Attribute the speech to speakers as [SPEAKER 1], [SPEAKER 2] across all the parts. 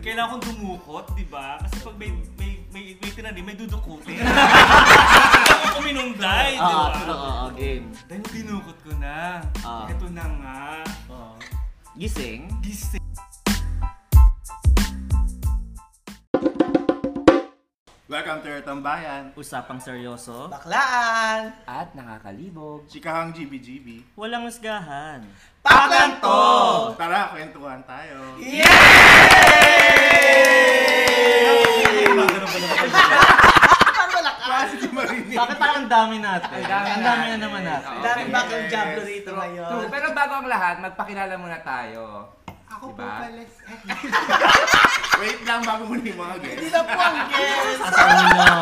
[SPEAKER 1] kailangan kong dumukot, di ba? Kasi pag may, may, may, may tinanim, may dudukutin. Kailangan ko minunday,
[SPEAKER 2] Diba?
[SPEAKER 1] di
[SPEAKER 3] Ah,
[SPEAKER 1] ba?
[SPEAKER 3] true. Oo, game.
[SPEAKER 1] Dahil dinukot ko na.
[SPEAKER 3] Ah.
[SPEAKER 1] Ito na nga.
[SPEAKER 3] Gising.
[SPEAKER 1] Gising.
[SPEAKER 4] Welcome to your tambayan.
[SPEAKER 3] Usapang seryoso.
[SPEAKER 2] Baklaan!
[SPEAKER 3] At nakakalimog.
[SPEAKER 4] Chikahang GBGB.
[SPEAKER 3] Walang husgahan.
[SPEAKER 2] Pakanto!
[SPEAKER 5] Oh.
[SPEAKER 4] Tara, kwentuhan tayo.
[SPEAKER 2] Parang wala ka.
[SPEAKER 4] Kasi di marinig.
[SPEAKER 3] Bakit parang ang dami natin?
[SPEAKER 5] Ang dami
[SPEAKER 3] Ang dami na
[SPEAKER 5] natin.
[SPEAKER 3] naman natin.
[SPEAKER 5] Oo.
[SPEAKER 2] Dami
[SPEAKER 5] Okay.
[SPEAKER 2] ba kang jablo rito
[SPEAKER 5] True.
[SPEAKER 2] ngayon?
[SPEAKER 5] Pero bago ang lahat, magpakilala muna tayo.
[SPEAKER 2] Ako
[SPEAKER 5] po Diba? pala
[SPEAKER 4] Wait lang bago muna yung mga
[SPEAKER 2] Hindi
[SPEAKER 4] guests.
[SPEAKER 2] na po ang guest!
[SPEAKER 3] Asawa niyo.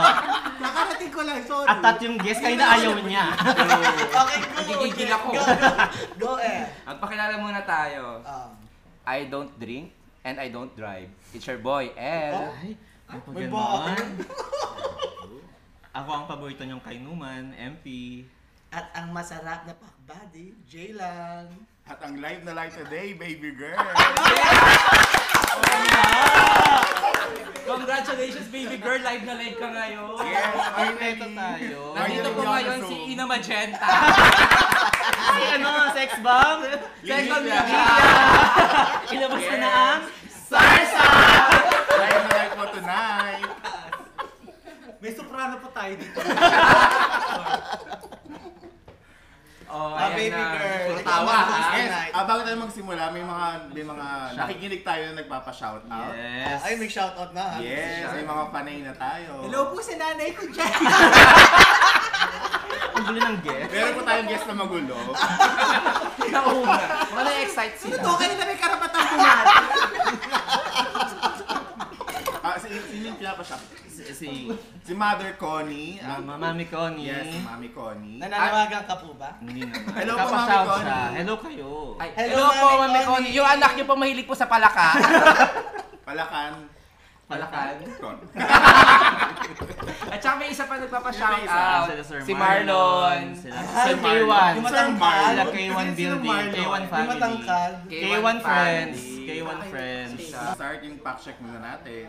[SPEAKER 6] Nakarating ko lang, sorry.
[SPEAKER 3] Atat yung guest kayo na ayaw niya.
[SPEAKER 2] Okay, go!
[SPEAKER 5] Nagigigil ako.
[SPEAKER 2] Go, go. Go, eh.
[SPEAKER 5] Magpakilala muna tayo.
[SPEAKER 2] Um,
[SPEAKER 5] I don't drink and I don't drive. It's your boy, L.
[SPEAKER 3] Ay, ay, pag
[SPEAKER 2] May
[SPEAKER 3] ganon.
[SPEAKER 2] bakit?
[SPEAKER 3] Ako ang paborito niyong kainuman, MP.
[SPEAKER 2] at ang masarap na pakbadi, Jay lang.
[SPEAKER 4] At ang live na live today, baby girl.
[SPEAKER 5] Congratulations, baby girl. Live na live ka ngayon.
[SPEAKER 4] Yes,
[SPEAKER 3] Ito tayo.
[SPEAKER 5] Nandito po
[SPEAKER 4] Ayun,
[SPEAKER 5] ngayon
[SPEAKER 4] yun.
[SPEAKER 5] si Ina Magenta.
[SPEAKER 3] Ay, ano, sex bomb?
[SPEAKER 5] Second
[SPEAKER 4] Lydia.
[SPEAKER 3] Ilabas na na ang...
[SPEAKER 4] Live na live po tonight.
[SPEAKER 6] May soprano po tayo dito.
[SPEAKER 5] Oh,
[SPEAKER 2] Ah,
[SPEAKER 5] ayan
[SPEAKER 2] baby
[SPEAKER 5] na.
[SPEAKER 2] girl.
[SPEAKER 5] Puro tawa, ha?
[SPEAKER 4] Yes, ah, bago tayo magsimula, may mga, may mga
[SPEAKER 5] Shout.
[SPEAKER 4] nakikinig tayo na nagpapa-shout out.
[SPEAKER 3] Yes.
[SPEAKER 2] Ay, may shoutout na. ah. ha?
[SPEAKER 4] Yes, may mga panay na tayo.
[SPEAKER 6] Hello po sa nanay ko dyan.
[SPEAKER 3] Ang gulo ng guest.
[SPEAKER 4] Meron po tayong guest na magulo.
[SPEAKER 6] Ah,
[SPEAKER 5] Nauna. Mga na-excite sila.
[SPEAKER 6] Totoo kayo na may karapatan bumati.
[SPEAKER 4] Ah, si, sino yung pinapashout?
[SPEAKER 3] Si, si
[SPEAKER 4] Si Mother Connie.
[SPEAKER 3] ah,
[SPEAKER 4] ang-
[SPEAKER 3] Mami Connie.
[SPEAKER 4] Yes, si Mami Connie.
[SPEAKER 2] Nananawagan ka po ba?
[SPEAKER 3] Hindi naman.
[SPEAKER 4] Hello po,
[SPEAKER 3] Kapag
[SPEAKER 4] Mami
[SPEAKER 3] shout
[SPEAKER 4] Connie.
[SPEAKER 3] siya. Hello kayo.
[SPEAKER 5] Ay,
[SPEAKER 2] Hello,
[SPEAKER 5] hello, po,
[SPEAKER 2] Mami
[SPEAKER 5] Mami
[SPEAKER 2] Connie.
[SPEAKER 5] Connie. Yung anak niyo po mahilig po sa palaka.
[SPEAKER 4] Palakan.
[SPEAKER 5] Palakan.
[SPEAKER 4] Con.
[SPEAKER 5] At saka may isa pa nagpapa-shout
[SPEAKER 4] May isa.
[SPEAKER 5] out.
[SPEAKER 3] Sila Sir
[SPEAKER 5] Si Marlon.
[SPEAKER 3] Sila
[SPEAKER 2] Ay,
[SPEAKER 3] Sir K1.
[SPEAKER 2] Yung
[SPEAKER 4] Sir
[SPEAKER 2] matangkal.
[SPEAKER 3] Sila
[SPEAKER 4] Marlon.
[SPEAKER 3] K1
[SPEAKER 4] Sino
[SPEAKER 3] building.
[SPEAKER 4] Marlon?
[SPEAKER 3] K1
[SPEAKER 4] Yung
[SPEAKER 2] Yung
[SPEAKER 3] family.
[SPEAKER 2] matangkal.
[SPEAKER 3] K1 friends.
[SPEAKER 5] family.
[SPEAKER 3] K1 friends.
[SPEAKER 4] Start yung fact check muna natin.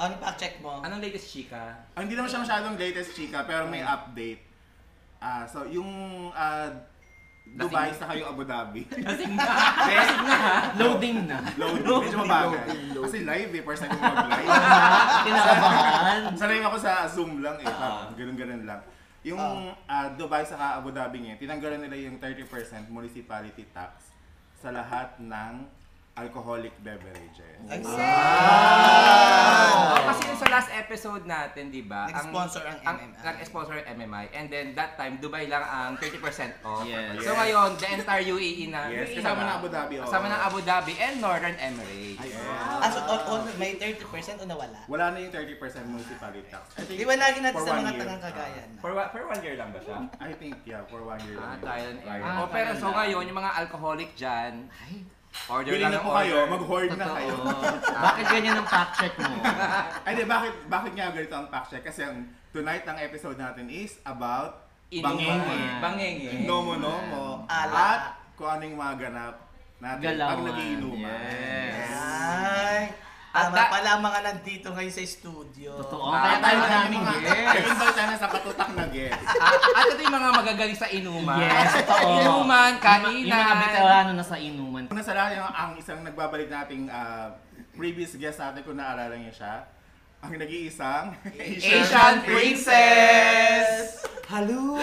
[SPEAKER 2] Ano pa check mo?
[SPEAKER 5] Anong latest chika?
[SPEAKER 4] Ah, hindi naman siya masyadong latest chika, pero may
[SPEAKER 5] Mm.
[SPEAKER 4] update. Ah, so yung ah, Dubai sa kayo Abu Dhabi.
[SPEAKER 5] Lasing na. Lasing na ha.
[SPEAKER 3] Loading na.
[SPEAKER 4] Load, medyo mabagal. Kasi live eh, first time ko mag-live.
[SPEAKER 3] Kinakabahan.
[SPEAKER 4] Sanay ako sa Zoom lang eh,
[SPEAKER 5] Ah.
[SPEAKER 4] parang ganun-ganun lang. Yung ah, Dubai sa Abu Dhabi ngayon, tinanggalan nila yung 30% municipality tax sa lahat ng alcoholic beverages.
[SPEAKER 2] Ay,
[SPEAKER 5] Oh, kasi yung sa last episode natin, di ba?
[SPEAKER 2] Nag-sponsor ang MMI.
[SPEAKER 5] Nag-sponsor ang MMI. And then that time, Dubai lang ang 30% off.
[SPEAKER 3] Yes.
[SPEAKER 5] So ngayon, the entire UAE na.
[SPEAKER 4] Yes,
[SPEAKER 5] UAE
[SPEAKER 4] kasama
[SPEAKER 5] na ba?
[SPEAKER 4] ng Abu Dhabi, oo.
[SPEAKER 5] Kasama ng Abu Dhabi and Northern Emirates.
[SPEAKER 4] Ayan.
[SPEAKER 2] Ah, so, on, on, may 30% o nawala?
[SPEAKER 4] Wala na yung 30% municipality tax. I think
[SPEAKER 2] Iwanagin natin
[SPEAKER 4] for
[SPEAKER 2] sa
[SPEAKER 4] one
[SPEAKER 2] mga
[SPEAKER 4] year.
[SPEAKER 2] tangang kagayan.
[SPEAKER 5] For, wa- for one year lang ba siya?
[SPEAKER 4] I think, yeah, for one year
[SPEAKER 5] Ah,
[SPEAKER 4] lang. yun.
[SPEAKER 5] Thailand Air.
[SPEAKER 4] Thailand.
[SPEAKER 5] oh, pero so ngayon, yung mga alcoholic dyan, order
[SPEAKER 4] Bili
[SPEAKER 5] lang
[SPEAKER 4] na
[SPEAKER 5] ng
[SPEAKER 4] po
[SPEAKER 5] order.
[SPEAKER 4] kayo, mag-hoard na kayo.
[SPEAKER 3] Bakit ganyan ang fact check mo?
[SPEAKER 4] Ay, di, bakit, bakit nga ganito ang fact check? Kasi ang, tonight ang episode natin is about
[SPEAKER 5] Inuman.
[SPEAKER 4] bangenge,
[SPEAKER 5] Bangenge.
[SPEAKER 4] nomo-nomo,
[SPEAKER 2] Ala.
[SPEAKER 4] at kung ano yung mga ganap natin pag
[SPEAKER 3] Galawan,
[SPEAKER 4] nagiinuman.
[SPEAKER 3] yes.
[SPEAKER 2] Ay,
[SPEAKER 5] At
[SPEAKER 2] tama
[SPEAKER 5] da-
[SPEAKER 2] pala ang mga nandito ngayon sa studio.
[SPEAKER 3] Totoo.
[SPEAKER 4] Ah,
[SPEAKER 3] Kaya tayo
[SPEAKER 4] tayo
[SPEAKER 3] maraming
[SPEAKER 4] mga-
[SPEAKER 3] guest.
[SPEAKER 4] Meron daw tayo na sa katutak na guest.
[SPEAKER 5] Ah, at ito yung mga magagaling sa inuman.
[SPEAKER 3] Yes, totoo.
[SPEAKER 5] Inuman, kainan.
[SPEAKER 3] Yung mga veterano na sa inuman.
[SPEAKER 4] Una sa lahat, yung- ang isang nagbabalik nating ah, previous guest natin, kung naalala niyo siya, ang nag-iisang
[SPEAKER 5] Asian Princess!
[SPEAKER 6] Hello!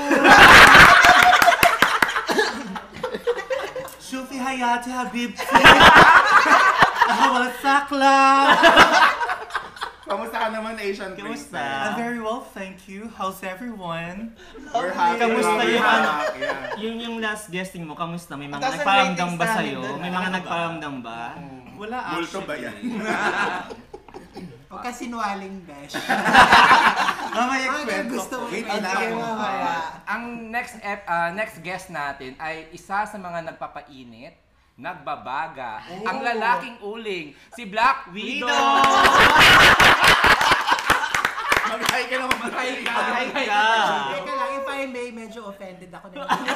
[SPEAKER 6] Shufi Hayati Habib. Ahawal sakla.
[SPEAKER 4] Kamusta ka naman, Asian Princess?
[SPEAKER 3] Kamusta?
[SPEAKER 6] I'm very well, thank you. How's everyone?
[SPEAKER 4] We're happy.
[SPEAKER 3] Kamusta
[SPEAKER 4] we're
[SPEAKER 3] yung
[SPEAKER 4] happy.
[SPEAKER 3] ano?
[SPEAKER 4] Yeah.
[SPEAKER 3] Yun yung last guesting mo, kamusta? May mga
[SPEAKER 2] Ang taas ng
[SPEAKER 3] nagparamdam ba
[SPEAKER 2] ratings namin
[SPEAKER 3] sa'yo?
[SPEAKER 2] dun,
[SPEAKER 3] May
[SPEAKER 2] ano
[SPEAKER 3] mga
[SPEAKER 2] ba?
[SPEAKER 3] nagparamdam ba?
[SPEAKER 6] Mm. Wala
[SPEAKER 4] Multo ba
[SPEAKER 6] actually.
[SPEAKER 4] yan?
[SPEAKER 6] Huwag ka sinwaling, besh. Mamaya kwento
[SPEAKER 4] ah, gusto mo.
[SPEAKER 6] ko.
[SPEAKER 4] Wait
[SPEAKER 6] Wala
[SPEAKER 2] Okay,
[SPEAKER 6] akong-
[SPEAKER 2] mamaya.
[SPEAKER 5] Ang next ep- ah, next guest natin ay isa sa mga nagpapainit, nagbabaga, ang lalaking uling, si Black Widow.
[SPEAKER 4] Mag-hi ka naman.
[SPEAKER 5] Patay ka.
[SPEAKER 3] Ay ka!
[SPEAKER 6] Teka lang, if I may, medyo offended ako na Hindi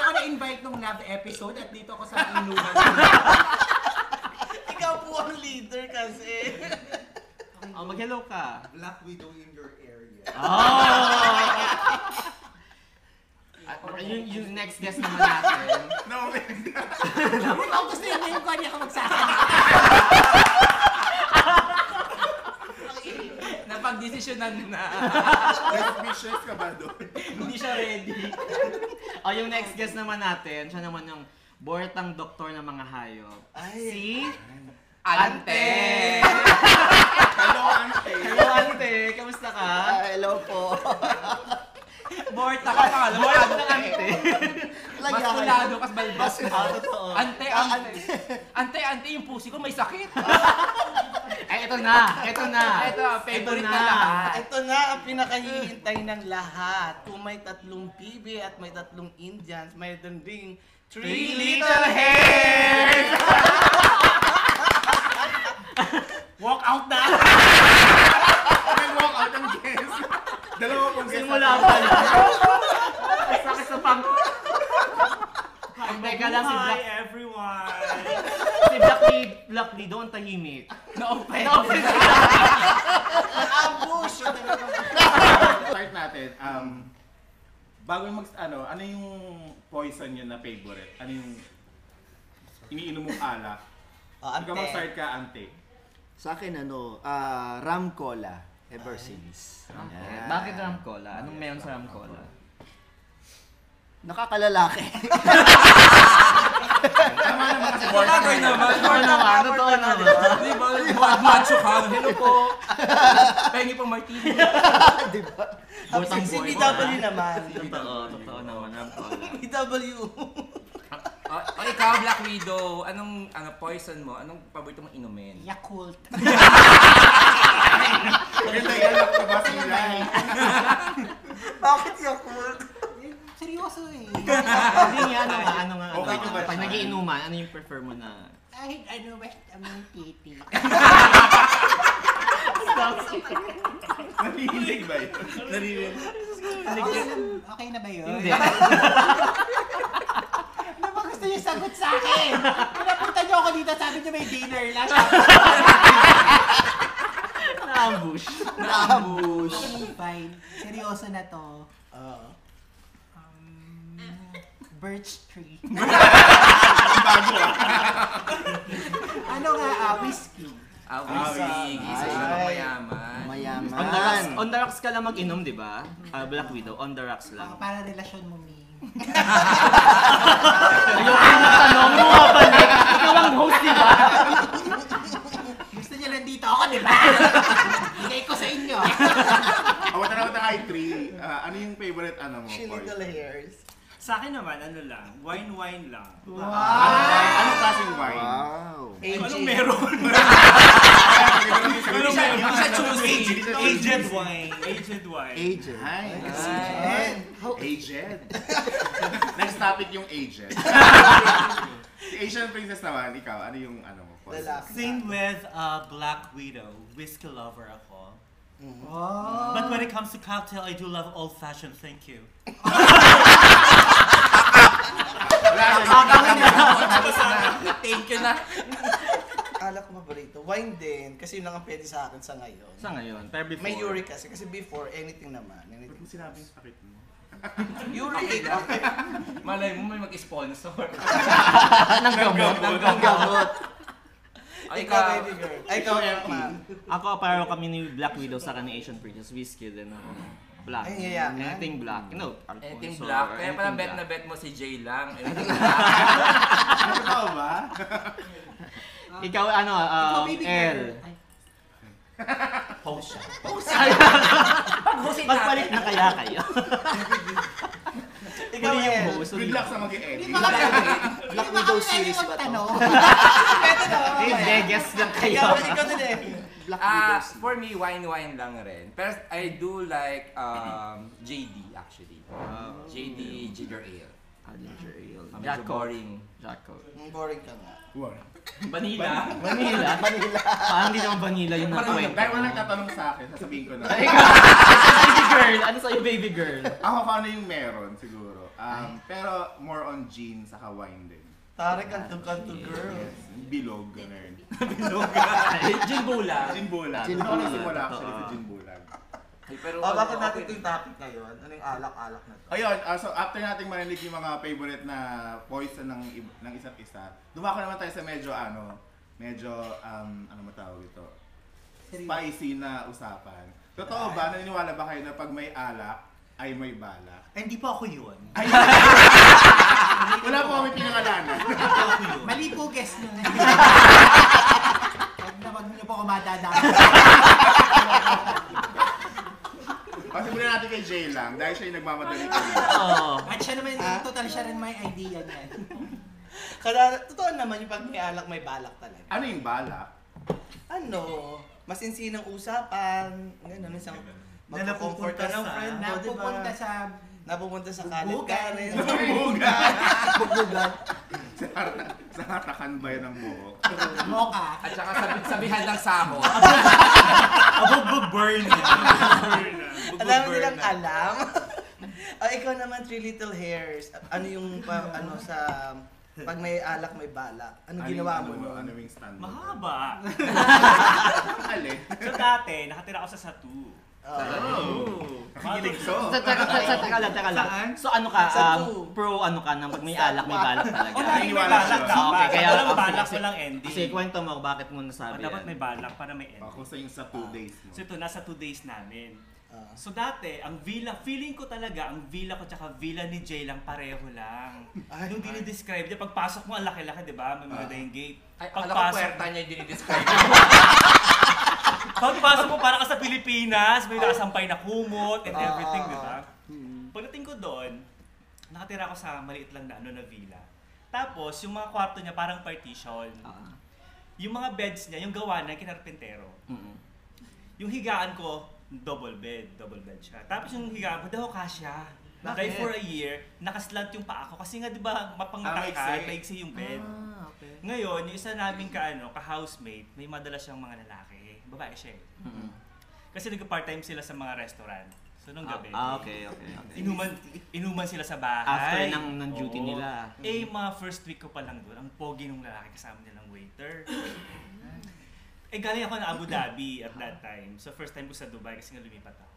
[SPEAKER 6] ako na-invite nung love episode at dito ako sa inuman.
[SPEAKER 2] Ikaw po ang leader kasi.
[SPEAKER 3] Mag-hello ka.
[SPEAKER 7] Black widow in your area.
[SPEAKER 3] At yung, yung next guest naman natin.
[SPEAKER 4] No,
[SPEAKER 6] Hindi ko gusto yung name ko, hindi ako magsasabi.
[SPEAKER 5] Napag-desisyonan na.
[SPEAKER 4] Let's be sure ka ba doon?
[SPEAKER 3] Hindi siya ready. o yung next guest naman natin, siya naman yung Bortang doktor ng mga hayop. Si...
[SPEAKER 5] Ante!
[SPEAKER 4] Hello, Ante.
[SPEAKER 3] Hello, ante! Kamusta ka?
[SPEAKER 7] hello po.
[SPEAKER 5] Borta ka pa alam mo.
[SPEAKER 3] Bortang ante!
[SPEAKER 5] Mas kulado, kas balbas.
[SPEAKER 3] Ah, totoo.
[SPEAKER 5] Ante,
[SPEAKER 3] Ah,
[SPEAKER 5] ante. Ante, ante, yung pusi ko may sakit.
[SPEAKER 3] Ay, ito na! Ito na!
[SPEAKER 5] Ito, favorite na
[SPEAKER 2] Ah,
[SPEAKER 5] lahat.
[SPEAKER 2] Ito na ang pinakahihintay ng lahat. Kung may tatlong PB at may tatlong Indians, mayroon ding three little
[SPEAKER 5] hairs!
[SPEAKER 4] Walk out na! May walk out ang guest. Dalawa pong guest.
[SPEAKER 3] Simula pa lang. Sakit sa pang... Ang teka lang si
[SPEAKER 1] Hi
[SPEAKER 3] Black,
[SPEAKER 1] everyone!
[SPEAKER 3] si Black Lee, Black Lee doon tahimik.
[SPEAKER 5] Na-offend.
[SPEAKER 3] Na-offend siya.
[SPEAKER 2] Abuso talaga.
[SPEAKER 4] Start natin. Um, bago yung mag, ano, ano yung poison yun na favorite? Ano yung iniinom mong alak?
[SPEAKER 2] Oh,
[SPEAKER 4] Ante. Ikaw
[SPEAKER 2] ante.
[SPEAKER 4] mag-start ka, Ante.
[SPEAKER 7] Sa akin ano, ah, ram cola ever since. Ayan.
[SPEAKER 3] Bakit ram cola? Anong meron sa ram cola?
[SPEAKER 7] Nakakalalaki.
[SPEAKER 4] Tama naman kasi
[SPEAKER 5] Wala kayo naman.
[SPEAKER 3] Totoo naman, totoo naman.
[SPEAKER 5] Di ba? Bad macho ka. Hello po. Pengi pang martini.
[SPEAKER 7] Di ba?
[SPEAKER 3] Bortang
[SPEAKER 2] Si
[SPEAKER 3] boy.
[SPEAKER 2] BW naman.
[SPEAKER 3] Totoo, totoo naman, ram cola.
[SPEAKER 2] BW.
[SPEAKER 5] O, o, Ah, oh, ikaw, Black Widow, anong ano, poison mo? Anong paborito mong inumin?
[SPEAKER 6] Yakult.
[SPEAKER 4] Ganda yung alak ko ba sila?
[SPEAKER 2] Bakit yung cool?
[SPEAKER 6] Seryoso eh.
[SPEAKER 3] Hindi nga, ano nga, ano nga, ano
[SPEAKER 4] Okay ka ba
[SPEAKER 3] nga. Pag
[SPEAKER 4] siya?
[SPEAKER 3] nagiinuman, ano yung prefer mo na?
[SPEAKER 6] Kahit ano, basta aming titi.
[SPEAKER 4] Nanihilig ba yun? Nanihilig.
[SPEAKER 6] Okay, na- okay na ba yun?
[SPEAKER 3] Hindi.
[SPEAKER 6] Ano ba gusto niyo sagot sa akin? Kung napunta niyo ako dito, sabi niyo may dinner lang.
[SPEAKER 3] Na-ambush.
[SPEAKER 7] Ambush.
[SPEAKER 6] Fine. Seryoso na to.
[SPEAKER 2] Oo.
[SPEAKER 6] Um, birch tree.
[SPEAKER 4] Bago ah.
[SPEAKER 6] Ano nga, ah, whiskey.
[SPEAKER 5] Awisig, isa siya ng mayaman.
[SPEAKER 7] Mayaman.
[SPEAKER 3] On the rocks, on the rocks ka lang mag-inom, di ba? Ah, Black Widow, on the rocks
[SPEAKER 6] Baka
[SPEAKER 3] lang.
[SPEAKER 6] para relasyon mo, Ming.
[SPEAKER 3] Ayoko na tanong mo, balik. Ikaw ang host, di ba?
[SPEAKER 6] Gusto niyo nandito ako, di ba? Bigay ko sa inyo.
[SPEAKER 4] Awat na awat na kay Tree. Ah, ano yung favorite ano mo?
[SPEAKER 2] She
[SPEAKER 4] poison?
[SPEAKER 2] little hairs.
[SPEAKER 1] Sa akin naman, ano lang, wine-wine lang.
[SPEAKER 4] Ano, ano klaseng wine?
[SPEAKER 7] Wow.
[SPEAKER 1] Anong meron?
[SPEAKER 4] Ano
[SPEAKER 5] siya- hindi siya choosy.
[SPEAKER 1] Aged-
[SPEAKER 4] Hindi siya
[SPEAKER 1] Aged wine. Aged wine.
[SPEAKER 7] Agent.
[SPEAKER 4] Hi.
[SPEAKER 5] Ay.
[SPEAKER 4] Agent. Next topic yung agent. si Asian Princess naman, ikaw, ano yung ano mo? poison?
[SPEAKER 2] Lalaki.
[SPEAKER 1] Same with uh, Black Widow. Whiskey lover ako.
[SPEAKER 6] Oh.
[SPEAKER 1] But when it comes to cocktail, I do love old fashioned. Thank you.
[SPEAKER 4] Wala na.
[SPEAKER 5] Thank you na.
[SPEAKER 2] Alak ko paborito. Wine din. Kasi yun lang ang pwede sa akin sa ngayon.
[SPEAKER 3] Sa ngayon, pero before.
[SPEAKER 2] May uric kasi. Kasi before, anything naman.
[SPEAKER 4] Ba't
[SPEAKER 2] Anything.
[SPEAKER 4] mo sinabi yung sakit mo?
[SPEAKER 2] Uric.
[SPEAKER 5] Malay mo may mag-sponsor.
[SPEAKER 3] ng gamot.
[SPEAKER 5] Ang
[SPEAKER 3] ng gamot.
[SPEAKER 5] gamot. O,
[SPEAKER 2] Ikaw,
[SPEAKER 5] Oh, ikaw,
[SPEAKER 2] baby girl. Ay, ikaw, Emma.
[SPEAKER 3] Ako, pareho kami ni Black Widow sa kanya Asian Princess Whiskey din ako. Black.
[SPEAKER 2] Ay, yayaman.
[SPEAKER 3] Anything black. No,
[SPEAKER 5] anything
[SPEAKER 3] Alfonso
[SPEAKER 5] Eh, black.
[SPEAKER 3] or
[SPEAKER 5] Kaya pala
[SPEAKER 3] anything
[SPEAKER 5] bet na bet
[SPEAKER 3] black.
[SPEAKER 5] mo si Jay lang. Anything black.
[SPEAKER 4] Totoo ba?
[SPEAKER 3] Ikaw, ano,
[SPEAKER 6] Ikaw,
[SPEAKER 3] um,
[SPEAKER 6] baby
[SPEAKER 3] L.
[SPEAKER 6] girl. Ay,
[SPEAKER 3] Magpalit na kaya kayo.
[SPEAKER 2] Ikaw,
[SPEAKER 3] Muli yung
[SPEAKER 2] El.
[SPEAKER 3] host.
[SPEAKER 4] Good luck sa mag-e-edit.
[SPEAKER 7] Black
[SPEAKER 6] Hindi ba
[SPEAKER 7] Widow
[SPEAKER 6] ako
[SPEAKER 7] series
[SPEAKER 6] pwede
[SPEAKER 7] ba to?
[SPEAKER 6] magtanong?
[SPEAKER 2] Pwede na.
[SPEAKER 3] Hindi, guess lang kayo.
[SPEAKER 2] Ikaw, ikaw din eh.
[SPEAKER 7] Black Widow
[SPEAKER 5] Ah,
[SPEAKER 7] series.
[SPEAKER 5] for me, wine-wine lang rin. Pero I do like um, JD actually. JD Ginger Ale.
[SPEAKER 3] Ginger ale.
[SPEAKER 5] Ah, Medyo
[SPEAKER 3] Jacko.
[SPEAKER 5] boring.
[SPEAKER 3] Jacko.
[SPEAKER 2] Mm, Boring ka nga.
[SPEAKER 4] Wow.
[SPEAKER 5] Vanilla.
[SPEAKER 3] Vanilla? Vanilla. Parang hindi naman vanilla yung
[SPEAKER 5] Parang
[SPEAKER 3] nakwento.
[SPEAKER 4] Dahil walang nagtatanong sa akin, sasabihin ko na.
[SPEAKER 3] baby girl! Ano sa'yo, baby girl?
[SPEAKER 4] Ako kung ano yung meron siguro. Um, pero more on gin saka wine din.
[SPEAKER 2] Tarek, kanto-kanto girl.
[SPEAKER 4] Bilog, ganun.
[SPEAKER 3] Gin Bulag.
[SPEAKER 4] Ginbulag.
[SPEAKER 7] Ginbulag.
[SPEAKER 4] Ito ako nagsimula actually
[SPEAKER 3] Totoo.
[SPEAKER 4] sa ginbulag.
[SPEAKER 5] Ay, pero,
[SPEAKER 2] O, bakit natin
[SPEAKER 5] okay.
[SPEAKER 2] ito yung topic ngayon? Ano yung alak-alak na to?
[SPEAKER 4] Ayun, ah, so after nating marinig yung mga favorite na poison ng, ib- ng isa't isa, dumako naman tayo sa medyo ano, medyo, um, ano matawag ito? Spicy na usapan. Totoo ba? Naniniwala ba kayo na pag may alak, ay may balak?
[SPEAKER 8] Hindi po ako yun.
[SPEAKER 4] Ay, wala po kami pinangalanan.
[SPEAKER 8] Hindi po ako yun.
[SPEAKER 6] Mali po guess nyo. Huwag na huwag nyo po ako madadaan.
[SPEAKER 4] O, simulan natin kay Jay lang, dahil siya yung nagmamadali ko.
[SPEAKER 6] At siya naman,
[SPEAKER 2] Ah.
[SPEAKER 6] in total siya rin may idea niyan.
[SPEAKER 2] Kada, totoo naman yung pag may alak, may balak talaga.
[SPEAKER 4] Ano yung balak?
[SPEAKER 2] Ano? Masinsinang usapan. Ganun, isang
[SPEAKER 8] Na napupunta
[SPEAKER 2] magkukomforta ng
[SPEAKER 8] sa-
[SPEAKER 2] friend mo, Ah, di ba?
[SPEAKER 6] Napupunta sa
[SPEAKER 2] Napupunta sa kalit
[SPEAKER 6] Bubugan.
[SPEAKER 2] ka rin.
[SPEAKER 4] Sa, hara- sa harakan ba yan ang buhok?
[SPEAKER 6] mocha.
[SPEAKER 5] At saka sabi- sabihan ng saho.
[SPEAKER 8] Abugbog burn.
[SPEAKER 2] Alam nilang alam. o, ikaw naman, Three Little Hairs. Ano yung, pa, ano sa, pag may alak, may balak. Ano
[SPEAKER 4] Anong-
[SPEAKER 2] ginawa
[SPEAKER 4] ano
[SPEAKER 2] mo nun?
[SPEAKER 4] Ano yung standard?
[SPEAKER 1] Mahaba.
[SPEAKER 4] Alin?
[SPEAKER 1] So dati, nakatira ako sa Satu. Oh.
[SPEAKER 5] Oh.
[SPEAKER 4] Kikilig so.
[SPEAKER 3] Sa teka, sa- sa- teka lang, teka lang.
[SPEAKER 8] Saan?
[SPEAKER 3] So ano ka,
[SPEAKER 2] Sa
[SPEAKER 3] um,
[SPEAKER 2] two.
[SPEAKER 3] pro ano ka nang pag may alak, may balak talaga.
[SPEAKER 1] O lagi may
[SPEAKER 4] Naniniwala
[SPEAKER 1] balak
[SPEAKER 4] siya.
[SPEAKER 1] dapat.
[SPEAKER 3] Okay, kaya-
[SPEAKER 1] walang
[SPEAKER 3] okay,
[SPEAKER 1] balak,
[SPEAKER 3] kasi-
[SPEAKER 1] walang ending.
[SPEAKER 3] Kasi kwento mo, bakit mo
[SPEAKER 1] O,
[SPEAKER 3] nasabi
[SPEAKER 1] dapat
[SPEAKER 3] yan?
[SPEAKER 1] may balak para may ending.
[SPEAKER 4] Ako sa yung sa two days mo.
[SPEAKER 1] So ito, nasa two days namin.
[SPEAKER 2] Ah.
[SPEAKER 1] So dati, ang villa, feeling ko talaga, ang villa ko tsaka villa ni Jay lang pareho lang.
[SPEAKER 2] Ay,
[SPEAKER 1] Nung dinidescribe niya, pagpasok mo, ang laki-laki, di ba? May maganda yung gate.
[SPEAKER 5] Ay, akala ko puwerta niya yung dinidescribe.
[SPEAKER 1] Pagpasok mo, para ka sa Pilipinas, may nakasampay na kumot and
[SPEAKER 2] Ah.
[SPEAKER 1] everything, di ba?
[SPEAKER 3] Mm-hmm.
[SPEAKER 1] Pagdating ko doon, nakatira ako sa maliit lang na ano na villa. Tapos, yung mga kwarto niya parang partition.
[SPEAKER 3] Ah.
[SPEAKER 1] Yung mga beds niya, yung gawa na kinarpentero.
[SPEAKER 3] Mm-mm.
[SPEAKER 1] Yung higaan ko, double bed, double bed siya. Tapos yung higaan ko, daw kasya. Dahil
[SPEAKER 2] Bakit?
[SPEAKER 1] for a year, nakaslant yung paa ko. Kasi nga, di ba,
[SPEAKER 4] Ah,
[SPEAKER 1] mapangmatangkad,
[SPEAKER 4] maiksi.
[SPEAKER 1] maiksi yung bed.
[SPEAKER 2] Ah, okay.
[SPEAKER 1] Ngayon, yung isa naming kaano, ka-housemate, may madalas siyang mga lalaki. Babae siya eh. Kasi nag-part-time sila sa mga restaurant. So nung gabi,
[SPEAKER 3] Ah, okay, okay. okay.
[SPEAKER 1] inuman, inuman sila sa bahay.
[SPEAKER 3] After ng- ng duty
[SPEAKER 1] Oo.
[SPEAKER 3] nila.
[SPEAKER 1] Eh, mga first week ko pa lang doon, ang pogi nung lalaki kasama nilang waiter. eh, galing ako na Abu Dhabi at that time. So first time ko sa Dubai kasi nga lumipat ako.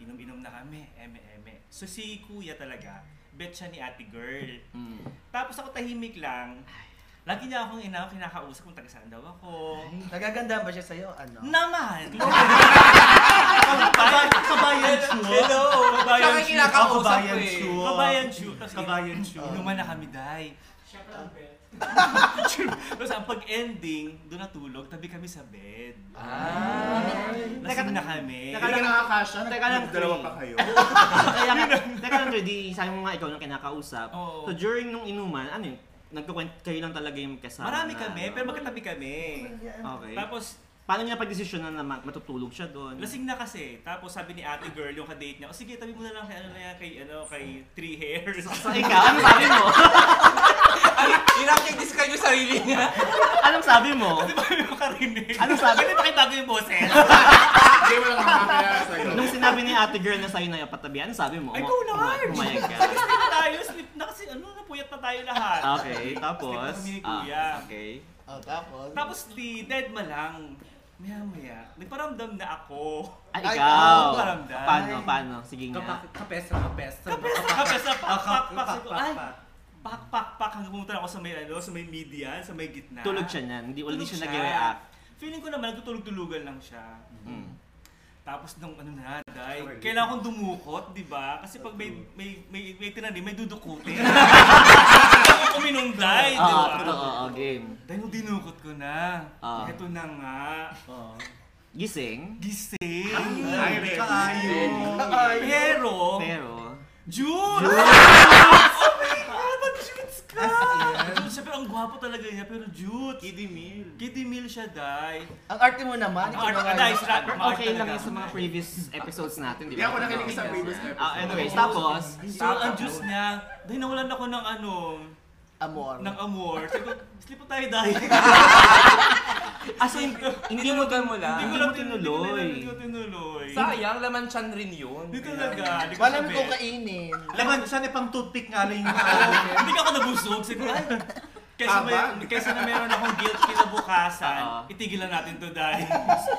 [SPEAKER 1] Inom-inom na kami, eme-eme. So si kuya talaga, bet siya ni ate girl.
[SPEAKER 3] Mm.
[SPEAKER 1] Tapos ako tahimik lang. Lagi niya akong ina, kinakausap kung taga saan daw ako.
[SPEAKER 2] Nagaganda ba siya sa'yo? Ano?
[SPEAKER 1] Naman! Kabayan, kabayan Hello! Kabayan
[SPEAKER 5] Saka
[SPEAKER 1] shoot.
[SPEAKER 5] kinakausap ko
[SPEAKER 8] Kabayan
[SPEAKER 5] eh.
[SPEAKER 8] shoot.
[SPEAKER 1] Kabayan shoot. Tapos
[SPEAKER 8] Kabayan shoot.
[SPEAKER 1] Inuman na kami, day. Tapos ang pag-ending, doon natulog, tabi kami sa bed.
[SPEAKER 5] Ah.
[SPEAKER 1] Lasing na kami.
[SPEAKER 4] Hindi ka nakakasya,
[SPEAKER 3] Teka lang,
[SPEAKER 4] dalawa
[SPEAKER 3] Jay.
[SPEAKER 4] pa kayo.
[SPEAKER 3] Kaya ka, teka lang, Rudy, sabi mo nga ikaw nang kinakausap.
[SPEAKER 1] Oo.
[SPEAKER 3] So during nung inuman, ano yun? Nagkukwent, kayo lang talaga yung kasama.
[SPEAKER 1] Marami
[SPEAKER 3] na,
[SPEAKER 1] kami,
[SPEAKER 3] ano?
[SPEAKER 1] pero magkatabi kami.
[SPEAKER 3] Okay.
[SPEAKER 1] Tapos,
[SPEAKER 3] Paano niya pag-desisyon na naman, matutulog siya doon?
[SPEAKER 1] Lasing na kasi. Tapos sabi ni ate girl, yung ka-date niya, o sige, tabi mo na lang kay, ano na yan, kay, ano, kay three hairs.
[SPEAKER 3] So ikaw, ano sabi mo?
[SPEAKER 5] Ilang yung describe yung sarili niya.
[SPEAKER 3] Anong sabi mo?
[SPEAKER 1] Di ba yung karinig?
[SPEAKER 3] Anong sabi?
[SPEAKER 1] Pwede pakita ko yung boses.
[SPEAKER 4] Hindi mo lang makakaya sa'yo.
[SPEAKER 3] Nung sinabi ni ate girl na sa'yo na yung patabi, ano sabi mo?
[SPEAKER 1] Ay,
[SPEAKER 3] Uma-
[SPEAKER 1] go large!
[SPEAKER 3] uma- Umayag ka.
[SPEAKER 1] Sleep tayo, sleep na kasi, ano, napuyat na tayo lahat.
[SPEAKER 3] Okay, tapos?
[SPEAKER 1] Tapos hindi kami ni
[SPEAKER 3] ah,
[SPEAKER 1] Kuya.
[SPEAKER 3] okay.
[SPEAKER 2] Oh, tapos?
[SPEAKER 1] Tapos di, dead ma lang. Maya maya, nagparamdam na ako.
[SPEAKER 3] Ay,
[SPEAKER 2] Ay,
[SPEAKER 3] Ah, ikaw!
[SPEAKER 1] ikaw, paramdam.
[SPEAKER 3] Paano, paano? Sige nga.
[SPEAKER 8] Kapak- Kapes na kapes.
[SPEAKER 1] Kapes na kapes na pak, pak, pak. Sabi ko, Ay,
[SPEAKER 8] pak.
[SPEAKER 1] pak, pak, pak. Hanggang pumunta na ako sa may, ano, sa may media, sa may gitna.
[SPEAKER 3] Tulog siya niyan. Hindi, hindi
[SPEAKER 1] Tulog
[SPEAKER 3] siya nag-react.
[SPEAKER 1] Feeling ko naman, nagtutulog-tulugan lang siya.
[SPEAKER 3] Mm.
[SPEAKER 1] Tapos nung ano na, day, kailangan kong dumukot, di ba? Kasi pag may, may, may, may tinanim, may dudukutin. Kailangan kong uminom, day, di
[SPEAKER 3] Oo,
[SPEAKER 1] ba?
[SPEAKER 3] Ah, totoo, oo, game.
[SPEAKER 1] Dahil nung dinukot ko na,
[SPEAKER 3] Ah.
[SPEAKER 1] eto na nga,
[SPEAKER 3] Gising,
[SPEAKER 1] gising.
[SPEAKER 4] Ay,
[SPEAKER 5] Ayun.
[SPEAKER 1] Pero,
[SPEAKER 3] pero...
[SPEAKER 1] June! oh my God, ang cute ka! June, Siyempre, ang gwapo talaga niya, pero cute.
[SPEAKER 4] Kitty meal.
[SPEAKER 1] Kitty meal siya, day.
[SPEAKER 2] Ang arte mo naman.
[SPEAKER 1] Ang arte,
[SPEAKER 2] ikaw
[SPEAKER 1] day,
[SPEAKER 2] naman.
[SPEAKER 1] sila-
[SPEAKER 3] Okay lang
[SPEAKER 1] talaga.
[SPEAKER 3] yun sa mga previous episodes natin, di
[SPEAKER 4] Hindi eh.
[SPEAKER 3] ba?
[SPEAKER 4] ako nakinig sa previous episode.
[SPEAKER 3] Ah, anyways, tapos...
[SPEAKER 1] So, ang juice niya, dahil nawalan ako ng ano,
[SPEAKER 2] Amor.
[SPEAKER 1] ng amor. Sabi ko, sleep po tayo dahil.
[SPEAKER 3] As in, hindi mo
[SPEAKER 5] Tinutuloy mo lang.
[SPEAKER 1] Hindi ko
[SPEAKER 3] Hindi
[SPEAKER 1] lang
[SPEAKER 3] mo
[SPEAKER 1] tin-
[SPEAKER 3] tinuloy.
[SPEAKER 1] Hindi ko tinuloy.
[SPEAKER 5] Sayang, laman chan rin yun.
[SPEAKER 1] Hindi talaga. Hindi ko
[SPEAKER 2] Wala naman
[SPEAKER 1] sabi.
[SPEAKER 2] kong kainin.
[SPEAKER 8] Laman, sana pang toothpick nga lang yung
[SPEAKER 1] Hindi ka ako nabusog. Sabi ko, ay, Kaysa, may,
[SPEAKER 4] Abang.
[SPEAKER 1] kaysa na meron akong guilt kinabukasan,
[SPEAKER 5] Oo.
[SPEAKER 1] itigilan natin to dahil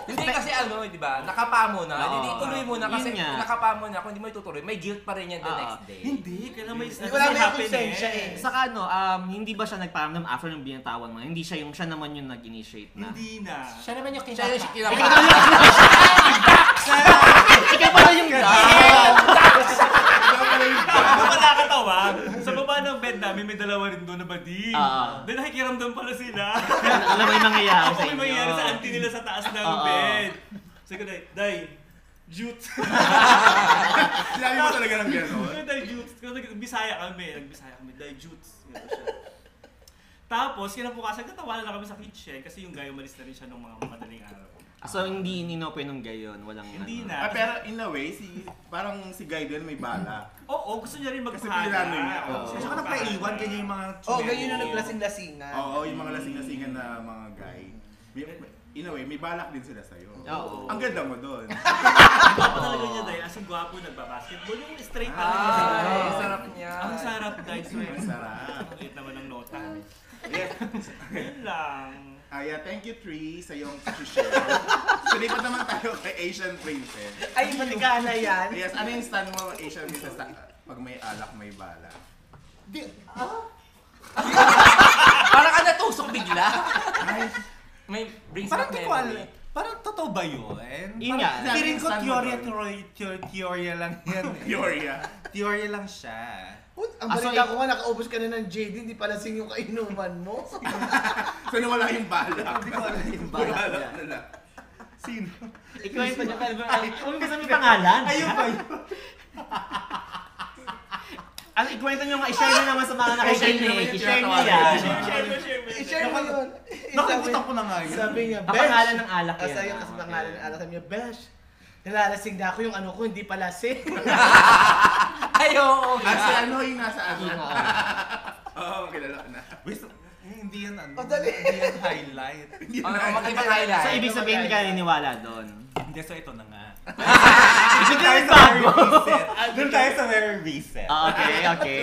[SPEAKER 5] Hindi kasi ano, di ba? Nakapa mo na.
[SPEAKER 3] Oo.
[SPEAKER 5] Hindi ituloy mo na
[SPEAKER 3] Yun
[SPEAKER 5] kasi
[SPEAKER 3] nga.
[SPEAKER 5] nakapa mo na. Kung hindi mo itutuloy, may guilt pa rin yan the
[SPEAKER 3] Oo.
[SPEAKER 5] next day.
[SPEAKER 1] hindi, kailan may ano,
[SPEAKER 2] Hindi, wala
[SPEAKER 1] may
[SPEAKER 2] may
[SPEAKER 1] happen
[SPEAKER 2] konsensya eh.
[SPEAKER 3] ah, Saka ano, um, hindi ba siya nagparamdam after nung binatawan mo? Hindi siya yung siya naman yung nag-initiate na.
[SPEAKER 1] Hindi na.
[SPEAKER 6] Siya naman yung
[SPEAKER 5] Siya yung
[SPEAKER 6] kinapa.
[SPEAKER 5] kinapa.
[SPEAKER 3] Ikaw pala yung
[SPEAKER 2] ah.
[SPEAKER 1] Ano pala katawag? Sa baba ng bed namin, may dalawa rin doon na bading.
[SPEAKER 3] Oo.
[SPEAKER 1] Then nakikiramdam pala sila.
[SPEAKER 3] Alam mo yung mangyayari
[SPEAKER 1] Ako
[SPEAKER 3] sa
[SPEAKER 1] may
[SPEAKER 3] inyo.
[SPEAKER 1] mangyayari sa auntie nila sa taas ng
[SPEAKER 3] Oo.
[SPEAKER 1] bed. Sabi ko, "Day, Day, jute.
[SPEAKER 4] Sinabi mo talaga ng gano'n.
[SPEAKER 1] Sabi ko, Day, jute. Kasi nag- Bisaya kami, nagbisaya kami, Day, jute. Ganun siya. Tapos, kinabukasan, katawanan na kami sa kitchen kasi yung guy umalis na rin siya nung mga madaling araw.
[SPEAKER 3] So, hindi ininopen nung gayon. Walang
[SPEAKER 1] Hindi
[SPEAKER 3] ano.
[SPEAKER 1] na.
[SPEAKER 4] Ah, pero in a way, si, parang si Guy din may bala.
[SPEAKER 1] Oo, gusto niya rin magpahala.
[SPEAKER 4] pinilano niya, oo.
[SPEAKER 1] Gusto
[SPEAKER 8] Saka nagpaiwan, ganyan yung mga
[SPEAKER 2] Oh, ganyan yung
[SPEAKER 8] tsumero.
[SPEAKER 2] naglasing-lasingan.
[SPEAKER 4] Oo, yung mga lasing-lasingan na mga guy. May, in a way, may balak din sila sa'yo.
[SPEAKER 3] Oo.
[SPEAKER 4] Ang ganda mo doon.
[SPEAKER 1] Ang gwapo talaga niya dahil as in gwapo nagbabasketball. Yung straight talaga niya.
[SPEAKER 5] Ay, sarap niya.
[SPEAKER 1] Ah, Ang sarap guys.
[SPEAKER 4] Ang sarap.
[SPEAKER 1] Ang liit naman ng nota.
[SPEAKER 4] Yes.
[SPEAKER 1] Yun lang.
[SPEAKER 4] Aya, thank you, Tree, sa iyong share. Sulipat naman tayo kay Asian Princess.
[SPEAKER 2] Ay, matikana yan.
[SPEAKER 4] Yes, ano yung stand mo, Asian Princess, sa, pag may alak, may bala?
[SPEAKER 6] Di,
[SPEAKER 5] Parang ka natusok bigla. May brings
[SPEAKER 8] Parang
[SPEAKER 5] back
[SPEAKER 8] di ko alam.
[SPEAKER 5] memory.
[SPEAKER 8] Parang totoo ba yun?
[SPEAKER 3] Yun nga.
[SPEAKER 8] Parang Feeling ko
[SPEAKER 4] Saan Ano mo
[SPEAKER 8] teorya,
[SPEAKER 4] doon?
[SPEAKER 8] teorya, teorya, teorya lang yan. eh.
[SPEAKER 4] Peoria.
[SPEAKER 8] teorya lang siya.
[SPEAKER 2] Put, ang
[SPEAKER 3] Ah, so
[SPEAKER 2] balita
[SPEAKER 3] y-
[SPEAKER 2] ko nga, nakaubos ka na ng JD, hindi pala sing yung kainuman mo.
[SPEAKER 4] So, wala yung bala.
[SPEAKER 8] Hindi ko alam yung
[SPEAKER 4] Wala lang na lang.
[SPEAKER 8] Sino?
[SPEAKER 3] Ikaw yung Huwag ka sabi pangalan.
[SPEAKER 8] Ayun ba yun?
[SPEAKER 3] Ano, ikwento nyo nga, i-share nyo naman sa mga nakikinig. I-share nyo yan.
[SPEAKER 1] Share mo, share mo.
[SPEAKER 2] I-share mo yun. Eh,
[SPEAKER 8] Nakalimutan
[SPEAKER 2] sabi-
[SPEAKER 8] ko na nga yun.
[SPEAKER 2] Sabi niya,
[SPEAKER 3] Ang
[SPEAKER 2] Besh.
[SPEAKER 3] pangalan ng alak
[SPEAKER 2] Ah,
[SPEAKER 3] yan.
[SPEAKER 2] sabi niya kasi pangalan ng alak. Sabi niya, Besh. Nalalasing na ako yung ano ko, hindi pala sing.
[SPEAKER 5] Ay, oo.
[SPEAKER 4] Ah, si ano yung nasa alak?
[SPEAKER 3] alak.
[SPEAKER 4] Oo, kilala ko na.
[SPEAKER 8] Wait, eh, hindi yan ano.
[SPEAKER 2] Madali.
[SPEAKER 8] Hindi yan highlight.
[SPEAKER 5] Ano, mag-ibang highlight.
[SPEAKER 3] So, ibig sabihin, hindi ka naniniwala doon.
[SPEAKER 8] Hindi, so ito na nga. Doon tayo sa very recent. Doon tayo sa very recent.
[SPEAKER 3] Ah, okay, okay.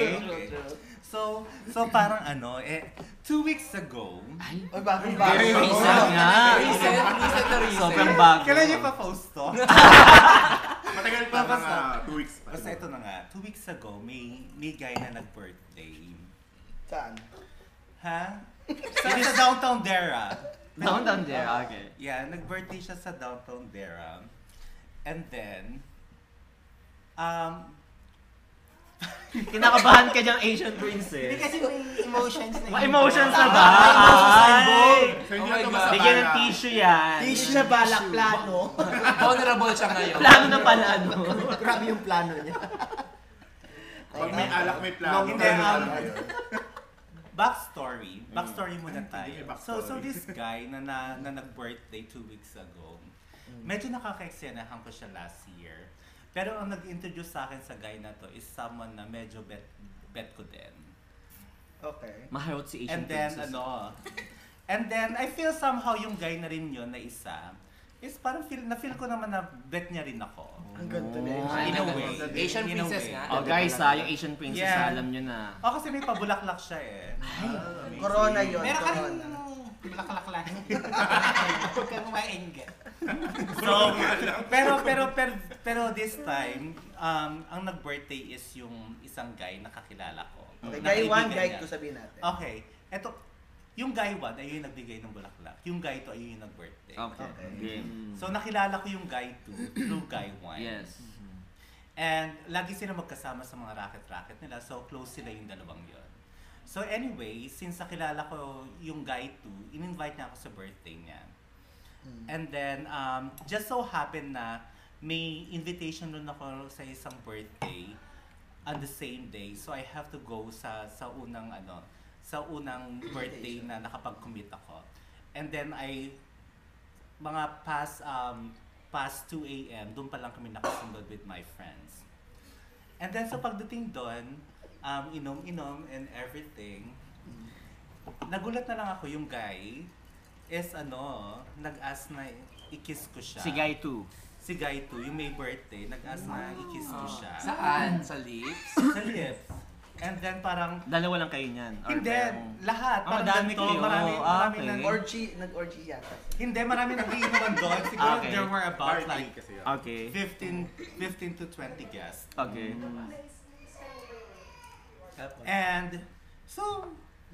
[SPEAKER 8] So, so parang ano, eh, two weeks ago,
[SPEAKER 2] Ay, bakit ba?
[SPEAKER 4] Very
[SPEAKER 3] Recent nga.
[SPEAKER 5] Recent, recent na recent.
[SPEAKER 3] Sobrang bago.
[SPEAKER 8] kailan niyo pa-post to?
[SPEAKER 4] Matagal pa, mga two weeks pa.
[SPEAKER 8] Basta ito na nga, two weeks ago, may, may guy na nag-birthday.
[SPEAKER 2] Saan?
[SPEAKER 8] Ha? Sa, sa downtown Dera.
[SPEAKER 3] Down, down there, okay.
[SPEAKER 8] Yeah, nag-birthday siya sa downtown Dera. And then, um,
[SPEAKER 3] Kinakabahan ka diyang Asian princess.
[SPEAKER 6] Hindi kasi may emotions na
[SPEAKER 3] Mga emotions na ba? Ay!
[SPEAKER 4] So, hindi
[SPEAKER 5] Oh
[SPEAKER 4] na
[SPEAKER 5] my
[SPEAKER 4] to
[SPEAKER 5] God.
[SPEAKER 4] basta
[SPEAKER 3] Bigyan ng
[SPEAKER 4] bala.
[SPEAKER 3] tissue yan.
[SPEAKER 2] Tissue na balak plano.
[SPEAKER 5] Vulnerable siya ngayon.
[SPEAKER 3] Plano na pala, ano?
[SPEAKER 7] Grabe yung plano niya.
[SPEAKER 4] Pag may alak, may plano.
[SPEAKER 8] Long term.
[SPEAKER 4] Ano ba yun?
[SPEAKER 8] backstory. Backstory muna tayo.
[SPEAKER 4] Mm. Hindi may
[SPEAKER 8] So, so
[SPEAKER 4] backstory.
[SPEAKER 8] this guy na, na, na nag-birthday two weeks ago,
[SPEAKER 4] Mm.
[SPEAKER 8] medyo nakaka-eksyenahan ko siya last year. Pero ang nag-introduce sa akin sa guy na to is someone na medyo bet, bet ko din.
[SPEAKER 2] Okay.
[SPEAKER 3] Maharot si Asian
[SPEAKER 8] And then,
[SPEAKER 3] princess.
[SPEAKER 8] ano, and then I feel somehow yung guy na rin yun na isa, is parang feel, na-feel ko naman na bet niya rin ako.
[SPEAKER 2] Ang ganda na yun.
[SPEAKER 5] In a way. Asian princess
[SPEAKER 8] Asian princess
[SPEAKER 5] nga.
[SPEAKER 3] Oh, guys ha, yung Asian princess,
[SPEAKER 8] Yeah.
[SPEAKER 3] alam nyo na.
[SPEAKER 8] Oh, kasi may pabulaklak siya eh.
[SPEAKER 2] Corona yun.
[SPEAKER 6] Meron ka rin ano?
[SPEAKER 2] Corona.
[SPEAKER 6] malakalaklan. Huwag kang ma-engage.
[SPEAKER 8] So, pero pero pero pero this time, um, ang nag-birthday is yung isang guy na kakilala ko.
[SPEAKER 2] Okay,
[SPEAKER 8] Na
[SPEAKER 2] guy
[SPEAKER 8] kaibigan
[SPEAKER 2] 1, guy
[SPEAKER 8] niya.
[SPEAKER 2] 2 sabihin natin.
[SPEAKER 8] Okay. Eto, yung guy 1 ay yung nagbigay ng bulaklak. Yung guy 2 ay yung nag-birthday.
[SPEAKER 3] Okay.
[SPEAKER 2] Okay.
[SPEAKER 8] So nakilala ko yung guy 2 through guy 1.
[SPEAKER 3] Yes.
[SPEAKER 8] And lagi sila magkasama sa mga racket-racket nila. So close sila yung dalawang yon. So anyway, since nakilala ko yung guy 2, in-invite niya ako sa birthday niya. And then, um, just so happened na may invitation nun ako sa isang birthday on the same day. So I have to go sa sa unang ano, sa unang birthday na nakapag-commit ako. And then I mga past um past 2 a.m. doon pa lang kami nakasundod with my friends. And then so pagdating doon, um inom-inom and everything. Nagulat na lang ako yung guy is ano, nag-ask na i-kiss ko siya.
[SPEAKER 3] Si Guy 2.
[SPEAKER 8] Si guy to, yung may birthday, nag-ask na i-kiss ko siya.
[SPEAKER 5] Saan? Sa lips?
[SPEAKER 8] Sa lips. And then parang,
[SPEAKER 3] Dalawa lang kayo niyan. Or
[SPEAKER 8] hindi,
[SPEAKER 3] merong-
[SPEAKER 8] lahat.
[SPEAKER 3] Ah,
[SPEAKER 8] Parang
[SPEAKER 3] madami
[SPEAKER 8] ganito,
[SPEAKER 3] kayo.
[SPEAKER 8] marami,
[SPEAKER 3] Ah,
[SPEAKER 8] marami
[SPEAKER 3] okay.
[SPEAKER 8] nang-
[SPEAKER 2] Orgy, nag-orgy yata.
[SPEAKER 8] Hindi, marami nag-iinuman doon. Siguro
[SPEAKER 3] Okay.
[SPEAKER 8] there were about
[SPEAKER 4] Party
[SPEAKER 8] like
[SPEAKER 4] kasi yun.
[SPEAKER 3] Okay.
[SPEAKER 8] 15, 15 to 20 guests.
[SPEAKER 3] Okay.
[SPEAKER 8] And so,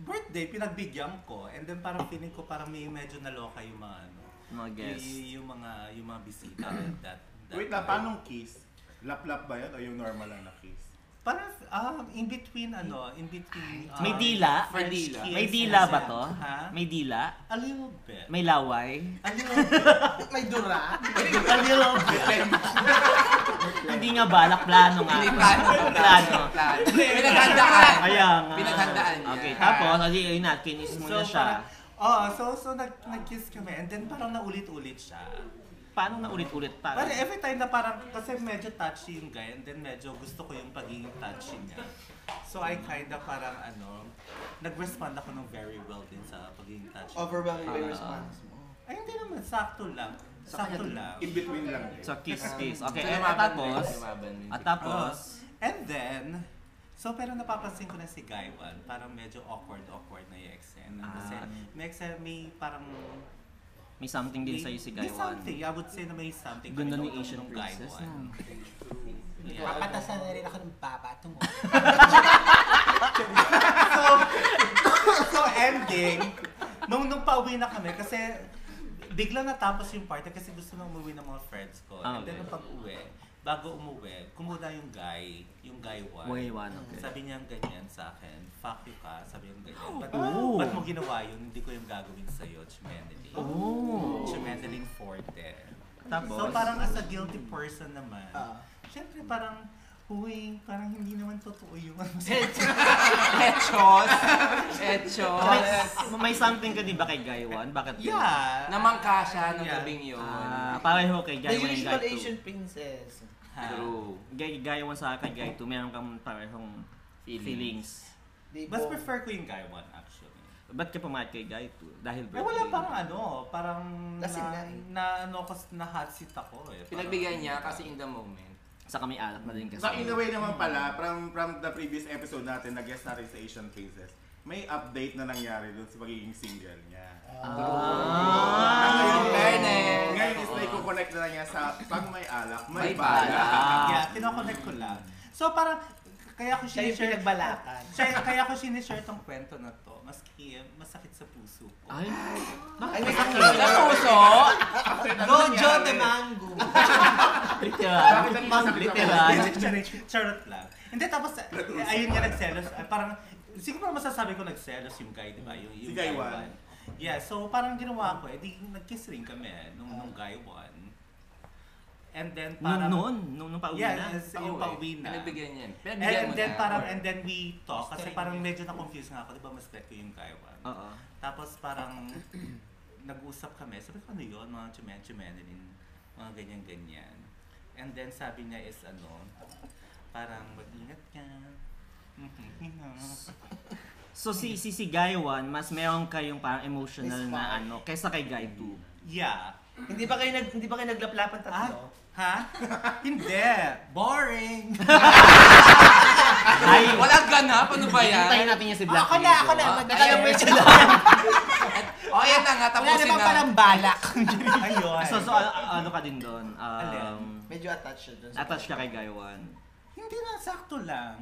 [SPEAKER 8] birthday, pinagbigyan ko. And then parang feeling ko parang may medyo naloka yung mga ano.
[SPEAKER 3] Mga guests.
[SPEAKER 8] y- yung mga, yung mga bisita at that, that
[SPEAKER 4] Wait lang, paanong kiss? Lap-lap ba yun o yung normal lang na kiss?
[SPEAKER 8] Parang um, in between ano, in between... um,
[SPEAKER 3] May dila? May
[SPEAKER 8] French
[SPEAKER 3] dila.
[SPEAKER 8] kiss
[SPEAKER 3] May dila
[SPEAKER 8] and-
[SPEAKER 3] ba to?
[SPEAKER 8] Ha?
[SPEAKER 3] May dila?
[SPEAKER 8] A little bit.
[SPEAKER 3] May laway?
[SPEAKER 8] A little bit.
[SPEAKER 2] Eh, May dura.
[SPEAKER 3] A little bit. Hindi nga balak, plano nga.
[SPEAKER 5] Hindi plano. Plano. Plano. Pinaghandaan.
[SPEAKER 3] Kaya nga.
[SPEAKER 5] Pinaghandaan niya.
[SPEAKER 3] Okay, tapos, adi, yun na, kinis mo na siya.
[SPEAKER 8] parang, oh, so, so nag, nag-kiss kami. And then parang naulit-ulit siya.
[SPEAKER 3] Paano na ulit-ulit para?
[SPEAKER 8] Parang every time na parang, kasi medyo touchy yung guy, and then medyo gusto ko yung pagiging touchy niya. So I kinda parang ano, nag-respond ako ng very well din sa pagiging touchy.
[SPEAKER 2] Overwhelming by response mo.
[SPEAKER 8] Ay, hindi naman, sakto lang. Sakto lang.
[SPEAKER 4] In between lang din.
[SPEAKER 3] So, kiss-kiss. Okay,
[SPEAKER 5] So,
[SPEAKER 3] eh, at
[SPEAKER 5] lumaban na
[SPEAKER 3] tapos,
[SPEAKER 5] yun, lumaban na yun.
[SPEAKER 3] at tapos,
[SPEAKER 8] And then, so pero napapansin ko na si Gaiwan, parang medyo awkward-awkward na yung eksena. Kasi may eksena, may parang...
[SPEAKER 3] may something din
[SPEAKER 8] may-
[SPEAKER 3] sa'yo si
[SPEAKER 8] May
[SPEAKER 3] Gaiwan.
[SPEAKER 8] something, I would say na may something.
[SPEAKER 3] Ganda
[SPEAKER 8] kami
[SPEAKER 3] ni
[SPEAKER 8] nung-
[SPEAKER 3] Asian
[SPEAKER 8] nung
[SPEAKER 3] princess
[SPEAKER 8] Gaiwan.
[SPEAKER 3] na.
[SPEAKER 8] Yeah.
[SPEAKER 6] Papatasan na rin ako ng baba tungo.
[SPEAKER 8] so ending, nung, nung pauwi na kami, kasi bigla natapos yung party kasi gusto nang umuwi ng mga friends ko.
[SPEAKER 3] Ah,
[SPEAKER 8] And then
[SPEAKER 3] okay.
[SPEAKER 8] nung pag-uwi, bago umuwi, kumuda yung guy, yung guy one.
[SPEAKER 3] Guy one, okay.
[SPEAKER 8] Sabi niya ganyan sa akin, fuck you ka, sabi niya ganyan. Ba't,
[SPEAKER 3] Oh.
[SPEAKER 8] ba't mo ginawa yun? Hindi ko yung gagawin sa'yo, Chimendeling.
[SPEAKER 3] Oh.
[SPEAKER 8] Chimendeling Forte.
[SPEAKER 3] Tapos?
[SPEAKER 8] So parang as a guilty person naman,
[SPEAKER 2] Ah.
[SPEAKER 8] syempre parang, huy, parang hindi naman totoo yung ano
[SPEAKER 5] Hechos. Hechos.
[SPEAKER 3] May, may something ka di ba kay Gaiwan? Bakit din?
[SPEAKER 8] Yeah.
[SPEAKER 5] Namangka siya ng
[SPEAKER 8] Yeah.
[SPEAKER 5] gabing yun.
[SPEAKER 3] Ah, pareho kay
[SPEAKER 2] The
[SPEAKER 3] Gaiwan and
[SPEAKER 2] usual
[SPEAKER 3] Guy 2.
[SPEAKER 2] Asian princess.
[SPEAKER 8] Ha.
[SPEAKER 5] True.
[SPEAKER 3] Gay, Guy 1 sa akin, Guy 2, meron kang parehong feelings.
[SPEAKER 2] Di
[SPEAKER 8] Mas
[SPEAKER 2] bong.
[SPEAKER 8] prefer ko yung guy one actually.
[SPEAKER 3] Ba't ka pumayat kay Guy 2? Dahil
[SPEAKER 8] Eh wala parang ano, parang
[SPEAKER 2] Kasi
[SPEAKER 8] na,
[SPEAKER 2] nga eh.
[SPEAKER 8] na ano ko na hot seat ako eh. Parang-
[SPEAKER 5] Pinagbigyan niya kasi in the moment.
[SPEAKER 3] Sa kami alak na din kasi.
[SPEAKER 4] So in a way naman pala, from, from the previous episode natin, nag-guest natin sa Asian Princess, may update na nangyari doon sa pagiging single niya.
[SPEAKER 5] Ah, in fairness.
[SPEAKER 4] Ngayon is like, kukonect na lang niya sa pag may alak, may,
[SPEAKER 5] May
[SPEAKER 4] bala.
[SPEAKER 3] Ah.
[SPEAKER 8] Kaya kinoconnect ko lang. So parang kaya ko
[SPEAKER 2] Siya yung
[SPEAKER 8] sinishare
[SPEAKER 2] pinagbalakan.
[SPEAKER 8] Siya- kaya ko sinishare tong kwento na to. Maski eh, masakit sa puso ko.
[SPEAKER 3] Ay,
[SPEAKER 2] Ay, may
[SPEAKER 5] Sa puso?
[SPEAKER 6] Dojo de Mango.
[SPEAKER 3] literal.
[SPEAKER 4] Bakit ang masakit sa
[SPEAKER 3] literal.
[SPEAKER 8] Charot lang. Hindi, tapos eh, ayun nga nagselos. Ah, Parang, siguro masasabi ko nagselos yung guy, di ba? Yung, yung
[SPEAKER 4] Si guy one.
[SPEAKER 8] one. Yeah, so parang ginawa ko, eh, di nag-kiss rin kami eh, nung, nung guy one. And then
[SPEAKER 3] Noon,
[SPEAKER 8] parang...
[SPEAKER 3] noon, noon, nung pauwi
[SPEAKER 8] Yeah,
[SPEAKER 3] na.
[SPEAKER 8] yes, yung pauwi
[SPEAKER 5] eh.
[SPEAKER 8] na.
[SPEAKER 5] Pinagbigyan niya.
[SPEAKER 8] And,
[SPEAKER 5] Pinagbigyan
[SPEAKER 8] and
[SPEAKER 5] mo
[SPEAKER 8] then
[SPEAKER 5] na.
[SPEAKER 8] parang, and then we talk, kasi
[SPEAKER 6] Mystery.
[SPEAKER 8] parang medyo na-confuse nga ako, di ba, mas bet ko yung guy one.
[SPEAKER 3] Oo.
[SPEAKER 8] Tapos parang nag-usap kami. Sabi ko, ano yun? Mga chumen-chumenin, mga ganyan-ganyan. And then sabi niya is ano, parang mag-ingat ka.
[SPEAKER 3] So si si si Guy 1, mas meron kayong parang emotional
[SPEAKER 2] Miss
[SPEAKER 3] na
[SPEAKER 2] Far.
[SPEAKER 3] ano kaysa kay Guy 2.
[SPEAKER 8] yeah.
[SPEAKER 2] Hindi ba kayo nag hindi ba kayo naglaplapan
[SPEAKER 8] Ah?
[SPEAKER 2] tatlo?
[SPEAKER 8] Ha? Hindi. Boring.
[SPEAKER 3] Ay,
[SPEAKER 5] Walang ganap. Ano ba yan?
[SPEAKER 3] hintayin natin niya si Black
[SPEAKER 6] Ako na, ako na.
[SPEAKER 5] Ah,
[SPEAKER 6] Magdadala mo siya.
[SPEAKER 5] O, Oh, ayan na nga.
[SPEAKER 6] Wala
[SPEAKER 5] Tapusin
[SPEAKER 6] naman
[SPEAKER 5] na.
[SPEAKER 6] palang balak.
[SPEAKER 8] Ayun.
[SPEAKER 3] So, so ano, ano ka din doon?
[SPEAKER 8] Alin?
[SPEAKER 3] Um,
[SPEAKER 2] Medyo attached siya dun. sa-
[SPEAKER 3] attached ka kay Guy 1.
[SPEAKER 8] Hindi na, sakto lang.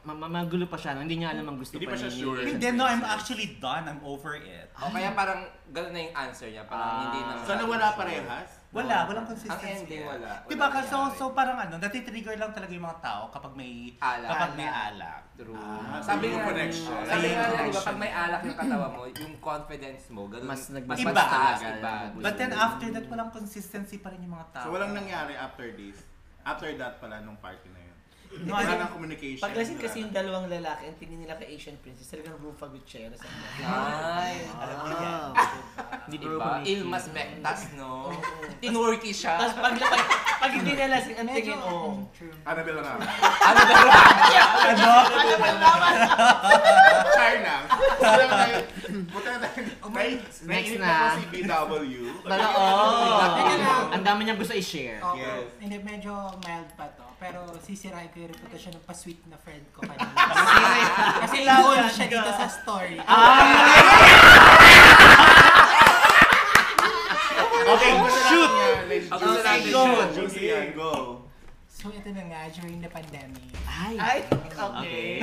[SPEAKER 3] Ma- ma- magulo pa siya, no? hindi niya alam ang gusto
[SPEAKER 4] Hindi
[SPEAKER 3] pa
[SPEAKER 4] pa siya
[SPEAKER 3] niya.
[SPEAKER 4] sure.
[SPEAKER 8] Hindi, no, I'm actually done. I'm over it.
[SPEAKER 5] O, kaya parang gano'n na yung answer niya. Parang
[SPEAKER 3] Ah.
[SPEAKER 5] hindi na.
[SPEAKER 4] So nawala parehas?
[SPEAKER 8] Wala, walang consistency.
[SPEAKER 5] Ang ending, wala. Wala
[SPEAKER 8] Diba, ka- so,
[SPEAKER 5] nangyari.
[SPEAKER 8] so parang ano, natitrigger lang talaga yung mga tao kapag may
[SPEAKER 5] Alak.
[SPEAKER 8] Kapag may alak.
[SPEAKER 5] True.
[SPEAKER 4] Ah,
[SPEAKER 5] sabi
[SPEAKER 4] yung
[SPEAKER 5] nga,
[SPEAKER 4] connection.
[SPEAKER 5] sabi
[SPEAKER 8] Yung
[SPEAKER 5] nga, di ba,
[SPEAKER 8] connection.
[SPEAKER 5] pag may alak yung katawa mo, yung confidence mo, ganun,
[SPEAKER 3] Mas nag-
[SPEAKER 5] mas
[SPEAKER 8] Iba.
[SPEAKER 5] mataas, iba.
[SPEAKER 8] But then after that, walang consistency pa rin yung mga tao.
[SPEAKER 4] So walang nangyari after this? After that pala nung party na yun?
[SPEAKER 8] No,
[SPEAKER 4] wala
[SPEAKER 8] I-
[SPEAKER 4] nang communication.
[SPEAKER 2] Paglasing
[SPEAKER 4] wala
[SPEAKER 2] kasi
[SPEAKER 4] na.
[SPEAKER 2] yung dalawang lalaki, ang tingin nila kay Asian princess, talagang Rufa Gutierrez ang
[SPEAKER 5] Ay,
[SPEAKER 8] Alam mo yan.
[SPEAKER 3] Hindi bro
[SPEAKER 5] iba. Ilmas Mektas, no? Tinurky
[SPEAKER 2] Tapos
[SPEAKER 5] siya.
[SPEAKER 2] pag, pag, pag hindi na lasing, ang tingin, oh.
[SPEAKER 4] Annabelle Rama.
[SPEAKER 5] ano ba yun?
[SPEAKER 4] China. Punta na tayo. Punta na tayo. Next
[SPEAKER 3] Oh Next
[SPEAKER 4] na. po
[SPEAKER 3] na.
[SPEAKER 4] si BW.
[SPEAKER 3] Tala,
[SPEAKER 6] Teka lang.
[SPEAKER 3] oh. Ang dami niyang gusto i-share.
[SPEAKER 6] Oo.
[SPEAKER 4] Yes.
[SPEAKER 6] Hindi, medyo mild pa to. pero sisirain ko yung reputasyon ng pa-sweet na friend ko kanina. Kasi, kasi laon siya dito sa story.
[SPEAKER 2] Ah!
[SPEAKER 4] Okay, shoot!
[SPEAKER 2] Okay, go.
[SPEAKER 4] Juicy yan, go.
[SPEAKER 6] So ito na nga, during the pandemic.
[SPEAKER 2] Ay, okay.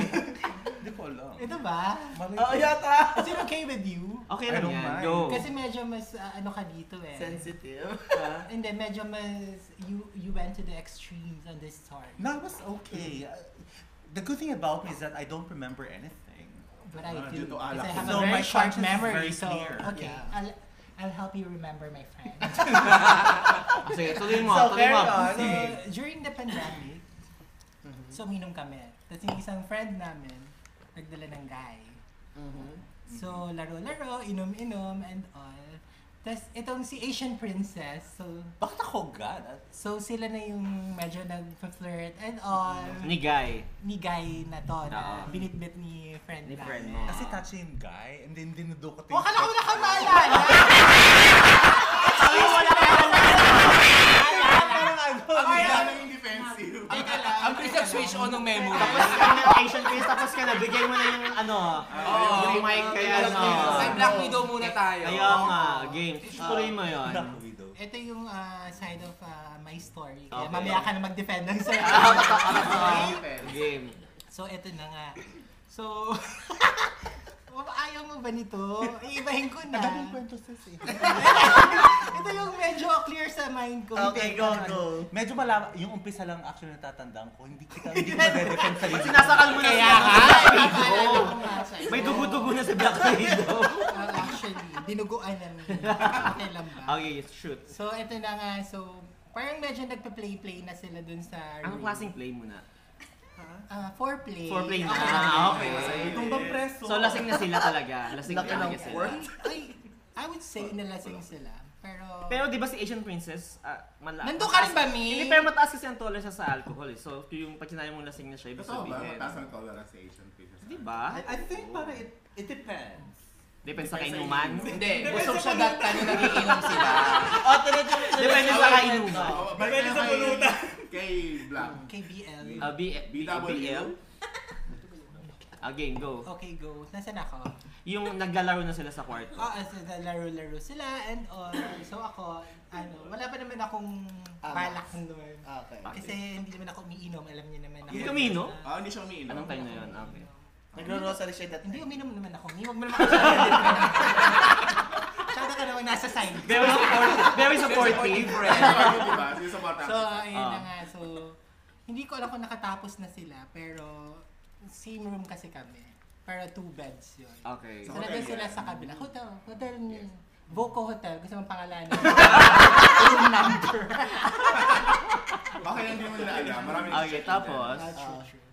[SPEAKER 8] Hindi ko alam.
[SPEAKER 6] Ito ba?
[SPEAKER 2] Oo, yata.
[SPEAKER 6] Is it okay with you?
[SPEAKER 3] Okay
[SPEAKER 8] I
[SPEAKER 3] lang
[SPEAKER 8] don't
[SPEAKER 3] yan.
[SPEAKER 8] mind.
[SPEAKER 3] Go.
[SPEAKER 6] Kasi medyo mas ah, ano ka dito eh.
[SPEAKER 2] Sensitive.
[SPEAKER 6] And then medyo mas, you, you went to the extremes on this story.
[SPEAKER 8] No, it was okay. Uh, The good thing about me is that I don't remember anything.
[SPEAKER 6] But I
[SPEAKER 4] Ah,
[SPEAKER 6] do.
[SPEAKER 4] dito
[SPEAKER 6] Because
[SPEAKER 4] alak.
[SPEAKER 6] I have
[SPEAKER 8] So,
[SPEAKER 6] a very
[SPEAKER 8] my
[SPEAKER 6] short
[SPEAKER 8] conscience is
[SPEAKER 6] memory.
[SPEAKER 8] very
[SPEAKER 6] so,
[SPEAKER 8] clear.
[SPEAKER 6] okay.
[SPEAKER 2] Yeah.
[SPEAKER 6] I'll, I'll help you remember, my friend.
[SPEAKER 3] Sige, tuloy mo.
[SPEAKER 2] So,
[SPEAKER 3] tuloy mo.
[SPEAKER 2] carry on.
[SPEAKER 6] so, Ah, during the pandemic,
[SPEAKER 2] Mm-hmm.
[SPEAKER 6] so uminom kami. Tapos yung isang friend namin, nagdala ng guy. So, laro-laro, inom-inom, and all. Tapos itong si Asian Princess, so,
[SPEAKER 8] Bakit ako God? At
[SPEAKER 6] so sila na yung medyo nag-flirt and all.
[SPEAKER 3] Ni Guy.
[SPEAKER 6] Ni guy na to, na
[SPEAKER 3] Oo.
[SPEAKER 6] binitbit ni friend
[SPEAKER 3] Ni
[SPEAKER 6] namin.
[SPEAKER 3] friend mo.
[SPEAKER 8] Kasi touchy yung guy, and then dinudukot
[SPEAKER 6] Oh,
[SPEAKER 8] yung...
[SPEAKER 6] kala ko na ka maalala!
[SPEAKER 2] Parang ano,
[SPEAKER 4] Ang daming defensive.
[SPEAKER 6] Teka lang.
[SPEAKER 5] Ang please switch on ng memo.
[SPEAKER 3] Tapos ka na, Asian face, tapos ka na, bigay mo na yung ano,
[SPEAKER 5] Oo.
[SPEAKER 3] yung mic kaya ano.
[SPEAKER 5] Ay, Black Widow muna tayo.
[SPEAKER 3] Kaya nga, game. Tuloy mo yun.
[SPEAKER 8] Black Widow.
[SPEAKER 6] Ito yung ah, side of ah, my story.
[SPEAKER 3] Okay.
[SPEAKER 6] Kaya mamaya ka na mag-defend ng sa'yo.
[SPEAKER 3] Game.
[SPEAKER 6] so, ito na nga. So, ayaw mo ba nito? Iibahin ko na.
[SPEAKER 8] Ang kwento sis eh.
[SPEAKER 6] ito yung medyo clear sa mind ko.
[SPEAKER 2] Okay, go, go.
[SPEAKER 8] Medyo malama, yung umpisa lang actually natatandaan ko, hindi kita, hindi ko madedefend sa iyo.
[SPEAKER 3] Sinasakal mo na siya.
[SPEAKER 6] Napaalala ko nga sa'yo.
[SPEAKER 3] May dugo-dugo na sa Black Widow.
[SPEAKER 6] Ah, actually, dinuguan namin. Okay lang ba?
[SPEAKER 3] okay, shoot.
[SPEAKER 6] So, ito na nga. So, parang medyo nagpa-play-play na sila dun sa...
[SPEAKER 3] Anong klaseng play muna?
[SPEAKER 6] Ah, foreplay.
[SPEAKER 3] Foreplay na.
[SPEAKER 6] Okay.
[SPEAKER 3] Ah, okay.
[SPEAKER 8] Tumbang preso.
[SPEAKER 3] So, lasing na sila talaga. Lasing
[SPEAKER 2] Laki ng
[SPEAKER 3] talaga sila.
[SPEAKER 2] work.
[SPEAKER 6] Ay, I would say nalasing sila. Pero...
[SPEAKER 3] Pero di ba si Asian Princess, uh, mala-
[SPEAKER 6] Nando ka rin ba, Mi?
[SPEAKER 3] Hindi, pero mataas kasi ang tolerance niya sa alcohol eh. So, yung pag sinabi mong lasing na siya, ibig
[SPEAKER 4] Totoo ba?
[SPEAKER 3] sabihin.
[SPEAKER 4] Mataas ang tolerance sa Asian faces.
[SPEAKER 3] Di ba?
[SPEAKER 8] I think para it, it depends.
[SPEAKER 3] Depende sa kainuman.
[SPEAKER 5] Hindi, busog siya that time na nagiinom sila.
[SPEAKER 2] O, tunod yung...
[SPEAKER 3] Depende sa kainuman.
[SPEAKER 4] Oo, balik
[SPEAKER 1] Depende
[SPEAKER 4] na
[SPEAKER 1] sa
[SPEAKER 4] kay-
[SPEAKER 1] pulutan.
[SPEAKER 4] Kay Black.
[SPEAKER 6] KBL.
[SPEAKER 3] Uh, B, B, BL?
[SPEAKER 4] BW?
[SPEAKER 3] Again, go.
[SPEAKER 6] Okay, go. Nasaan ako? Ah,
[SPEAKER 3] Yung naglalaro na sila sa kwarto.
[SPEAKER 6] Oo, so laro-laro sila and all. So ako, ano, wala pa naman akong
[SPEAKER 2] Ah.
[SPEAKER 6] balak nun.
[SPEAKER 2] Okay.
[SPEAKER 6] Kasi hindi naman ako umiinom, alam niyo naman ako.
[SPEAKER 3] Hindi ka umiinom?
[SPEAKER 4] Ah, hindi siya umiinom.
[SPEAKER 3] Anong time na yun? Okay.
[SPEAKER 2] Nagro-rosary siya that
[SPEAKER 6] Hindi,
[SPEAKER 2] time.
[SPEAKER 6] uminom naman ako. Hindi, huwag mo naman ako sasabihin. Tsaka ka naman nasa side.
[SPEAKER 3] Very supportive. Very supportive.
[SPEAKER 4] Ano, diba? Sinusuporta.
[SPEAKER 6] So, ayun na
[SPEAKER 3] Ah.
[SPEAKER 6] nga. So, hindi ko alam kung nakatapos na sila, pero same room kasi kami. Pero two beds yun.
[SPEAKER 3] Ah. Okay.
[SPEAKER 6] So,
[SPEAKER 4] Sa hotel
[SPEAKER 6] nandun sila
[SPEAKER 4] yan.
[SPEAKER 6] sa kabila. Hotel, hotel niya.
[SPEAKER 4] Yes.
[SPEAKER 6] Voco Hotel, gusto mong pangalanan. room number.
[SPEAKER 4] Okay lang, hindi mo nila alam. Maraming
[SPEAKER 3] Okay, tapos.
[SPEAKER 6] Ah, true, true.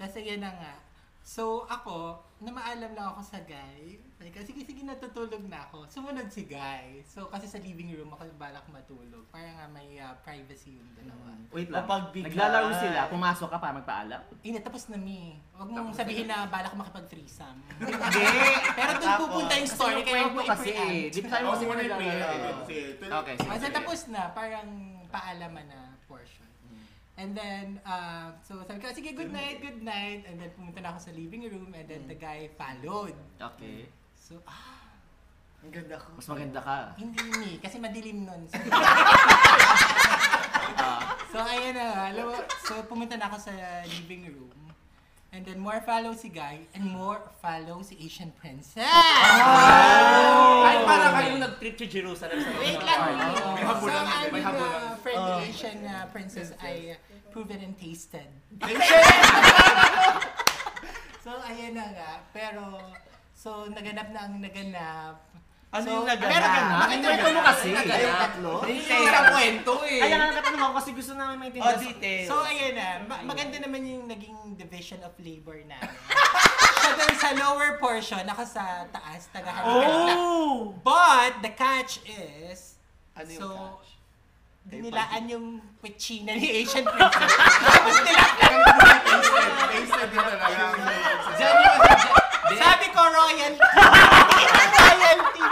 [SPEAKER 6] Tapos yun na nga. So, ako, namaalam lang ako sa guy. Like, ah, sige, sige, natutulog na ako. Sumunod si guy. So, kasi sa living room ako balak matulog. Parang nga may ah, privacy yung dalawa.
[SPEAKER 3] Wait lang.
[SPEAKER 2] Kapag bigla-
[SPEAKER 3] Naglalaro sila, pumasok ka pa magpaalam?
[SPEAKER 6] Eh, natapos na mi. Huwag mong sabihin na bala ko makipag-threesome.
[SPEAKER 3] Hindi.
[SPEAKER 6] Pero doon
[SPEAKER 2] Tapos,
[SPEAKER 6] pupunta yung story, kaya huwag mo
[SPEAKER 3] kasi eh.
[SPEAKER 6] i-preempt.
[SPEAKER 3] Di pa tayo
[SPEAKER 4] Oh, siguro na yung prayer.
[SPEAKER 3] naglalaro.
[SPEAKER 4] Kasi tuloy-
[SPEAKER 3] Okay, sige.
[SPEAKER 6] Kasi
[SPEAKER 3] sige.
[SPEAKER 6] tapos na, parang paalaman na portion. And then, uh, so sabi ko, sige, good night, good night. And then pumunta na ako sa living room and then the guy followed.
[SPEAKER 3] Okay.
[SPEAKER 6] So, ah,
[SPEAKER 2] Ang ganda ko.
[SPEAKER 3] Mas maganda ka.
[SPEAKER 6] hindi mi, kasi madilim nun. So, so ayun na, alam mo, so pumunta na ako sa living room. And then more follow si Guy and more follow si Asian Princess.
[SPEAKER 3] Ay, para kayong nag-trip to Jerusalem sa
[SPEAKER 6] Wait lang.
[SPEAKER 4] May habulan
[SPEAKER 6] So,
[SPEAKER 4] na, may
[SPEAKER 6] ang,
[SPEAKER 4] habulan.
[SPEAKER 6] uh, friend Asian uh, princess ay uh, proven and tasted. so, ayan na nga. Pero, so, naganap na ang naganap.
[SPEAKER 2] Ano
[SPEAKER 6] So,
[SPEAKER 2] yung
[SPEAKER 6] Pero ganap.
[SPEAKER 2] naganap?
[SPEAKER 3] Ang kwento mo kasi.
[SPEAKER 2] Kayong tatlo?
[SPEAKER 5] Ang kwento eh.
[SPEAKER 3] Kaya nga nakatanong ako kasi gusto namin
[SPEAKER 2] O,
[SPEAKER 3] maintindihan. sa-
[SPEAKER 2] details.
[SPEAKER 6] So, ayan na. Ma- maganda naman yung naging division of labor namin. Siya dun sa lower portion, ako sa taas, tagahan.
[SPEAKER 3] Oh!
[SPEAKER 6] But, the catch is,
[SPEAKER 2] Ano yung
[SPEAKER 6] so,
[SPEAKER 2] catch?
[SPEAKER 6] Dinilaan yung kutsina ni Asian princess. Tapos nila,
[SPEAKER 4] Tasted, tasted na talaga.
[SPEAKER 5] Diyan yung...
[SPEAKER 6] sabi ko royalty. royalty.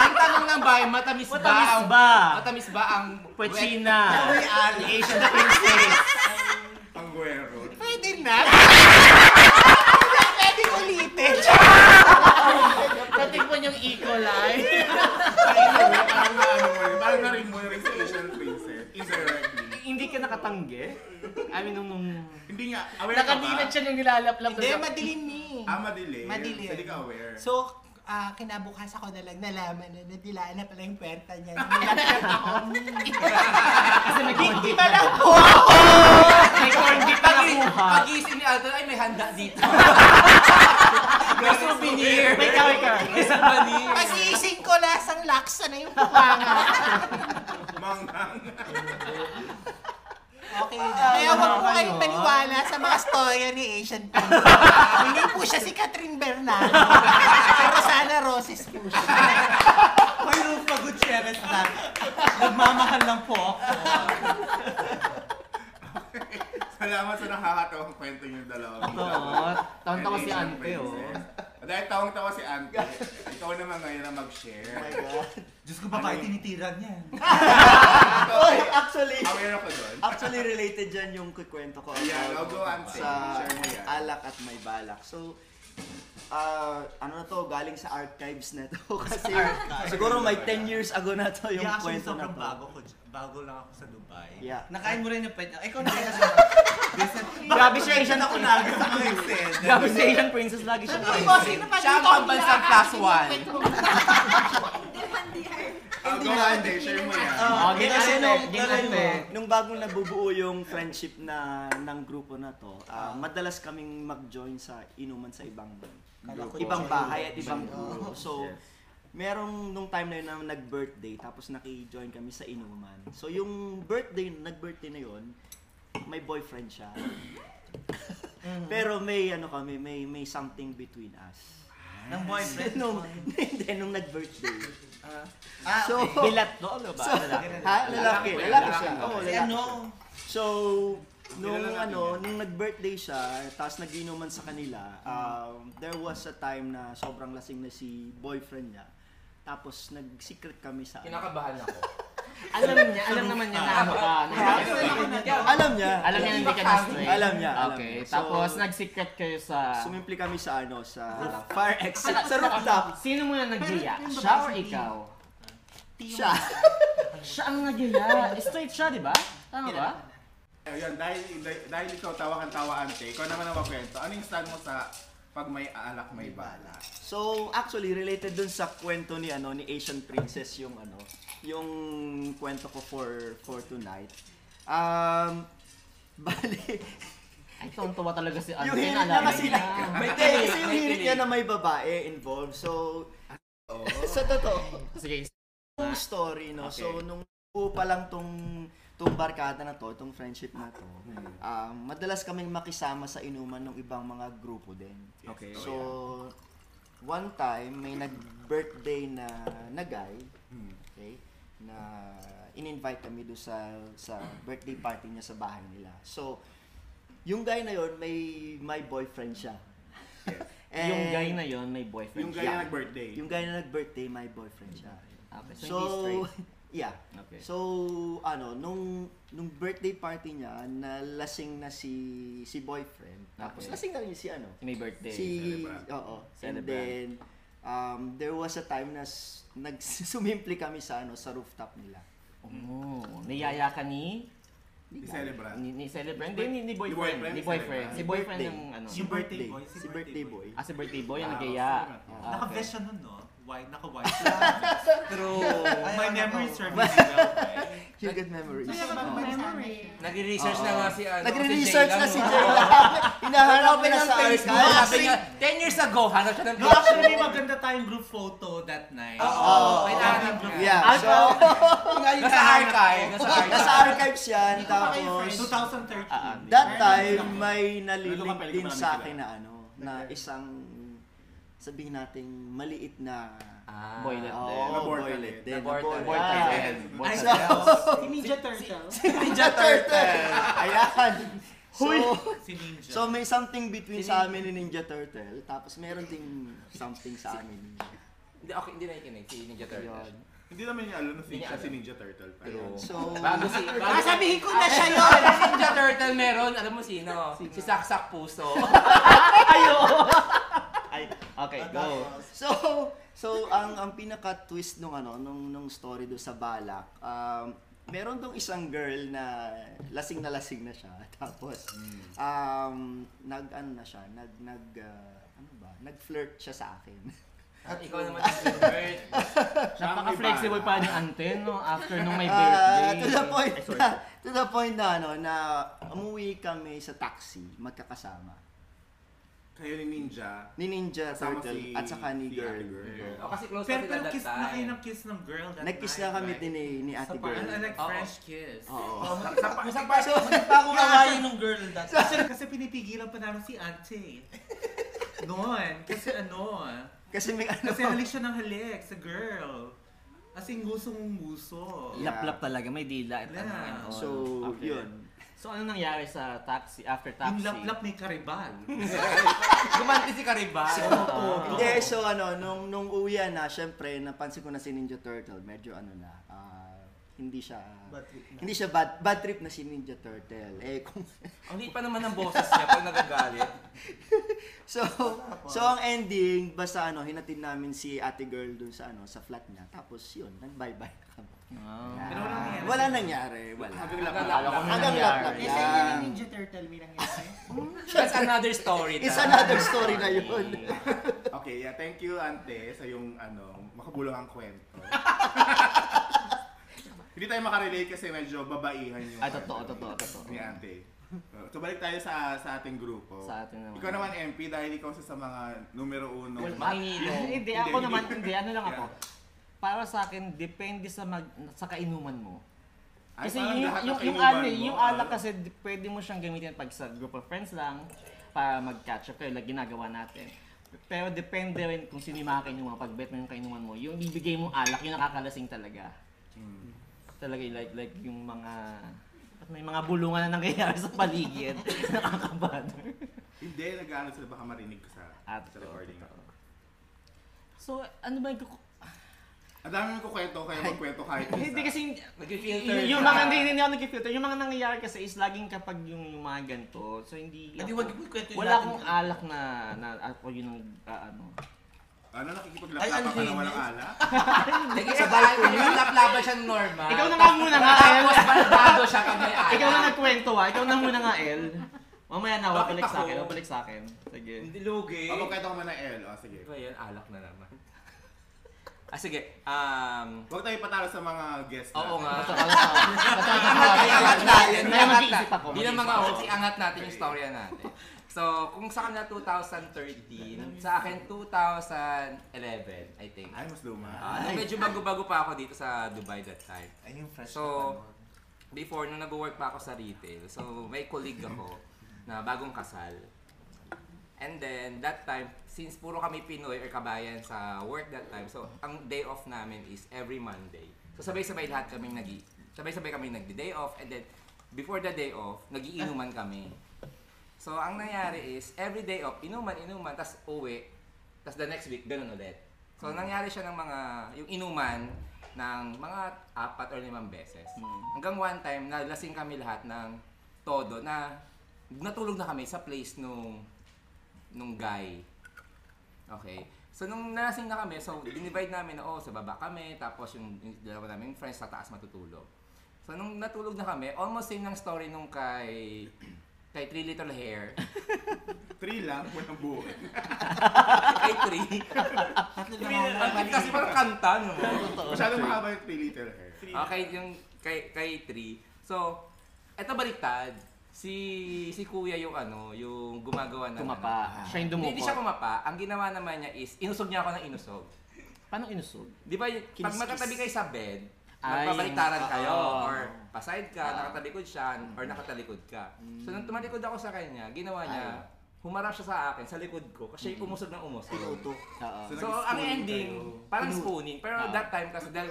[SPEAKER 3] Ang tanong ng bahay, matamis,
[SPEAKER 5] ba
[SPEAKER 3] ba?
[SPEAKER 5] ang-
[SPEAKER 3] ba?
[SPEAKER 5] Matamis Japanese ba ang...
[SPEAKER 3] Pachina.
[SPEAKER 1] Ang Asian princess.
[SPEAKER 4] Panguero.
[SPEAKER 3] Pwede na. Pwede ulitin. Pati po yung Ecolai.
[SPEAKER 4] ano, Parang naano mo rin. Parang narin mo rin sa Asian princess. Indirectly.
[SPEAKER 3] Hindi ka nakatanggi? I mean, nung... nung...
[SPEAKER 4] Hindi nga. Aware ka ba?
[SPEAKER 3] Nakadilat siya nung nilalaplap
[SPEAKER 6] Hindi, madilim eh.
[SPEAKER 4] Ah, madilim.
[SPEAKER 6] Madilim.
[SPEAKER 4] Hindi ka aware.
[SPEAKER 6] So, ah, kinabukas ako na lang nalaman na nadilaan na pala yung puwerta niya. Nilapit ako. Kasi nagkikita lang po.
[SPEAKER 3] May corned beef na nakuha.
[SPEAKER 5] Pag-isip ni Alton, ay may handa dito. may souvenir.
[SPEAKER 3] Wait ka, wait ka.
[SPEAKER 5] May souvenir.
[SPEAKER 6] Pag-iising ko lasang laksa na yung pupanga.
[SPEAKER 4] Mangang.
[SPEAKER 6] Okay. Kaya huwag po kayong paniwala sa mga storya ni Asian Prince. Hindi po siya si Catherine Bernardo. Pero sana roses po siya.
[SPEAKER 1] Mayroon pagod Cheres na. Nagmamahal lang po ako.
[SPEAKER 4] Salamat sa nakakatawang kwento yung dalawa.
[SPEAKER 3] Oo. Taon-tawa si Ante, oh.
[SPEAKER 4] Dahil tawang-tawa si Ante, ikaw naman ngayon na mag-share.
[SPEAKER 1] Diyos ko, baka itinitira niya.
[SPEAKER 4] Ikaw,
[SPEAKER 2] actually,
[SPEAKER 4] Aware ako doon.
[SPEAKER 3] Ah!
[SPEAKER 2] actually related dyan yung kikwento ko
[SPEAKER 4] Yeah,
[SPEAKER 2] about
[SPEAKER 4] I'll go Ante.
[SPEAKER 2] sa
[SPEAKER 4] Share mo yan.
[SPEAKER 2] alak at may balak. So, ah, ano na to, galing sa archives na to. Kasi siguro may 10 years ago na to
[SPEAKER 1] Yung
[SPEAKER 2] yung
[SPEAKER 1] yeah, actually,
[SPEAKER 2] kwento na
[SPEAKER 1] sobrang
[SPEAKER 2] to.
[SPEAKER 1] bago ko. Bago lang ako sa Dubai.
[SPEAKER 2] Yeah.
[SPEAKER 9] Nakain mo rin yung pwede. Ikaw na kaya sa
[SPEAKER 3] Grabe siya, Asian ako na.
[SPEAKER 1] Sa mga exes.
[SPEAKER 3] Grabe siya, Asian princess lagi siya.
[SPEAKER 5] Siya ang pambansang plus one.
[SPEAKER 4] I'll go Ante, share mo yan.
[SPEAKER 3] Oh, game
[SPEAKER 2] Kasi
[SPEAKER 3] ante,
[SPEAKER 2] Ah, nung,
[SPEAKER 3] game
[SPEAKER 2] nung,
[SPEAKER 3] ante.
[SPEAKER 2] nung bagong nabubuo yung friendship na ng grupo na to, ah, madalas kaming mag-join sa inuman sa ibang
[SPEAKER 9] ko
[SPEAKER 2] ibang
[SPEAKER 9] join.
[SPEAKER 2] bahay at ibang grupo. So, merong nung time na yun na nag-birthday, tapos naki-join kami sa inuman. So, yung birthday, nag-birthday na yun, may boyfriend siya.
[SPEAKER 9] Mm.
[SPEAKER 2] Pero may ano kami, may may something between us.
[SPEAKER 9] ng boyfriend.
[SPEAKER 2] nung, hindi, nung nag-birthday.
[SPEAKER 9] Ah,
[SPEAKER 2] So,
[SPEAKER 3] Bilat no, ano ba?
[SPEAKER 2] so, ha, lalaki, lalaki siya. Oo,
[SPEAKER 3] Oh,
[SPEAKER 9] si
[SPEAKER 2] lalaki siya.
[SPEAKER 9] ano?
[SPEAKER 2] So, nung ano, nung nag-birthday siya, tapos naginuman sa kanila, um, there was a time na sobrang lasing na si boyfriend niya. Tapos nag-secret kami sa...
[SPEAKER 5] Kinakabahan ako.
[SPEAKER 3] Alam niya, alam naman niya na ano ka.
[SPEAKER 2] ano, Alam niya.
[SPEAKER 3] Alam niya na hindi ka na straight.
[SPEAKER 2] Alam niya. alam
[SPEAKER 3] Okay,
[SPEAKER 2] niya. So,
[SPEAKER 3] tapos nag-secret kayo sa...
[SPEAKER 2] Sumimpli kami sa ano, sa fire exit, sa rooftop.
[SPEAKER 3] Sino muna nag-iya? Siya or ikaw?
[SPEAKER 2] Siya.
[SPEAKER 3] Siya ang nag-iya. Straight siya, di ba? Tama ba?
[SPEAKER 4] Ayun, dahil, dahil, dahil ikaw tawa kang tawa Ante, ikaw naman ang magkwento. Ano yung stand mo sa pag may alak may bala?
[SPEAKER 2] So, actually, related dun sa kwento ni, ano, ni Asian Princess yung, ano, yung kwento ko for, for tonight. Um, bali,
[SPEAKER 3] Ay, tuwa talaga si Ante.
[SPEAKER 2] yung hirit niya kasi, may kasi yung hirit niya na may Oh. babae involved. So, sa totoo,
[SPEAKER 3] Sige,
[SPEAKER 2] yung story, no?
[SPEAKER 3] Okay.
[SPEAKER 2] So, nung buo pa lang tong, tong barkada na to, tong friendship na to, um, madalas kaming makisama sa inuman ng ibang mga grupo din.
[SPEAKER 4] Okay.
[SPEAKER 2] So, one time, may nag-birthday na, na guy,
[SPEAKER 4] Hmm.
[SPEAKER 2] okay, na in-invite kami do sa, sa birthday party niya sa bahay nila. So, yung guy na yon may my boyfriend siya.
[SPEAKER 3] yung
[SPEAKER 2] And-
[SPEAKER 3] guy na yon may boyfriend.
[SPEAKER 4] Yung guy
[SPEAKER 2] Yeah.
[SPEAKER 4] na nag-birthday.
[SPEAKER 2] Yung guy na nag-birthday, my boyfriend siya.
[SPEAKER 3] Okay, so, hindi
[SPEAKER 2] So,
[SPEAKER 3] straight.
[SPEAKER 2] yeah.
[SPEAKER 3] Okay.
[SPEAKER 2] So, ano, nung nung birthday party niya, nalasing na si si boyfriend. Tapos
[SPEAKER 3] Okay.
[SPEAKER 2] lasing na rin si ano,
[SPEAKER 3] May birthday.
[SPEAKER 2] si
[SPEAKER 4] Celebrant.
[SPEAKER 2] oo and
[SPEAKER 3] Celebrant.
[SPEAKER 2] then um there was a time na s- nagsumimpli kami sa ano sa rooftop nila
[SPEAKER 3] Oh, niyaya ka ni?
[SPEAKER 4] Yung celebrant.
[SPEAKER 3] Ni, ni celebrant? Hindi, ni, ni
[SPEAKER 4] boyfriend,
[SPEAKER 3] boyfriend. Ni boyfriend.
[SPEAKER 4] celebrant.
[SPEAKER 3] Si boyfriend ng ano.
[SPEAKER 2] si
[SPEAKER 1] Yung
[SPEAKER 2] birthday
[SPEAKER 1] birthday
[SPEAKER 2] boy
[SPEAKER 1] boy,
[SPEAKER 2] si birthday boy
[SPEAKER 3] Ah, si birthday boy yung
[SPEAKER 4] Ah,
[SPEAKER 3] nag-iya.
[SPEAKER 4] celebrant.
[SPEAKER 3] Ah, okay.
[SPEAKER 1] Naka-vest siya nun, no? White, naka-white siya. Pero my memory serves me well.
[SPEAKER 2] you good memories
[SPEAKER 5] Nagre-research na nga si ah, ano.
[SPEAKER 2] nagre-research na si
[SPEAKER 5] Jay
[SPEAKER 2] Jay hinahanap niya sa
[SPEAKER 5] Lang.
[SPEAKER 2] archive
[SPEAKER 5] Sabi niya, 10 years ago, hanap siya ng
[SPEAKER 1] No, actually, maganda tayong group photo that night.
[SPEAKER 2] Oo.
[SPEAKER 5] May nahanap niya.
[SPEAKER 2] yeah so
[SPEAKER 5] Nasa archive. Nasa
[SPEAKER 2] nasa
[SPEAKER 5] archive.
[SPEAKER 2] archives yan tapos
[SPEAKER 1] 2013.
[SPEAKER 2] Ah, that time may
[SPEAKER 4] Lalo ka
[SPEAKER 2] nalilink
[SPEAKER 4] pa, lalo
[SPEAKER 2] din
[SPEAKER 4] ka
[SPEAKER 2] sa
[SPEAKER 4] marami
[SPEAKER 2] akin na ano na isang sabihin nating maliit na
[SPEAKER 5] Ah.
[SPEAKER 3] Boylet din.
[SPEAKER 2] oh,
[SPEAKER 4] Nabortal
[SPEAKER 2] boylet
[SPEAKER 4] eh.
[SPEAKER 2] din nabortal.
[SPEAKER 5] Nabortal.
[SPEAKER 3] Boylet din.
[SPEAKER 1] Ay,
[SPEAKER 3] Boylet
[SPEAKER 1] so,
[SPEAKER 3] din.
[SPEAKER 6] Si Ninja Turtle.
[SPEAKER 2] Ninja Turtle. Ayan. So,
[SPEAKER 1] si Ninja.
[SPEAKER 2] so may something between sa amin ni Ninja Turtle, tapos meron ding something sa amin.
[SPEAKER 5] Hindi, okay, hindi nakikinig. Si Ninja Turtle.
[SPEAKER 2] Yun.
[SPEAKER 4] Hindi naman niya alam na si,
[SPEAKER 5] Hindi niya
[SPEAKER 4] siya si
[SPEAKER 5] alam.
[SPEAKER 4] Ninja Turtle. Pero,
[SPEAKER 5] Pero,
[SPEAKER 2] So,
[SPEAKER 5] bago si... Bago,
[SPEAKER 6] Ah, sabihin ko na siya yun!
[SPEAKER 5] Sa Ninja Turtle meron, alam mo sino? Si Saksak Puso.
[SPEAKER 2] ayo. Ay, okay,
[SPEAKER 10] Ah,
[SPEAKER 2] go.
[SPEAKER 10] tapos?
[SPEAKER 2] So, so ang ang pinaka twist nung ano nung nung story do sa Balak. Um, meron dong isang girl na lasing na lasing na siya. Tapos
[SPEAKER 4] Mm.
[SPEAKER 2] um nag ano na siya, nag nag ah, ano ba? Nag-flirt siya sa akin.
[SPEAKER 5] At ikaw naman si Bert.
[SPEAKER 3] Napaka-flexible pa yung ante, no? After nung may
[SPEAKER 2] Ah,
[SPEAKER 3] birthday.
[SPEAKER 2] to the point
[SPEAKER 4] Ay, sorry.
[SPEAKER 2] na, to the point na ano na umuwi kami sa taxi magkakasama
[SPEAKER 4] kayo ni Ninja,
[SPEAKER 2] ni Ninja
[SPEAKER 4] kasama
[SPEAKER 2] Turtle
[SPEAKER 4] si...
[SPEAKER 2] at saka ni
[SPEAKER 4] si
[SPEAKER 2] girl.
[SPEAKER 4] Ate girl.
[SPEAKER 5] O kasi close
[SPEAKER 1] Pero,
[SPEAKER 5] pa
[SPEAKER 1] pero
[SPEAKER 5] sila that
[SPEAKER 1] kiss na kayo
[SPEAKER 5] time.
[SPEAKER 1] ng kiss ng girl that
[SPEAKER 2] Nagkiss
[SPEAKER 1] night,
[SPEAKER 2] na kami
[SPEAKER 1] right?
[SPEAKER 2] din ni, ni
[SPEAKER 1] Sa
[SPEAKER 2] ate
[SPEAKER 1] pa-
[SPEAKER 2] girl.
[SPEAKER 1] ano, like
[SPEAKER 5] Oo.
[SPEAKER 1] French kiss.
[SPEAKER 2] Oo.
[SPEAKER 10] Masang pa, masang pa akong awayin ng girl dati.
[SPEAKER 1] Kasi, kasi pinipigilan pa namin si ate. Noon. Kasi ano.
[SPEAKER 2] Kasi may ano.
[SPEAKER 1] Kasi halik siya ng halik sa girl. As in, gusong-guso.
[SPEAKER 2] Yeah.
[SPEAKER 3] Laplap talaga, may dila. At
[SPEAKER 1] Yeah.
[SPEAKER 3] ano, and all.
[SPEAKER 2] So,
[SPEAKER 3] Okay.
[SPEAKER 2] yun.
[SPEAKER 3] So, ano nangyari sa taxi, after taxi?
[SPEAKER 1] Yung laplap ni Karibal.
[SPEAKER 5] Gumanti si Kariba.
[SPEAKER 3] Oh.
[SPEAKER 2] Hindi, so ano, nung, nung uwi na, syempre, napansin ko na si Ninja Turtle, medyo ano na, ah, hindi siya,
[SPEAKER 10] Bad trip na.
[SPEAKER 2] hindi siya bad, bad trip na si Ninja Turtle. Eh, kung,
[SPEAKER 5] Ang liit pa naman ng boses niya pag nagagalit.
[SPEAKER 2] so, so ang ending, basta ano, hinatid namin si ate girl dun sa ano, sa flat niya. Tapos yun, nag-bye-bye na kami.
[SPEAKER 3] Oh.
[SPEAKER 2] Yeah.
[SPEAKER 1] Pero wala nangyari.
[SPEAKER 2] Wala nangyari, wala.
[SPEAKER 4] Hanggang lang.
[SPEAKER 5] Akala ko may
[SPEAKER 2] Hanggang
[SPEAKER 5] nangyari.
[SPEAKER 2] laplap
[SPEAKER 6] Eh, sa inyo
[SPEAKER 2] lang.
[SPEAKER 6] yung Ninja Turtle, may nangyari.
[SPEAKER 5] That's another story.
[SPEAKER 2] It's
[SPEAKER 5] ta.
[SPEAKER 2] another story na yun.
[SPEAKER 4] Okay, yeah, thank you, ante, sa yung ano, makabulang ang kwento. Hindi tayo makarelate kasi medyo babaihan yung...
[SPEAKER 3] Ah, totoo,
[SPEAKER 4] ano,
[SPEAKER 3] totoo, totoo.
[SPEAKER 4] Ni ante. Uh, So, balik tayo sa sa ating grupo.
[SPEAKER 3] Sa atin naman.
[SPEAKER 4] Ikaw naman, MP, dahil ikaw isa sa mga numero uno.
[SPEAKER 3] Hindi, ako naman, hindi. Ano lang ako. Para sa akin, depende sa mag, sa kainuman mo.
[SPEAKER 4] Ay,
[SPEAKER 3] Kasi
[SPEAKER 4] parang
[SPEAKER 3] yung,
[SPEAKER 4] lahat ng
[SPEAKER 3] yung, yung,
[SPEAKER 4] kainuman
[SPEAKER 3] ano,
[SPEAKER 4] mo,
[SPEAKER 3] yung
[SPEAKER 4] ah.
[SPEAKER 3] alak kasi d- pwede mo siyang gamitin pag sa group of friends lang para mag-catch up kayo, like ginagawa natin. Pero depende rin kung sino yung mga kainuman. Pag bet mo yung kainuman mo, yung ibigay mong alak, yung nakakalasing talaga.
[SPEAKER 4] Hmm.
[SPEAKER 3] Talaga yung like, like yung mga... at May mga bulungan na nangyayari sa paligid. Nakakabother.
[SPEAKER 4] Hindi, nag-ano sila baka marinig ko sa,
[SPEAKER 3] At
[SPEAKER 4] sa recording.
[SPEAKER 3] So, ano ba yung... kuku-
[SPEAKER 4] Ang dami mong kukwento, kaya magkwento kahit isa.
[SPEAKER 3] Hindi kasi
[SPEAKER 5] Nag-filter
[SPEAKER 3] Y- yung
[SPEAKER 5] ka.
[SPEAKER 3] mga hindi, hindi ako nag-filter. Yung mga nangyayari kasi is laging kapag yung, yung mga ganito. So hindi
[SPEAKER 10] Hindi, wag ikwento
[SPEAKER 3] wala akong alak na na ako yun ang ah, ano.
[SPEAKER 4] Ano,
[SPEAKER 10] Ay, ano
[SPEAKER 4] nakikipaglaplapa ka na
[SPEAKER 10] yun?
[SPEAKER 4] walang ala?
[SPEAKER 5] Sige, sabay ko yun. Laplaban siya ng normal.
[SPEAKER 3] Ikaw na nga muna
[SPEAKER 5] ah,
[SPEAKER 3] nga, El.
[SPEAKER 5] Tapos baldado siya kami.
[SPEAKER 3] Ikaw na nagkwento ah. Ikaw na muna nga, El. Mamaya na, wabalik sa akin. Wabalik sa akin. Sige.
[SPEAKER 5] Hindi lugi.
[SPEAKER 4] O, magkwento ka man ng L. O, sige.
[SPEAKER 5] Ba yan? Alak na naman. Ah, sige. Um,
[SPEAKER 4] Huwag tayo patalo sa mga guests
[SPEAKER 5] oo nga.
[SPEAKER 3] Basta wala sa akin. Basta wala sa akin.
[SPEAKER 5] Iangat natin.
[SPEAKER 3] Kaya
[SPEAKER 5] Iangat
[SPEAKER 3] mag-iisip ako.
[SPEAKER 5] natin. Bilang mga
[SPEAKER 3] mag-iisip ako.
[SPEAKER 5] host, iangat natin yung storya natin. So, kung sa kanila 2013, sa akin 2011, I think.
[SPEAKER 4] Ay, mas luma.
[SPEAKER 5] Ah, medyo bago-bago pa ako dito sa Dubai that time.
[SPEAKER 1] Ay, yung fresh
[SPEAKER 5] So,
[SPEAKER 1] na pa nun.
[SPEAKER 5] before, nung nag-work pa ako sa retail, so may colleague ako na bagong kasal. And then, that time, since puro kami Pinoy or kabayan sa work that time, so ang day off namin is every Monday. So sabay-sabay lahat kami nag sabay-sabay kami nagdi-day off and then before the day off, nagiinuman kami. So ang nangyari is every day off, inuman, inuman, tas uwi, tas the next week ganun ulit. So nangyari siya ng mga yung inuman ng mga apat or limang beses. Hanggang one time nalasing kami lahat ng todo na natulog na kami sa place nung nung guy. Okay. So nung nalasing na kami, so dinivide namin na oh, sa baba kami, tapos yung, yung dalawa naming friends sa taas matutulog. So nung natulog na kami, almost same ng story nung kay kay Three Little Hair,
[SPEAKER 4] Three lang, walang buo.
[SPEAKER 5] kay Three.
[SPEAKER 6] Tatlo na nga
[SPEAKER 5] Ang cute kasi parang kanta, no?
[SPEAKER 4] Masyadong mahaba yung three little hair.
[SPEAKER 5] Okay, yung Ah, kay, kay Three. So, eto baliktad. Si si Kuya yung ano, yung gumagawa ng
[SPEAKER 3] Tumapa. Ah.
[SPEAKER 5] ano.
[SPEAKER 3] Siya yung
[SPEAKER 5] Hindi, hindi siya
[SPEAKER 3] dumukot.
[SPEAKER 5] kumapa. Ang ginawa naman niya is, inusog niya ako ng inusog.
[SPEAKER 3] Paano inusog?
[SPEAKER 5] Di ba, yung- pag
[SPEAKER 10] Kinis-kis.
[SPEAKER 5] magkatabi kayo sa bed,
[SPEAKER 3] Ay,
[SPEAKER 5] magpapaliktaran
[SPEAKER 3] oo.
[SPEAKER 5] kayo or paside ka, nakatalikod siya, or nakatalikod ka. So,
[SPEAKER 3] Mm.
[SPEAKER 5] nung tumalikod ako sa kanya, ginawa niya, humarap siya sa akin, sa likod ko, kasi umusog na umusog.
[SPEAKER 3] Oo.
[SPEAKER 5] So, ang ending, parang spooning.
[SPEAKER 2] Ah.
[SPEAKER 5] Pero that time, kasi dahil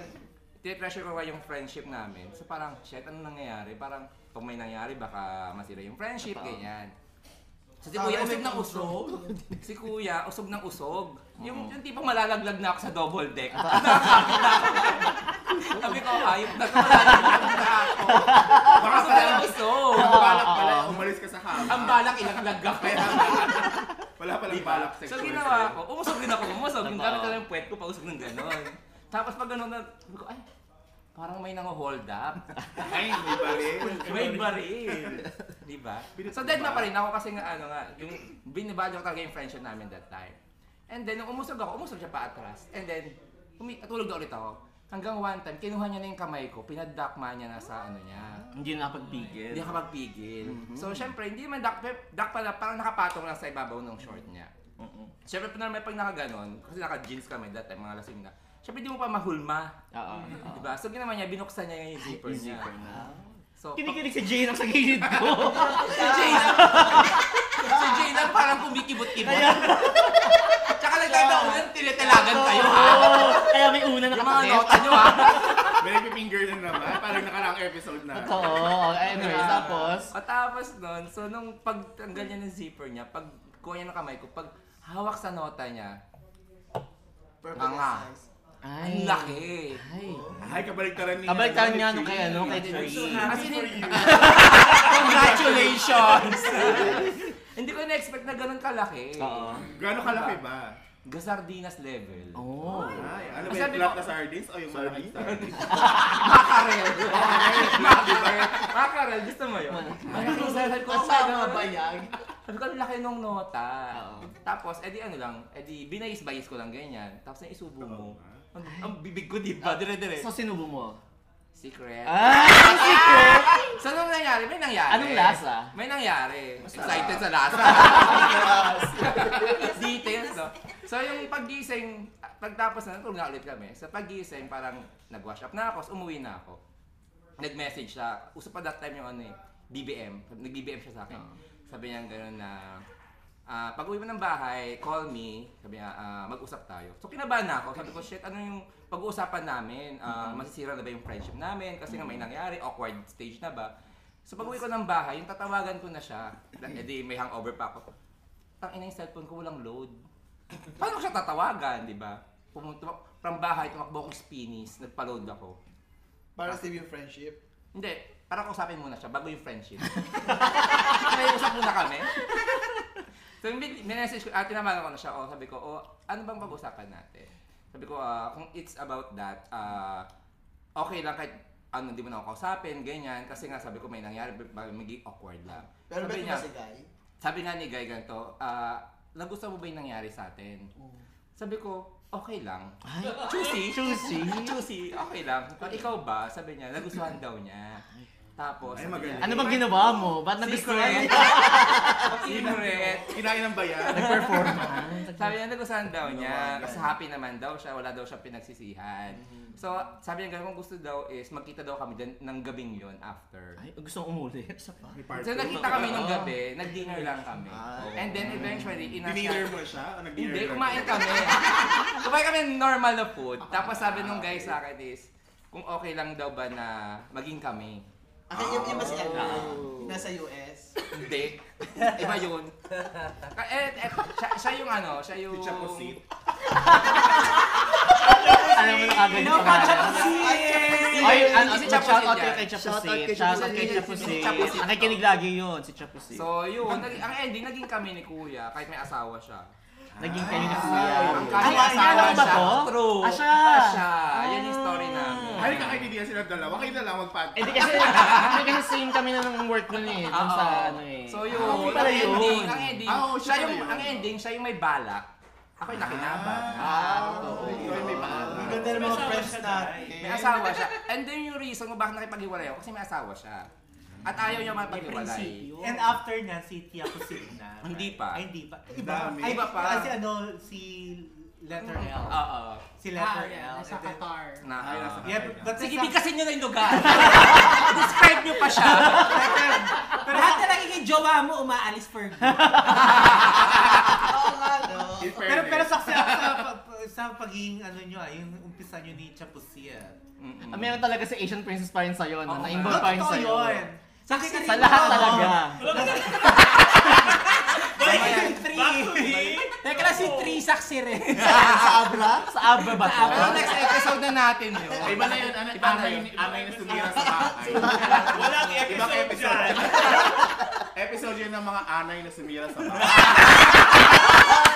[SPEAKER 5] tinepressure ko pa yung friendship namin, so parang, shit, ano nangyayari? Parang, kung may nangyari, baka masira yung friendship, ganyan. So, si kuya,
[SPEAKER 2] Ah,
[SPEAKER 5] usog
[SPEAKER 2] may
[SPEAKER 5] ng usog. si kuya, usog ng usog. Yung, yung tipong malalaglag na ako sa double deck.
[SPEAKER 2] Ah.
[SPEAKER 5] Sabi ko, ayop na ka, malalaglag na ako. Baka sa ng usog.
[SPEAKER 4] Ang balak pala, umalis ka sa kama.
[SPEAKER 5] Ang balak ilaglag ako.
[SPEAKER 4] Wala palang balak sa
[SPEAKER 5] So ginawa ko, umusog din ako, umusog. Yung gamit ko lang yung puwet ko, pausog ng gano'n. Tapos pag gano'n na, sabi ko, ay, parang may nang-hold up.
[SPEAKER 4] Ay, may bali.
[SPEAKER 5] May baril. Di ba? So dead na pa rin ako kasi nga ano nga, yung binivalue ko talaga yung friendship namin that time. And then nung umusog ako, umusog siya pa atras. And then umi- tulog na ulit ako. Hanggang one time, kinuha niya na yung kamay ko, pinadakma niya na sa ano niya.
[SPEAKER 3] Hindi Mm-hmm. na pagpigil.
[SPEAKER 5] Hindi ako magpigil. So syempre, hindi man dak, dak pala, parang nakapatong lang sa ibabaw ng short niya. Syempre, normal pag nakaganon, kasi naka-jeans kami that time, mga lasing na. Syempre, hindi mo pa mahulma.
[SPEAKER 3] Oo.
[SPEAKER 5] Di ba? So ginawa niya, binuksan niya yung zipper niya. So,
[SPEAKER 3] Kinikilig si Jane ang sa gilid ko.
[SPEAKER 5] Si Jay lang. si Jay lang parang kumikibot-kibot. Tsaka nagtataon lang, tinitalagan kayo ha.
[SPEAKER 3] Oo, Kaya may una
[SPEAKER 5] Yung mga
[SPEAKER 3] nakatakip.
[SPEAKER 5] nota nyo ha.
[SPEAKER 4] May nagpipinger na naman. Parang nakaraang episode na.
[SPEAKER 3] Oo. Anyways, tapos.
[SPEAKER 5] At tapos nun, so nung pagtanggal niya ng zipper niya, pag kuha niya ng kamay ko, pag hawak sa nota niya,
[SPEAKER 2] Perfect
[SPEAKER 5] Nga.
[SPEAKER 2] size.
[SPEAKER 5] ang laki.
[SPEAKER 3] Ay.
[SPEAKER 4] Ay, kabaliktaran niya.
[SPEAKER 3] Kabaliktaran niya nung kay ano, kay
[SPEAKER 1] I'm so
[SPEAKER 3] Tree.
[SPEAKER 1] happy
[SPEAKER 5] As in,
[SPEAKER 1] for you.
[SPEAKER 5] Congratulations! Hindi ko na-expect na ganun kalaki.
[SPEAKER 3] Oo.
[SPEAKER 4] Gano'ng kalaki ba?
[SPEAKER 5] Gasardinas level.
[SPEAKER 3] Oo.
[SPEAKER 4] Ay, ano ba yung
[SPEAKER 5] Sabi
[SPEAKER 4] flat
[SPEAKER 5] ko-
[SPEAKER 4] na sardines o yung malaking sardines?
[SPEAKER 5] Makarel. Makarel. Makarel. Gusto mo yun? Malaking sasal ko.
[SPEAKER 2] Kasama ba yan?
[SPEAKER 5] Sabi ko, ang laki nung nota.
[SPEAKER 3] Oo.
[SPEAKER 5] Tapos, edi ano lang, edi binayis-bayis ko lang ganyan. Tapos na isubo mo.
[SPEAKER 4] Oo nga.
[SPEAKER 5] Ang, ang bibig ko, di ba? Dire-dire.
[SPEAKER 3] So, sinubo mo?
[SPEAKER 5] Secret.
[SPEAKER 3] Ah!
[SPEAKER 5] So, anong nangyari? May nangyari.
[SPEAKER 3] Anong lasa?
[SPEAKER 5] May nangyari. Excited sa lasa. Details, no? So, yung pagising, pagtapos na, tulog na ulit kami. Sa pagising, parang nag-wash up na ako, so umuwi na ako. Nag-message siya. Uso pa that time yung ano eh, BBM. Nag-BBM siya sa akin. Sabi niya gano'n na, ah, pag uwi mo ng bahay, call me. Sabi niya, ah, mag-usap tayo. So kinabahan na ako. Sabi ko, shit, ano yung pag-uusapan namin? Ah, Masisira na ba yung friendship namin? Kasi nga may nangyari, awkward stage na ba? So pag uwi ko ng bahay, yung tatawagan ko na siya. Eh di, may hangover pa ako. Tang ina yung cellphone ko, walang load. Paano ko siya tatawagan, di ba? Pumunta from bahay, tumakbo akong spinis, nagpa-load ako.
[SPEAKER 2] Para save yung friendship.
[SPEAKER 5] Hindi, para kausapin muna siya bago yung friendship. May usap muna kami. So, min- minessage ko, ah, tinamagan ko na siya. Oh, sabi ko, oh, ano bang pag-usapan natin? Sabi ko, ah, kung it's about that, ah, okay lang kahit ano, hindi mo na ako kausapin, ganyan. Kasi nga, sabi ko, may nangyari, baka maging awkward lang.
[SPEAKER 2] Pero
[SPEAKER 5] sabi
[SPEAKER 2] ba't
[SPEAKER 5] niya,
[SPEAKER 2] ba si Guy?
[SPEAKER 5] sabi nga ni Guy ganito, ah, nagustuhan mo ba yung nangyari sa atin? Sabi ko, okay lang.
[SPEAKER 3] Oh. Ay.
[SPEAKER 5] Choosy.
[SPEAKER 3] Choosy.
[SPEAKER 5] Choosy. Okay lang. Pero ikaw ba? Sabi niya, nagustuhan daw niya. Tapos,
[SPEAKER 4] Ay,
[SPEAKER 5] sabi
[SPEAKER 4] magaling.
[SPEAKER 3] Ano bang ginawa mo? Ba't nagustuhan
[SPEAKER 5] Secret.
[SPEAKER 3] mo?
[SPEAKER 5] Secret.
[SPEAKER 4] Kinain ng bayan.
[SPEAKER 3] Ah,
[SPEAKER 5] Sabi niya, nagustuhan daw niya. Kasi happy naman daw siya. Wala daw siya pinagsisihan.
[SPEAKER 3] Mm-hmm.
[SPEAKER 5] So, sabi niya, kung gusto daw is, magkita daw kami din ng gabing yon after.
[SPEAKER 3] Ay, Ah. gusto kong umuli. Isa pa.
[SPEAKER 5] So, nagkita kami nung gabi. Nag-dinner lang kami. And then, eventually,
[SPEAKER 4] Dininer
[SPEAKER 5] inasya.
[SPEAKER 4] mo siya? O nag-dinner
[SPEAKER 5] Hindi,
[SPEAKER 4] lang?
[SPEAKER 5] kumain kami. kumain kami ng normal na food. Tapos sabi nung guy sa akin is, kung okay lang daw ba na maging kami.
[SPEAKER 2] Akin yung iba si ano? Nasa US.
[SPEAKER 5] Hindi. Iba yun. Ka- Eh, eh, siya, siya yung ano, siya yung...
[SPEAKER 4] Pitcha ko seat.
[SPEAKER 3] Alam mo na kagad yung pangalan. Ay, ano,
[SPEAKER 5] Si
[SPEAKER 3] si
[SPEAKER 5] Chapusit
[SPEAKER 3] Shoutout
[SPEAKER 5] yan.
[SPEAKER 3] kay
[SPEAKER 7] Shoutout
[SPEAKER 3] Chapusit.
[SPEAKER 7] kay
[SPEAKER 3] Shoutout kay
[SPEAKER 7] Chapusit.
[SPEAKER 5] Si
[SPEAKER 3] Chapusit.
[SPEAKER 5] Chapusit.
[SPEAKER 3] Ang kikinig lagi yun, si Chapusit.
[SPEAKER 5] So yun, naging, ang ending, naging kami ni Kuya, kahit may asawa siya.
[SPEAKER 3] Naging kayo ni Kuya.
[SPEAKER 5] Ang kami
[SPEAKER 3] Ay,
[SPEAKER 5] asawa
[SPEAKER 3] alam mo ba
[SPEAKER 5] siya.
[SPEAKER 3] to?
[SPEAKER 5] True.
[SPEAKER 3] Ah, siya.
[SPEAKER 5] Ah, siya. Yan yung story namin.
[SPEAKER 4] Ay, kakaibigan sila dalawa. Kayo na lang
[SPEAKER 3] Eh di
[SPEAKER 4] mag-podcast.
[SPEAKER 3] kasi, hindi kasi same kami na nung work nun eh. Dun sa
[SPEAKER 5] Oo.
[SPEAKER 3] ano eh.
[SPEAKER 5] So yun,
[SPEAKER 3] Ah, okay
[SPEAKER 5] ang
[SPEAKER 3] pala yun.
[SPEAKER 5] ending, ang ending,
[SPEAKER 4] Ah, oo, siya
[SPEAKER 5] siya yung,
[SPEAKER 4] pala yun. Ah.
[SPEAKER 5] ang ending, siya yung may balak. Ako yung nakinabang. Ah,
[SPEAKER 4] Ikaw ay may
[SPEAKER 2] Ang
[SPEAKER 4] paalam.
[SPEAKER 2] ganda ng mga friends natin.
[SPEAKER 5] May asawa siya. And then yung reason kung bakit nakipaghiwalay ako, kasi may asawa siya. At ayaw niya makipaghiwalay.
[SPEAKER 6] And after niya, si Tia Kusig na.
[SPEAKER 5] Hindi pa.
[SPEAKER 6] Ay, hindi pa.
[SPEAKER 4] Dami.
[SPEAKER 6] Ay,
[SPEAKER 5] Iba pa.
[SPEAKER 6] Kasi ano, si letter L.
[SPEAKER 5] Oo.
[SPEAKER 6] Si letter L.
[SPEAKER 11] Sa
[SPEAKER 6] And then-
[SPEAKER 11] Qatar.
[SPEAKER 5] Na,
[SPEAKER 4] Ah.
[SPEAKER 6] Yeah, but- but
[SPEAKER 5] Sige,
[SPEAKER 6] sa-
[SPEAKER 5] bigkasin nyo na yung lugar. Describe nyo pa siya.
[SPEAKER 6] Pero lahat na nagiging jowa mo, umaalis for good.
[SPEAKER 2] Oo nga, no?
[SPEAKER 4] In
[SPEAKER 6] pero pero
[SPEAKER 4] fairness.
[SPEAKER 6] sa, sa, sa, sa pagiging ano nyo, ah, yung umpisa nyo ni Chapusia.
[SPEAKER 5] Mm-mm.
[SPEAKER 3] Ah, Meron talaga si Asian Princess pa rin sa'yo, no?
[SPEAKER 5] Oo,
[SPEAKER 3] Na-involve
[SPEAKER 5] ma'am.
[SPEAKER 3] pa rin
[SPEAKER 6] Totoo
[SPEAKER 3] sa'yo.
[SPEAKER 6] yun. Sa,
[SPEAKER 3] Sa lahat talaga.
[SPEAKER 1] Back to me!
[SPEAKER 6] Teka lang si Trisak si Ren.
[SPEAKER 7] sa Abra? Sa Abra ba to?
[SPEAKER 8] Pero next episode na natin yun.
[SPEAKER 4] Iba na yun, ano,
[SPEAKER 8] Iba na
[SPEAKER 4] amay,
[SPEAKER 8] yun.
[SPEAKER 4] amay na sumira sa bakay.
[SPEAKER 1] Walang
[SPEAKER 4] Ibang
[SPEAKER 1] episode
[SPEAKER 4] episode.
[SPEAKER 1] dyan.
[SPEAKER 4] episode yun ng mga anay na sumira sa bakay.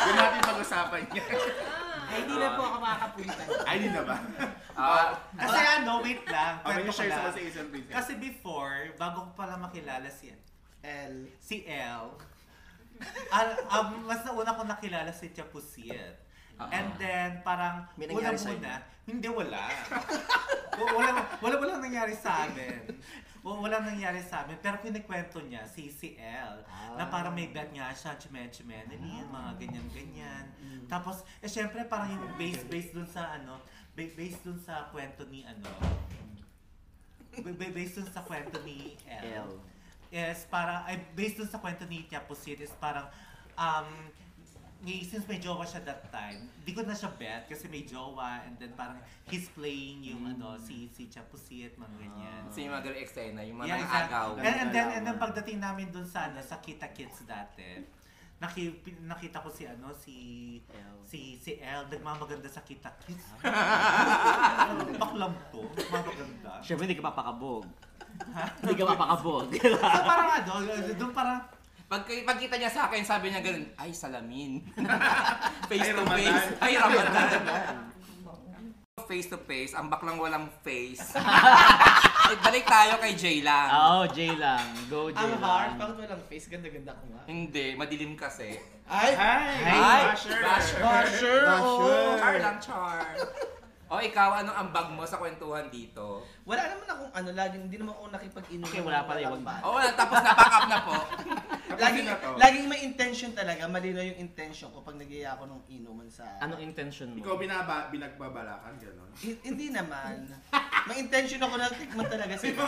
[SPEAKER 4] Doon natin pag-usapan yan.
[SPEAKER 6] Ay, Ah, hindi na po ako makakapunta.
[SPEAKER 4] Ay, di na ba?
[SPEAKER 5] Ah,
[SPEAKER 8] Kasi ano, wait lang.
[SPEAKER 4] Okay,
[SPEAKER 8] kwento ko
[SPEAKER 4] Ah, share sa
[SPEAKER 8] lang.
[SPEAKER 4] sa Asian please.
[SPEAKER 8] Kasi before, bago ko pala makilala si
[SPEAKER 2] L.
[SPEAKER 8] si L, al- um, mas nauna ko nakilala si Chapusiet. And then, parang,
[SPEAKER 7] May
[SPEAKER 8] wala
[SPEAKER 7] nangyari sa'yo?
[SPEAKER 8] muna. Hindi, wala. W- wala, wala, wala nangyari sa amin. W- Wala nangyari sa amin. Pero kinikwento niya, si si L, na parang may bet nga siya, chimen-chimeneline, mga ganyan-ganyan. Tapos, eh syempre, parang yung base, base dun sa ano, ba- base dun sa kwento ni ano, ba- ba- base dun sa kwento ni
[SPEAKER 7] L.
[SPEAKER 8] Yes, parang, ay, based dun sa kwento ni Tia Pusit, is parang, um, may, since may jowa siya that time, di ko na siya bet kasi may jowa and then parang he's playing yung ano, si, si Tia Pusit, mga ganyan.
[SPEAKER 5] si mga ganung eksena, yung mga
[SPEAKER 8] Yeah, exactly.
[SPEAKER 5] nangagaw.
[SPEAKER 8] And, and then, and then pagdating namin dun sa, ano, sa Kita Kids dati, naki, pin- nakita ko si ano si si si El nagmamaganda sa Kita Kids. Baklam to, nagmamaganda.
[SPEAKER 7] Siyempre, hindi ka mapakabog. Hindi ka mapakabog.
[SPEAKER 8] So parang ano, doon parang
[SPEAKER 5] Pag, pagkita niya sa akin, sabi niya ganun, ay salamin.
[SPEAKER 4] Ay,
[SPEAKER 5] face to
[SPEAKER 4] Ramadan.
[SPEAKER 5] face. Ay Ramadan. face to face, ang baklang walang face. Ay, Balik tayo kay Jay lang.
[SPEAKER 7] Oo, J lang. Go, J
[SPEAKER 2] Ang
[SPEAKER 7] lang.
[SPEAKER 2] harsh. Bakit walang face? Ganda-ganda ko nga.
[SPEAKER 5] Hindi, madilim kasi.
[SPEAKER 2] Ay!
[SPEAKER 5] Ay,
[SPEAKER 4] Basher.
[SPEAKER 5] basher. Oh,
[SPEAKER 2] Basher! oo.
[SPEAKER 5] Char lang, char. O Oh, ikaw, anong ambag mo sa kwentuhan dito?
[SPEAKER 2] Wala naman akong ano, lagi, hindi naman ako nakipag-inom.
[SPEAKER 7] Okay,
[SPEAKER 2] ng
[SPEAKER 7] wala pala, wag-
[SPEAKER 2] walang bala.
[SPEAKER 5] O Oh, wala, tapos na back up na po.
[SPEAKER 2] Laging,
[SPEAKER 4] na to.
[SPEAKER 2] laging may intention talaga, malino yung intention ko pag nagiya ako nung inuman sa...
[SPEAKER 3] Anong intention
[SPEAKER 4] Ikaw
[SPEAKER 3] mo?
[SPEAKER 4] binaba, binagbabalakan, gano'n.
[SPEAKER 2] Hi- hindi naman. may intention ako na tikman talaga sila.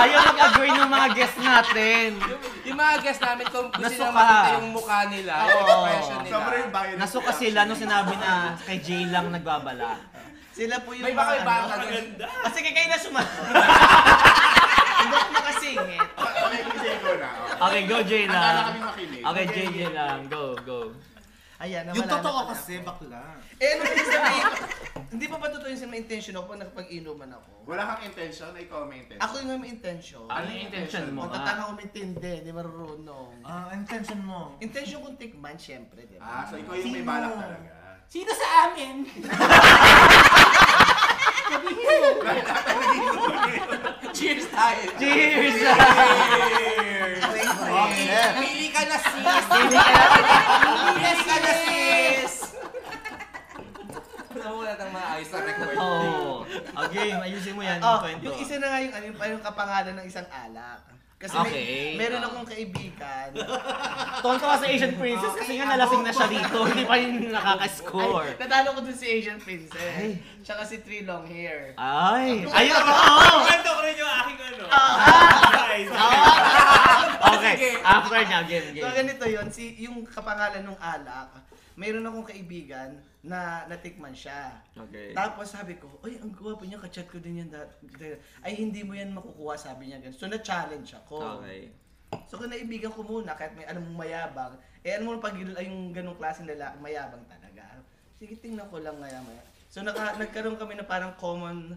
[SPEAKER 3] Ayaw mag-agree ng mga guests natin.
[SPEAKER 5] Yung mga guests namin, kung gusto nila
[SPEAKER 3] Nasuka.
[SPEAKER 5] makita yung mukha nila, yung expression nila.
[SPEAKER 4] Sobrang yung bayan.
[SPEAKER 3] Nasuka sila nung sinabi na kay Jay lang nagbabala.
[SPEAKER 2] Sila po yung
[SPEAKER 5] May baka may
[SPEAKER 2] mga
[SPEAKER 5] baka
[SPEAKER 2] ano.
[SPEAKER 5] ganun.
[SPEAKER 2] Kasi kay kayo na sumato. hindi ako makasingit.
[SPEAKER 4] Okay, kasi ikaw na. okay.
[SPEAKER 3] Okay, go Jay
[SPEAKER 4] Ang gala
[SPEAKER 3] lang.
[SPEAKER 4] kami makinig.
[SPEAKER 3] Okay, Jay, Jay lang. Go, go.
[SPEAKER 2] Ayan, nawala
[SPEAKER 8] Yung
[SPEAKER 2] na
[SPEAKER 8] totoo
[SPEAKER 2] pala
[SPEAKER 8] kasi,
[SPEAKER 2] ako.
[SPEAKER 8] bakla.
[SPEAKER 2] Eh, ano yung sabihin? Hindi pa ba totoo yung may intention ako pag nakapag-inuman ako?
[SPEAKER 4] Wala kang intention, na ikaw ang may intention.
[SPEAKER 2] Ako yung may intention.
[SPEAKER 4] Ano yung intention mo?
[SPEAKER 2] Kung tatanga ko may tindi, di marunong.
[SPEAKER 8] Ah, intention mo.
[SPEAKER 2] Intention kong tikman, syempre, di ba?
[SPEAKER 4] Ah, so ikaw yung may balak talaga.
[SPEAKER 6] Sino sa amin?
[SPEAKER 5] Cheers tayo.
[SPEAKER 3] Cheers!
[SPEAKER 2] Ah,
[SPEAKER 5] Okay. Pili ka na sis.
[SPEAKER 8] Ah,
[SPEAKER 5] Pili ka na sis. Nawala ng mga ayos na record.
[SPEAKER 3] Oh, okay, ayusin mo yan.
[SPEAKER 2] Oh,
[SPEAKER 3] kwento.
[SPEAKER 2] yung isa na nga yung, ano, yung, yung kapangalan ng isang alak. Kasi
[SPEAKER 3] Okay.
[SPEAKER 2] may, meron akong kaibigan.
[SPEAKER 3] Tuwan ka sa Asian Princess kasi nga nalasing na siya dito. Hindi pa rin
[SPEAKER 2] Ay,
[SPEAKER 3] nakaka-score.
[SPEAKER 2] natalo ko dun si Asian Princess. Tsaka si Three Long Hair.
[SPEAKER 3] Ay! Ayun! oh! Oo!
[SPEAKER 1] Kwento ko rin yung aking ano. Guys.
[SPEAKER 3] Okay, after na, game,
[SPEAKER 2] So
[SPEAKER 3] game.
[SPEAKER 2] ganito yon si yung kapangalan ng alak, meron akong kaibigan na natikman siya.
[SPEAKER 7] Okay.
[SPEAKER 2] Tapos sabi ko, "Uy, ang guwapo niya, kachat ko din yan dat- dati." Ay, hindi mo yan makukuha, sabi niya ganun. So na-challenge ako.
[SPEAKER 7] Okay.
[SPEAKER 2] So kinaibigan ko muna kahit may alam mong mayabang. Eh ano mo pag yun- ay, yung ganung klaseng lalaki, mayabang talaga. Sige, tingnan ko lang ngayon. maya. So naka, nagkaroon kami na parang common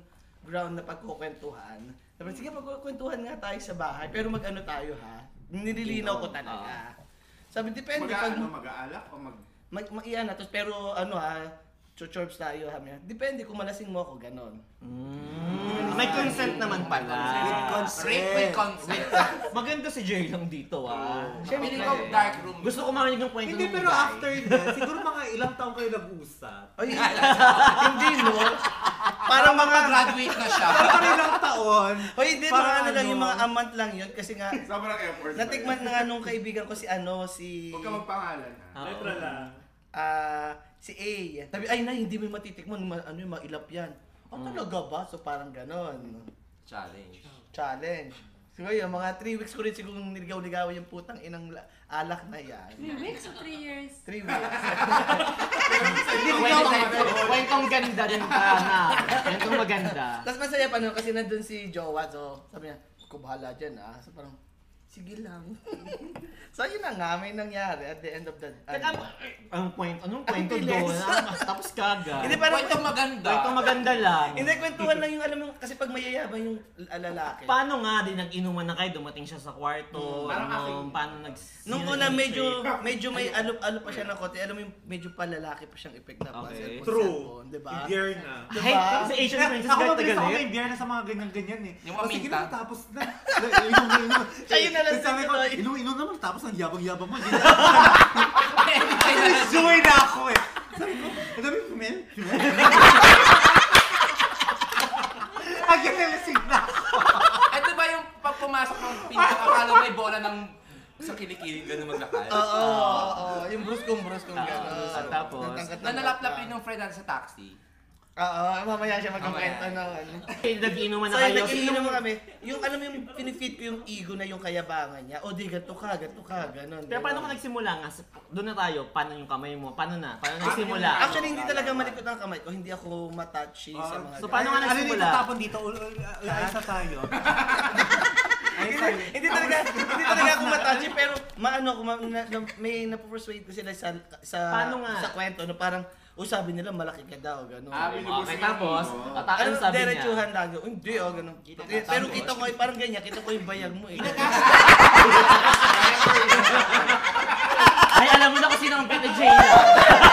[SPEAKER 2] ground na pagkukwentuhan. Sabi, sige, pagkukwentuhan nga tayo sa bahay, pero mag-ano tayo ha? Nililinaw ko
[SPEAKER 8] Ah.
[SPEAKER 2] talaga. Sabi, depende
[SPEAKER 4] Mag,
[SPEAKER 2] pag
[SPEAKER 4] ano, mag-aalak o mag...
[SPEAKER 2] mag maiyan na, tapos pero ano ha, chuchorbs tayo ha. maya. Depende kung malasing mo ako, ganon. Mm,
[SPEAKER 3] May consent naman pala.
[SPEAKER 7] With
[SPEAKER 5] Rape with
[SPEAKER 7] consent.
[SPEAKER 5] consent.
[SPEAKER 3] Maganda si Jay lang dito, ah.
[SPEAKER 5] Pili ko dark room.
[SPEAKER 3] Gusto ko marinig ng kwento
[SPEAKER 8] Hindi,
[SPEAKER 3] ng
[SPEAKER 8] pero
[SPEAKER 3] guy.
[SPEAKER 8] after that, siguro mga ilang taong kayo nag-usap.
[SPEAKER 2] Ay, hindi no. Parang mga
[SPEAKER 5] Graduate na siya.
[SPEAKER 8] Pero mga ilang taon.
[SPEAKER 2] Hoy, hindi
[SPEAKER 8] Parang
[SPEAKER 2] mga ano lang
[SPEAKER 8] ano.
[SPEAKER 2] yung mga a month lang yun kasi nga
[SPEAKER 4] Sobrang effort. ba
[SPEAKER 2] Natikman
[SPEAKER 4] yun?
[SPEAKER 2] na nga nung kaibigan ko si ano, si...
[SPEAKER 4] Huwag ka magpangalan ha.
[SPEAKER 1] Letra lang.
[SPEAKER 2] ah, si A. Sabi, ay na, hindi mo yung matitikman, ma- ano yung mailap yan. Oh,
[SPEAKER 4] Hmm.
[SPEAKER 2] talaga ba? So parang ganon.
[SPEAKER 5] Challenge.
[SPEAKER 2] Challenge. Siguro yun, mga 3 weeks ko rin siguro niligaw-ligaw yung putang inang la- alak na yan.
[SPEAKER 11] Three weeks or three years?
[SPEAKER 2] 3 weeks.
[SPEAKER 3] Hindi ko kwentong ganda din ka na. Kwentong maganda.
[SPEAKER 2] Tapos masaya pa nun kasi nandun si Jowa, so sabi niya, "Huwag ko bahala dyan ah. So parang, sige lang. so yun na nga, may nangyari at the end of the...
[SPEAKER 3] Teka,
[SPEAKER 2] ano.
[SPEAKER 3] anong kwento? Anong kwento
[SPEAKER 2] bilis.
[SPEAKER 3] doon? Ah, Tapos kaga.
[SPEAKER 2] Hindi, parang...
[SPEAKER 5] Kwentong maganda.
[SPEAKER 3] Kwento maganda lang.
[SPEAKER 2] Hindi, kwentuhan lang yung alam mo, kasi pag mayayaman yung lalaki.
[SPEAKER 3] Paano nga din nag-inuman na kayo, dumating siya sa kwarto,
[SPEAKER 5] parang
[SPEAKER 3] ano,
[SPEAKER 5] aking-
[SPEAKER 3] paano nag...
[SPEAKER 2] Nung
[SPEAKER 3] sino
[SPEAKER 2] una medyo
[SPEAKER 3] nag-initiate?
[SPEAKER 2] medyo may alup-alup pa siya ng konti. Alam mo yung medyo palalaki pa siyang effect na pa.
[SPEAKER 3] Okay.
[SPEAKER 2] cellphone,
[SPEAKER 11] True.
[SPEAKER 2] cellphone, 'di
[SPEAKER 1] Diba?
[SPEAKER 2] ba?
[SPEAKER 11] Year na.
[SPEAKER 3] Ay, sa Asian Princess
[SPEAKER 8] Ako
[SPEAKER 3] Guard
[SPEAKER 8] mabilis ako
[SPEAKER 3] Tagalit.
[SPEAKER 8] may beer na sa mga ganyan-ganyan eh.
[SPEAKER 5] Yung
[SPEAKER 8] O,
[SPEAKER 5] mga
[SPEAKER 8] sige
[SPEAKER 5] minta.
[SPEAKER 8] na, tapos na. Inom, inom.
[SPEAKER 2] Siya yun na lang
[SPEAKER 8] Tapos Sabi ko,
[SPEAKER 2] sa'yo.
[SPEAKER 8] inom, inom naman, tapos ang yabang-yabang mo.
[SPEAKER 5] Kailangan-
[SPEAKER 8] Joy na ako eh. Sabi ko, ang dami kumel. Ang gising na.
[SPEAKER 5] Ito ba yung pag pumasok ng pinto, akala mo may bola ng sa kilikili, ganun maglakad?
[SPEAKER 2] Oo, oo, oo. Yung bruskong bruskong
[SPEAKER 3] Ah,
[SPEAKER 2] gano'n.
[SPEAKER 3] tapos,
[SPEAKER 5] Nanalaplap yun yung friend natin sa taxi.
[SPEAKER 2] Oo, mamaya siya magkakwento na.
[SPEAKER 5] Mamaya.
[SPEAKER 2] ano.
[SPEAKER 3] Eh, Nag-inuman na
[SPEAKER 2] So, yung
[SPEAKER 3] kayo. Sino
[SPEAKER 2] nag-iinom mo kami, yung alam mo yung pinifit ko yung ego na yung kayabangan niya. O di, gato ka, gato ka, gano'n.
[SPEAKER 3] Pero paano ka
[SPEAKER 2] gano'n.
[SPEAKER 3] nagsimula nga? Sa- Doon na tayo, paano yung kamay mo? Paano na? Paano nagsimula?
[SPEAKER 2] Ah, Actually, hindi talaga malikot ang kamay ko. Hindi ako matouchy sa mga
[SPEAKER 3] So, paano nga
[SPEAKER 8] Ano dito
[SPEAKER 3] nagsimula?
[SPEAKER 8] tapon dito? Ul- ul- ul- Ayos na tayo. Ayos tayo.
[SPEAKER 2] hindi talaga hindi talaga ako matouchy pero maano ako ma- na, na, may napopersuade ko sila sa sa
[SPEAKER 3] Paano nga?
[SPEAKER 2] sa kwento na parang oh, sabi nila malaki ka daw ganun.
[SPEAKER 3] Okay, tapos,
[SPEAKER 2] ano
[SPEAKER 3] tataan Ah, sabi niya.
[SPEAKER 2] diretsuhan lang. Oh, hindi oh ganun. Eh, pero kita ko eh, parang ganyan, kita ko yung bayag mo eh.
[SPEAKER 3] Ay, alam mo na kung sino ang Pete J lang.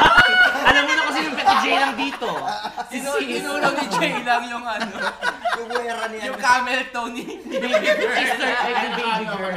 [SPEAKER 3] alam mo na kung sino ang Pete J lang dito. Si
[SPEAKER 5] Inu
[SPEAKER 3] Sis.
[SPEAKER 5] inulog ni Jay lang yung ano,
[SPEAKER 11] Yung wera niya.
[SPEAKER 5] yung camel toe ni baby
[SPEAKER 3] Sister
[SPEAKER 5] girl.
[SPEAKER 3] Egg and Baby Girl.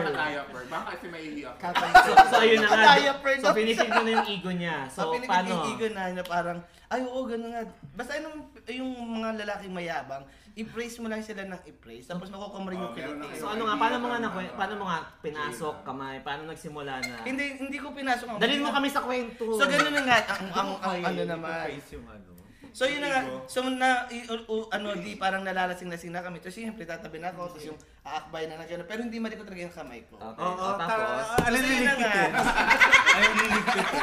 [SPEAKER 5] Baka kasi may iyo.
[SPEAKER 3] So, so ayun na nga.
[SPEAKER 2] Diaper
[SPEAKER 3] So,
[SPEAKER 2] daw.
[SPEAKER 3] pinifig mo na yung ego niya.
[SPEAKER 2] So,
[SPEAKER 3] So,
[SPEAKER 2] pinipigil
[SPEAKER 3] paano?
[SPEAKER 2] ko na, na parang, ay oo, ganun nga. Basta yung, yung mga lalaking mayabang, i-praise mo lang sila ng i-praise, tapos makukumari yung
[SPEAKER 4] Oh, meron na
[SPEAKER 2] kilig.
[SPEAKER 4] kayo.
[SPEAKER 3] So, ano nga, paano mo nga, nakwe- paano mo nga pinasok kamay? Paano nagsimula na?
[SPEAKER 2] Hindi, hindi ko pinasok ang...
[SPEAKER 3] Dalhin mo kami sa kwento.
[SPEAKER 2] So, ganun na nga, ang, ang, ang, ano naman.
[SPEAKER 11] Face yung ano.
[SPEAKER 2] So yun na nga, so na, i- u- u- ano, di parang nalalasing-lasing na kami. So siyempre, tatabi na ako, tapos yung aakbay na na gano'n. Pero hindi mali ko talaga yung kamay ko.
[SPEAKER 3] Okay, o,
[SPEAKER 8] Oo,
[SPEAKER 3] tapos.
[SPEAKER 8] ta- alin
[SPEAKER 2] So, yun na nga.
[SPEAKER 3] eh.
[SPEAKER 8] lilikpitin? Alin lilikpitin?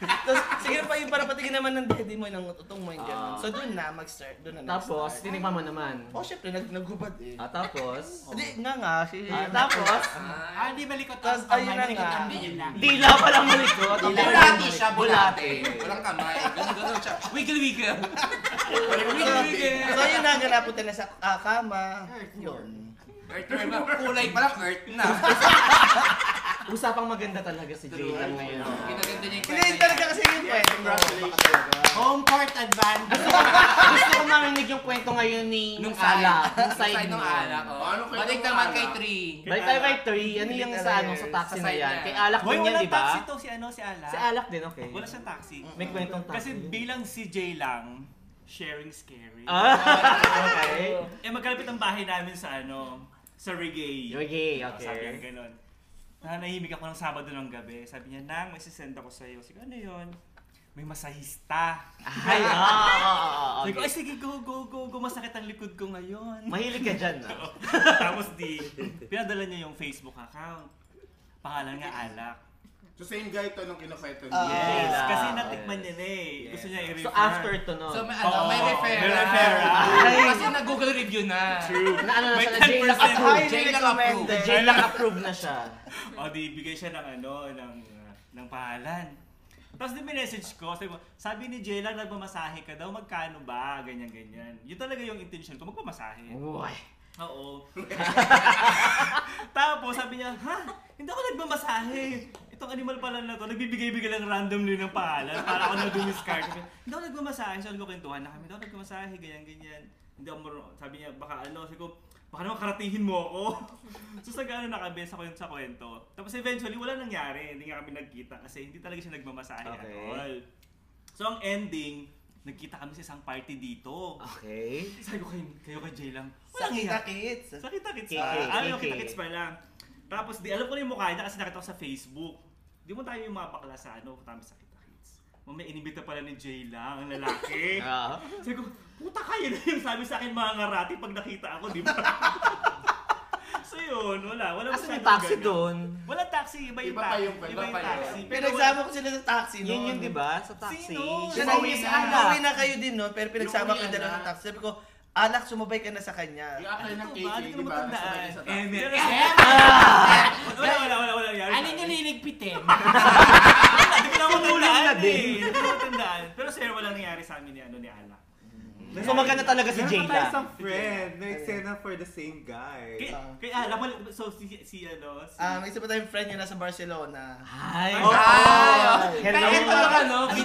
[SPEAKER 2] Tapos siguro pa yung para patigin naman ng daddy mo, ng utong mo, yung gano'n. So doon na, mag-start, doon na
[SPEAKER 3] Ah. Tapos,
[SPEAKER 2] nag-start.
[SPEAKER 3] tinigman mo naman.
[SPEAKER 2] Oh, syempre, nag naghubad eh.
[SPEAKER 3] Ah, tapos.
[SPEAKER 2] Hindi, nga nga. Si,
[SPEAKER 3] Ah, tapos,
[SPEAKER 6] Ah, di balik ko
[SPEAKER 2] Tapos, ayun na nga.
[SPEAKER 3] dila palang malikot.
[SPEAKER 5] Bulati siya, bulati. Walang kamay. Ganun-ganun siya. Wiggle-wiggle. Wiggle-wiggle.
[SPEAKER 2] So, yun na, ganapunta na sa ah, kama.
[SPEAKER 3] Hmm.
[SPEAKER 2] Yun.
[SPEAKER 5] Earthworm na. Kulay palang earth na.
[SPEAKER 3] Usapang maganda talaga si Jay lang ngayon.
[SPEAKER 5] Ginaganda niya yung
[SPEAKER 2] Hindi, yun talaga kasi yun kwento.
[SPEAKER 11] Congratulations.
[SPEAKER 8] Home court advantage.
[SPEAKER 3] Gusto ko narinig yung kwento ngayon ni
[SPEAKER 5] Nung
[SPEAKER 3] nung
[SPEAKER 5] side.
[SPEAKER 3] ala. Nung side
[SPEAKER 5] nung
[SPEAKER 3] nung
[SPEAKER 5] alak.
[SPEAKER 3] ala.
[SPEAKER 5] oh.
[SPEAKER 11] Ano kayo
[SPEAKER 5] Balik
[SPEAKER 11] nung
[SPEAKER 5] naman
[SPEAKER 11] alak?
[SPEAKER 5] kay Tree.
[SPEAKER 3] Right time, right three. Ano yung sa ano, sa taxi
[SPEAKER 5] eh, Sa
[SPEAKER 3] na
[SPEAKER 5] side
[SPEAKER 3] yan?
[SPEAKER 5] na.
[SPEAKER 3] Kay alak
[SPEAKER 1] Hoy,
[SPEAKER 3] din yan,
[SPEAKER 1] walang
[SPEAKER 3] di ba?
[SPEAKER 1] taxi to si ano, si Ala.
[SPEAKER 3] Si alak din, okay.
[SPEAKER 1] Wala siyang taxi.
[SPEAKER 3] May kwentong taxi.
[SPEAKER 1] Kasi bilang si Jay lang, sharing scary.
[SPEAKER 3] Ah, okay.
[SPEAKER 1] Eh, magkalapit ang bahay namin sa ano, sa reggae. Oh,
[SPEAKER 3] Okay,
[SPEAKER 1] Sabi niya
[SPEAKER 3] okay.
[SPEAKER 1] ganun. Nanahimik ako ng Sabado ng gabi. Sabi niya, Nang, may sisend ako sa'yo. Sige, ano yun? May masahista.
[SPEAKER 3] Ay, ah, ah, ah, ah,
[SPEAKER 1] Sabi ko, ay
[SPEAKER 3] okay.
[SPEAKER 1] sige, go, go, go, go. Masakit ang likod ko ngayon.
[SPEAKER 3] Mahilig ka dyan, ah. no?
[SPEAKER 1] Tapos di, pinadala niya yung Facebook account. Pangalan nga Alak.
[SPEAKER 4] So same guy to nung kinukwento niya.
[SPEAKER 2] Ah.
[SPEAKER 1] Yes,
[SPEAKER 3] Alak,
[SPEAKER 1] kasi natikman
[SPEAKER 3] yes.
[SPEAKER 1] niya na eh. Gusto niya i-refer.
[SPEAKER 3] So, after to, no?
[SPEAKER 5] So may, ano, may
[SPEAKER 1] Oo,
[SPEAKER 5] referral.
[SPEAKER 1] may referral.
[SPEAKER 5] Kasi nag-Google review na.
[SPEAKER 1] True.
[SPEAKER 3] Na ano na
[SPEAKER 1] May
[SPEAKER 3] siya, na Jay lang
[SPEAKER 1] 10%
[SPEAKER 3] approve.
[SPEAKER 5] Jay lang
[SPEAKER 3] The
[SPEAKER 5] approved.
[SPEAKER 3] Jay lang approve na siya.
[SPEAKER 1] O di, bigay siya ng ano, ng, uh, ng pangalan. Tapos di message ko, sabi, ko, sabi ni Jay lang, nagmamasahe ka daw, magkano ba? Ganyan, ganyan. Yun talaga yung intention ko, magpamasahe.
[SPEAKER 3] Uy.
[SPEAKER 1] Oo. Tapos sabi niya, ha? Hindi ako nagmamasahe. Itong animal pala na to, nagbibigay-bigay lang randomly ng pangalan para ako nag-discard. Sabi, Hindi ako nagmamasahe. So, nagkukintuhan na kami. Hindi ako nagmamasahe, ganyan, ganyan. Hindi ako marunong. Sabi niya, baka ano, sabi ko, baka naman karatihin mo ako. so, sa gano'n nakabe sa kwento sa kwento. Tapos eventually, wala nangyari. Hindi nga kami nagkita kasi hindi talaga siya nagmamasahe at
[SPEAKER 3] Okay.
[SPEAKER 1] all. So, ang ending, nagkita kami sa isang party dito.
[SPEAKER 3] Okay.
[SPEAKER 1] Sabi ko kayo, kayo kay Jay lang.
[SPEAKER 2] Ah. Sa
[SPEAKER 1] Walang
[SPEAKER 2] kita
[SPEAKER 1] iya.
[SPEAKER 2] kids.
[SPEAKER 1] Sa kita-kits
[SPEAKER 3] Kiki,
[SPEAKER 1] pa. Ah, yung
[SPEAKER 3] kiki.
[SPEAKER 1] kita-kits pa lang. Tapos di, alam ko na yung mukha niya kasi nakita ko sa Facebook. Di mo tayo yung mga bakla sa ano, tama sa kita-kits. Mamaya inibita pala ni Jay lang, ang lalaki.
[SPEAKER 3] Ah.
[SPEAKER 1] Sabi ko, puta kayo na yung sabi sa akin mga ngarati pag nakita ako, di ba? so yun, wala. Wala
[SPEAKER 3] Asan
[SPEAKER 1] masyadong
[SPEAKER 3] yung taxi
[SPEAKER 1] ganun.
[SPEAKER 3] doon?
[SPEAKER 1] Wala taxi, iba yung
[SPEAKER 11] Iba pa
[SPEAKER 1] taxi.
[SPEAKER 11] yung-
[SPEAKER 1] iba
[SPEAKER 11] iba
[SPEAKER 1] yung
[SPEAKER 11] pa yun.
[SPEAKER 1] taxi. Pero
[SPEAKER 2] Pinagsama ko sila sa taxi noon.
[SPEAKER 3] Yun yun, di ba? Sa taxi.
[SPEAKER 1] Sino?
[SPEAKER 2] Siya
[SPEAKER 3] Siya
[SPEAKER 2] na
[SPEAKER 3] na uwi
[SPEAKER 2] yung
[SPEAKER 3] si Ala.
[SPEAKER 2] na kayo din noon, pero pinagsama ko
[SPEAKER 5] Umuwi
[SPEAKER 2] yung dalawa
[SPEAKER 5] na.
[SPEAKER 2] ng taxi. Sabi ko, Alak, sumabay ka na sa kanya.
[SPEAKER 4] Yung akay ng
[SPEAKER 6] Ano
[SPEAKER 4] KK,
[SPEAKER 6] to ba? Hindi ko
[SPEAKER 4] di ba?
[SPEAKER 6] matandaan.
[SPEAKER 4] Sumali sa taxi.
[SPEAKER 1] Eme. Wala, wala, wala, wala. Yari
[SPEAKER 6] Alin ano yung liligpitin?
[SPEAKER 1] Hindi ko na matandaan eh. Hindi ko na matandaan. Pero sir, walang nangyari sa amin ni, ano, ni Alak.
[SPEAKER 7] So maganda talaga si
[SPEAKER 8] Meron pa tayo
[SPEAKER 7] Jada.
[SPEAKER 8] isang friend na eksena for the same guy.
[SPEAKER 1] Kay,
[SPEAKER 2] Ah.
[SPEAKER 1] kay Alak, wala, so si, si ano,
[SPEAKER 3] Ah,
[SPEAKER 1] si...
[SPEAKER 2] Um, isa pa tayong friend niya nasa Barcelona.
[SPEAKER 3] Ay!
[SPEAKER 1] Oh,
[SPEAKER 2] Ah,
[SPEAKER 3] Hello!
[SPEAKER 6] Ito yung ano?
[SPEAKER 2] Si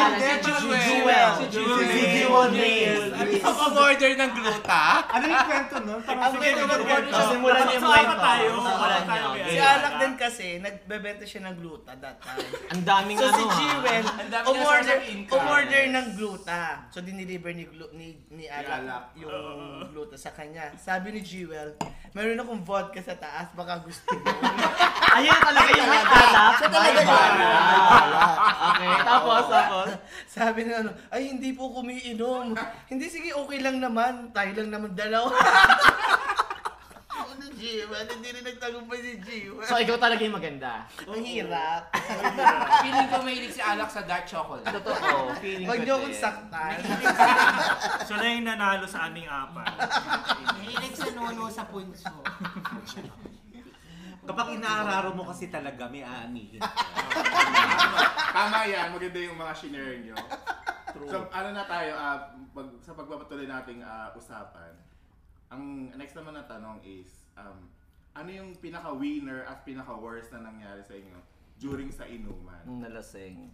[SPEAKER 2] Jewel!
[SPEAKER 6] Si
[SPEAKER 2] Jewel!
[SPEAKER 1] Jewel!
[SPEAKER 6] Si Jewel!
[SPEAKER 1] Si
[SPEAKER 3] Jewel
[SPEAKER 6] Reyes.
[SPEAKER 3] Reyes.
[SPEAKER 6] Ang isang order ng gluta.
[SPEAKER 8] Ano yung kwento nun? Parang
[SPEAKER 2] Ang kwento ng kwento.
[SPEAKER 3] Simulan niya yung
[SPEAKER 1] Sama
[SPEAKER 3] kwento.
[SPEAKER 1] tayo.
[SPEAKER 3] Simulan
[SPEAKER 1] Sama tayo
[SPEAKER 3] niya.
[SPEAKER 1] kay
[SPEAKER 2] Si Alak din kasi, nagbebenta siya ng gluta that time.
[SPEAKER 3] Ang daming
[SPEAKER 2] So
[SPEAKER 3] ano
[SPEAKER 2] si
[SPEAKER 3] ah.
[SPEAKER 2] Jewel,
[SPEAKER 5] Ang dami niya
[SPEAKER 2] umorder,
[SPEAKER 5] source of income.
[SPEAKER 2] umorder ng gluta. So diniliver ni, glu, ni, ni
[SPEAKER 4] Alak.
[SPEAKER 2] Alak yung gluta sa kanya. Sabi ni Jewel, meron akong vodka sa taas, baka gusto mo.
[SPEAKER 3] Ayun talaga yung may alak.
[SPEAKER 11] Siya talaga
[SPEAKER 3] May
[SPEAKER 11] yun.
[SPEAKER 3] alak. Okay, tapos, tapos.
[SPEAKER 2] Sabi na ano, ay hindi po kumiinom. hindi, sige, okay lang naman. Tayo lang naman dalawa. Ako ni Jewel, hindi rin nagtagumpay si Jewel.
[SPEAKER 3] So, ikaw talaga yung maganda.
[SPEAKER 2] Ang hirap.
[SPEAKER 5] Feeling ko mahilig si Alak sa dark chocolate.
[SPEAKER 3] Totoo. Feeling
[SPEAKER 2] Huwag
[SPEAKER 3] ko
[SPEAKER 2] niyo akong
[SPEAKER 3] din.
[SPEAKER 2] saktan.
[SPEAKER 1] So na yung nanalo sa aming apat.
[SPEAKER 6] Mahilig sa nono sa punso.
[SPEAKER 8] Kapag inaararo mo kasi talaga, may aanihin.
[SPEAKER 4] Tama yan, maganda yung mga shinare nyo. So, ano na tayo, ah, pag- sa pagpapatuloy nating ah, usapan, ang next naman na tanong is, um, ano yung pinaka-winner at pinaka-worst na nangyari sa inyo during sa inuman?
[SPEAKER 3] Ang nalasing.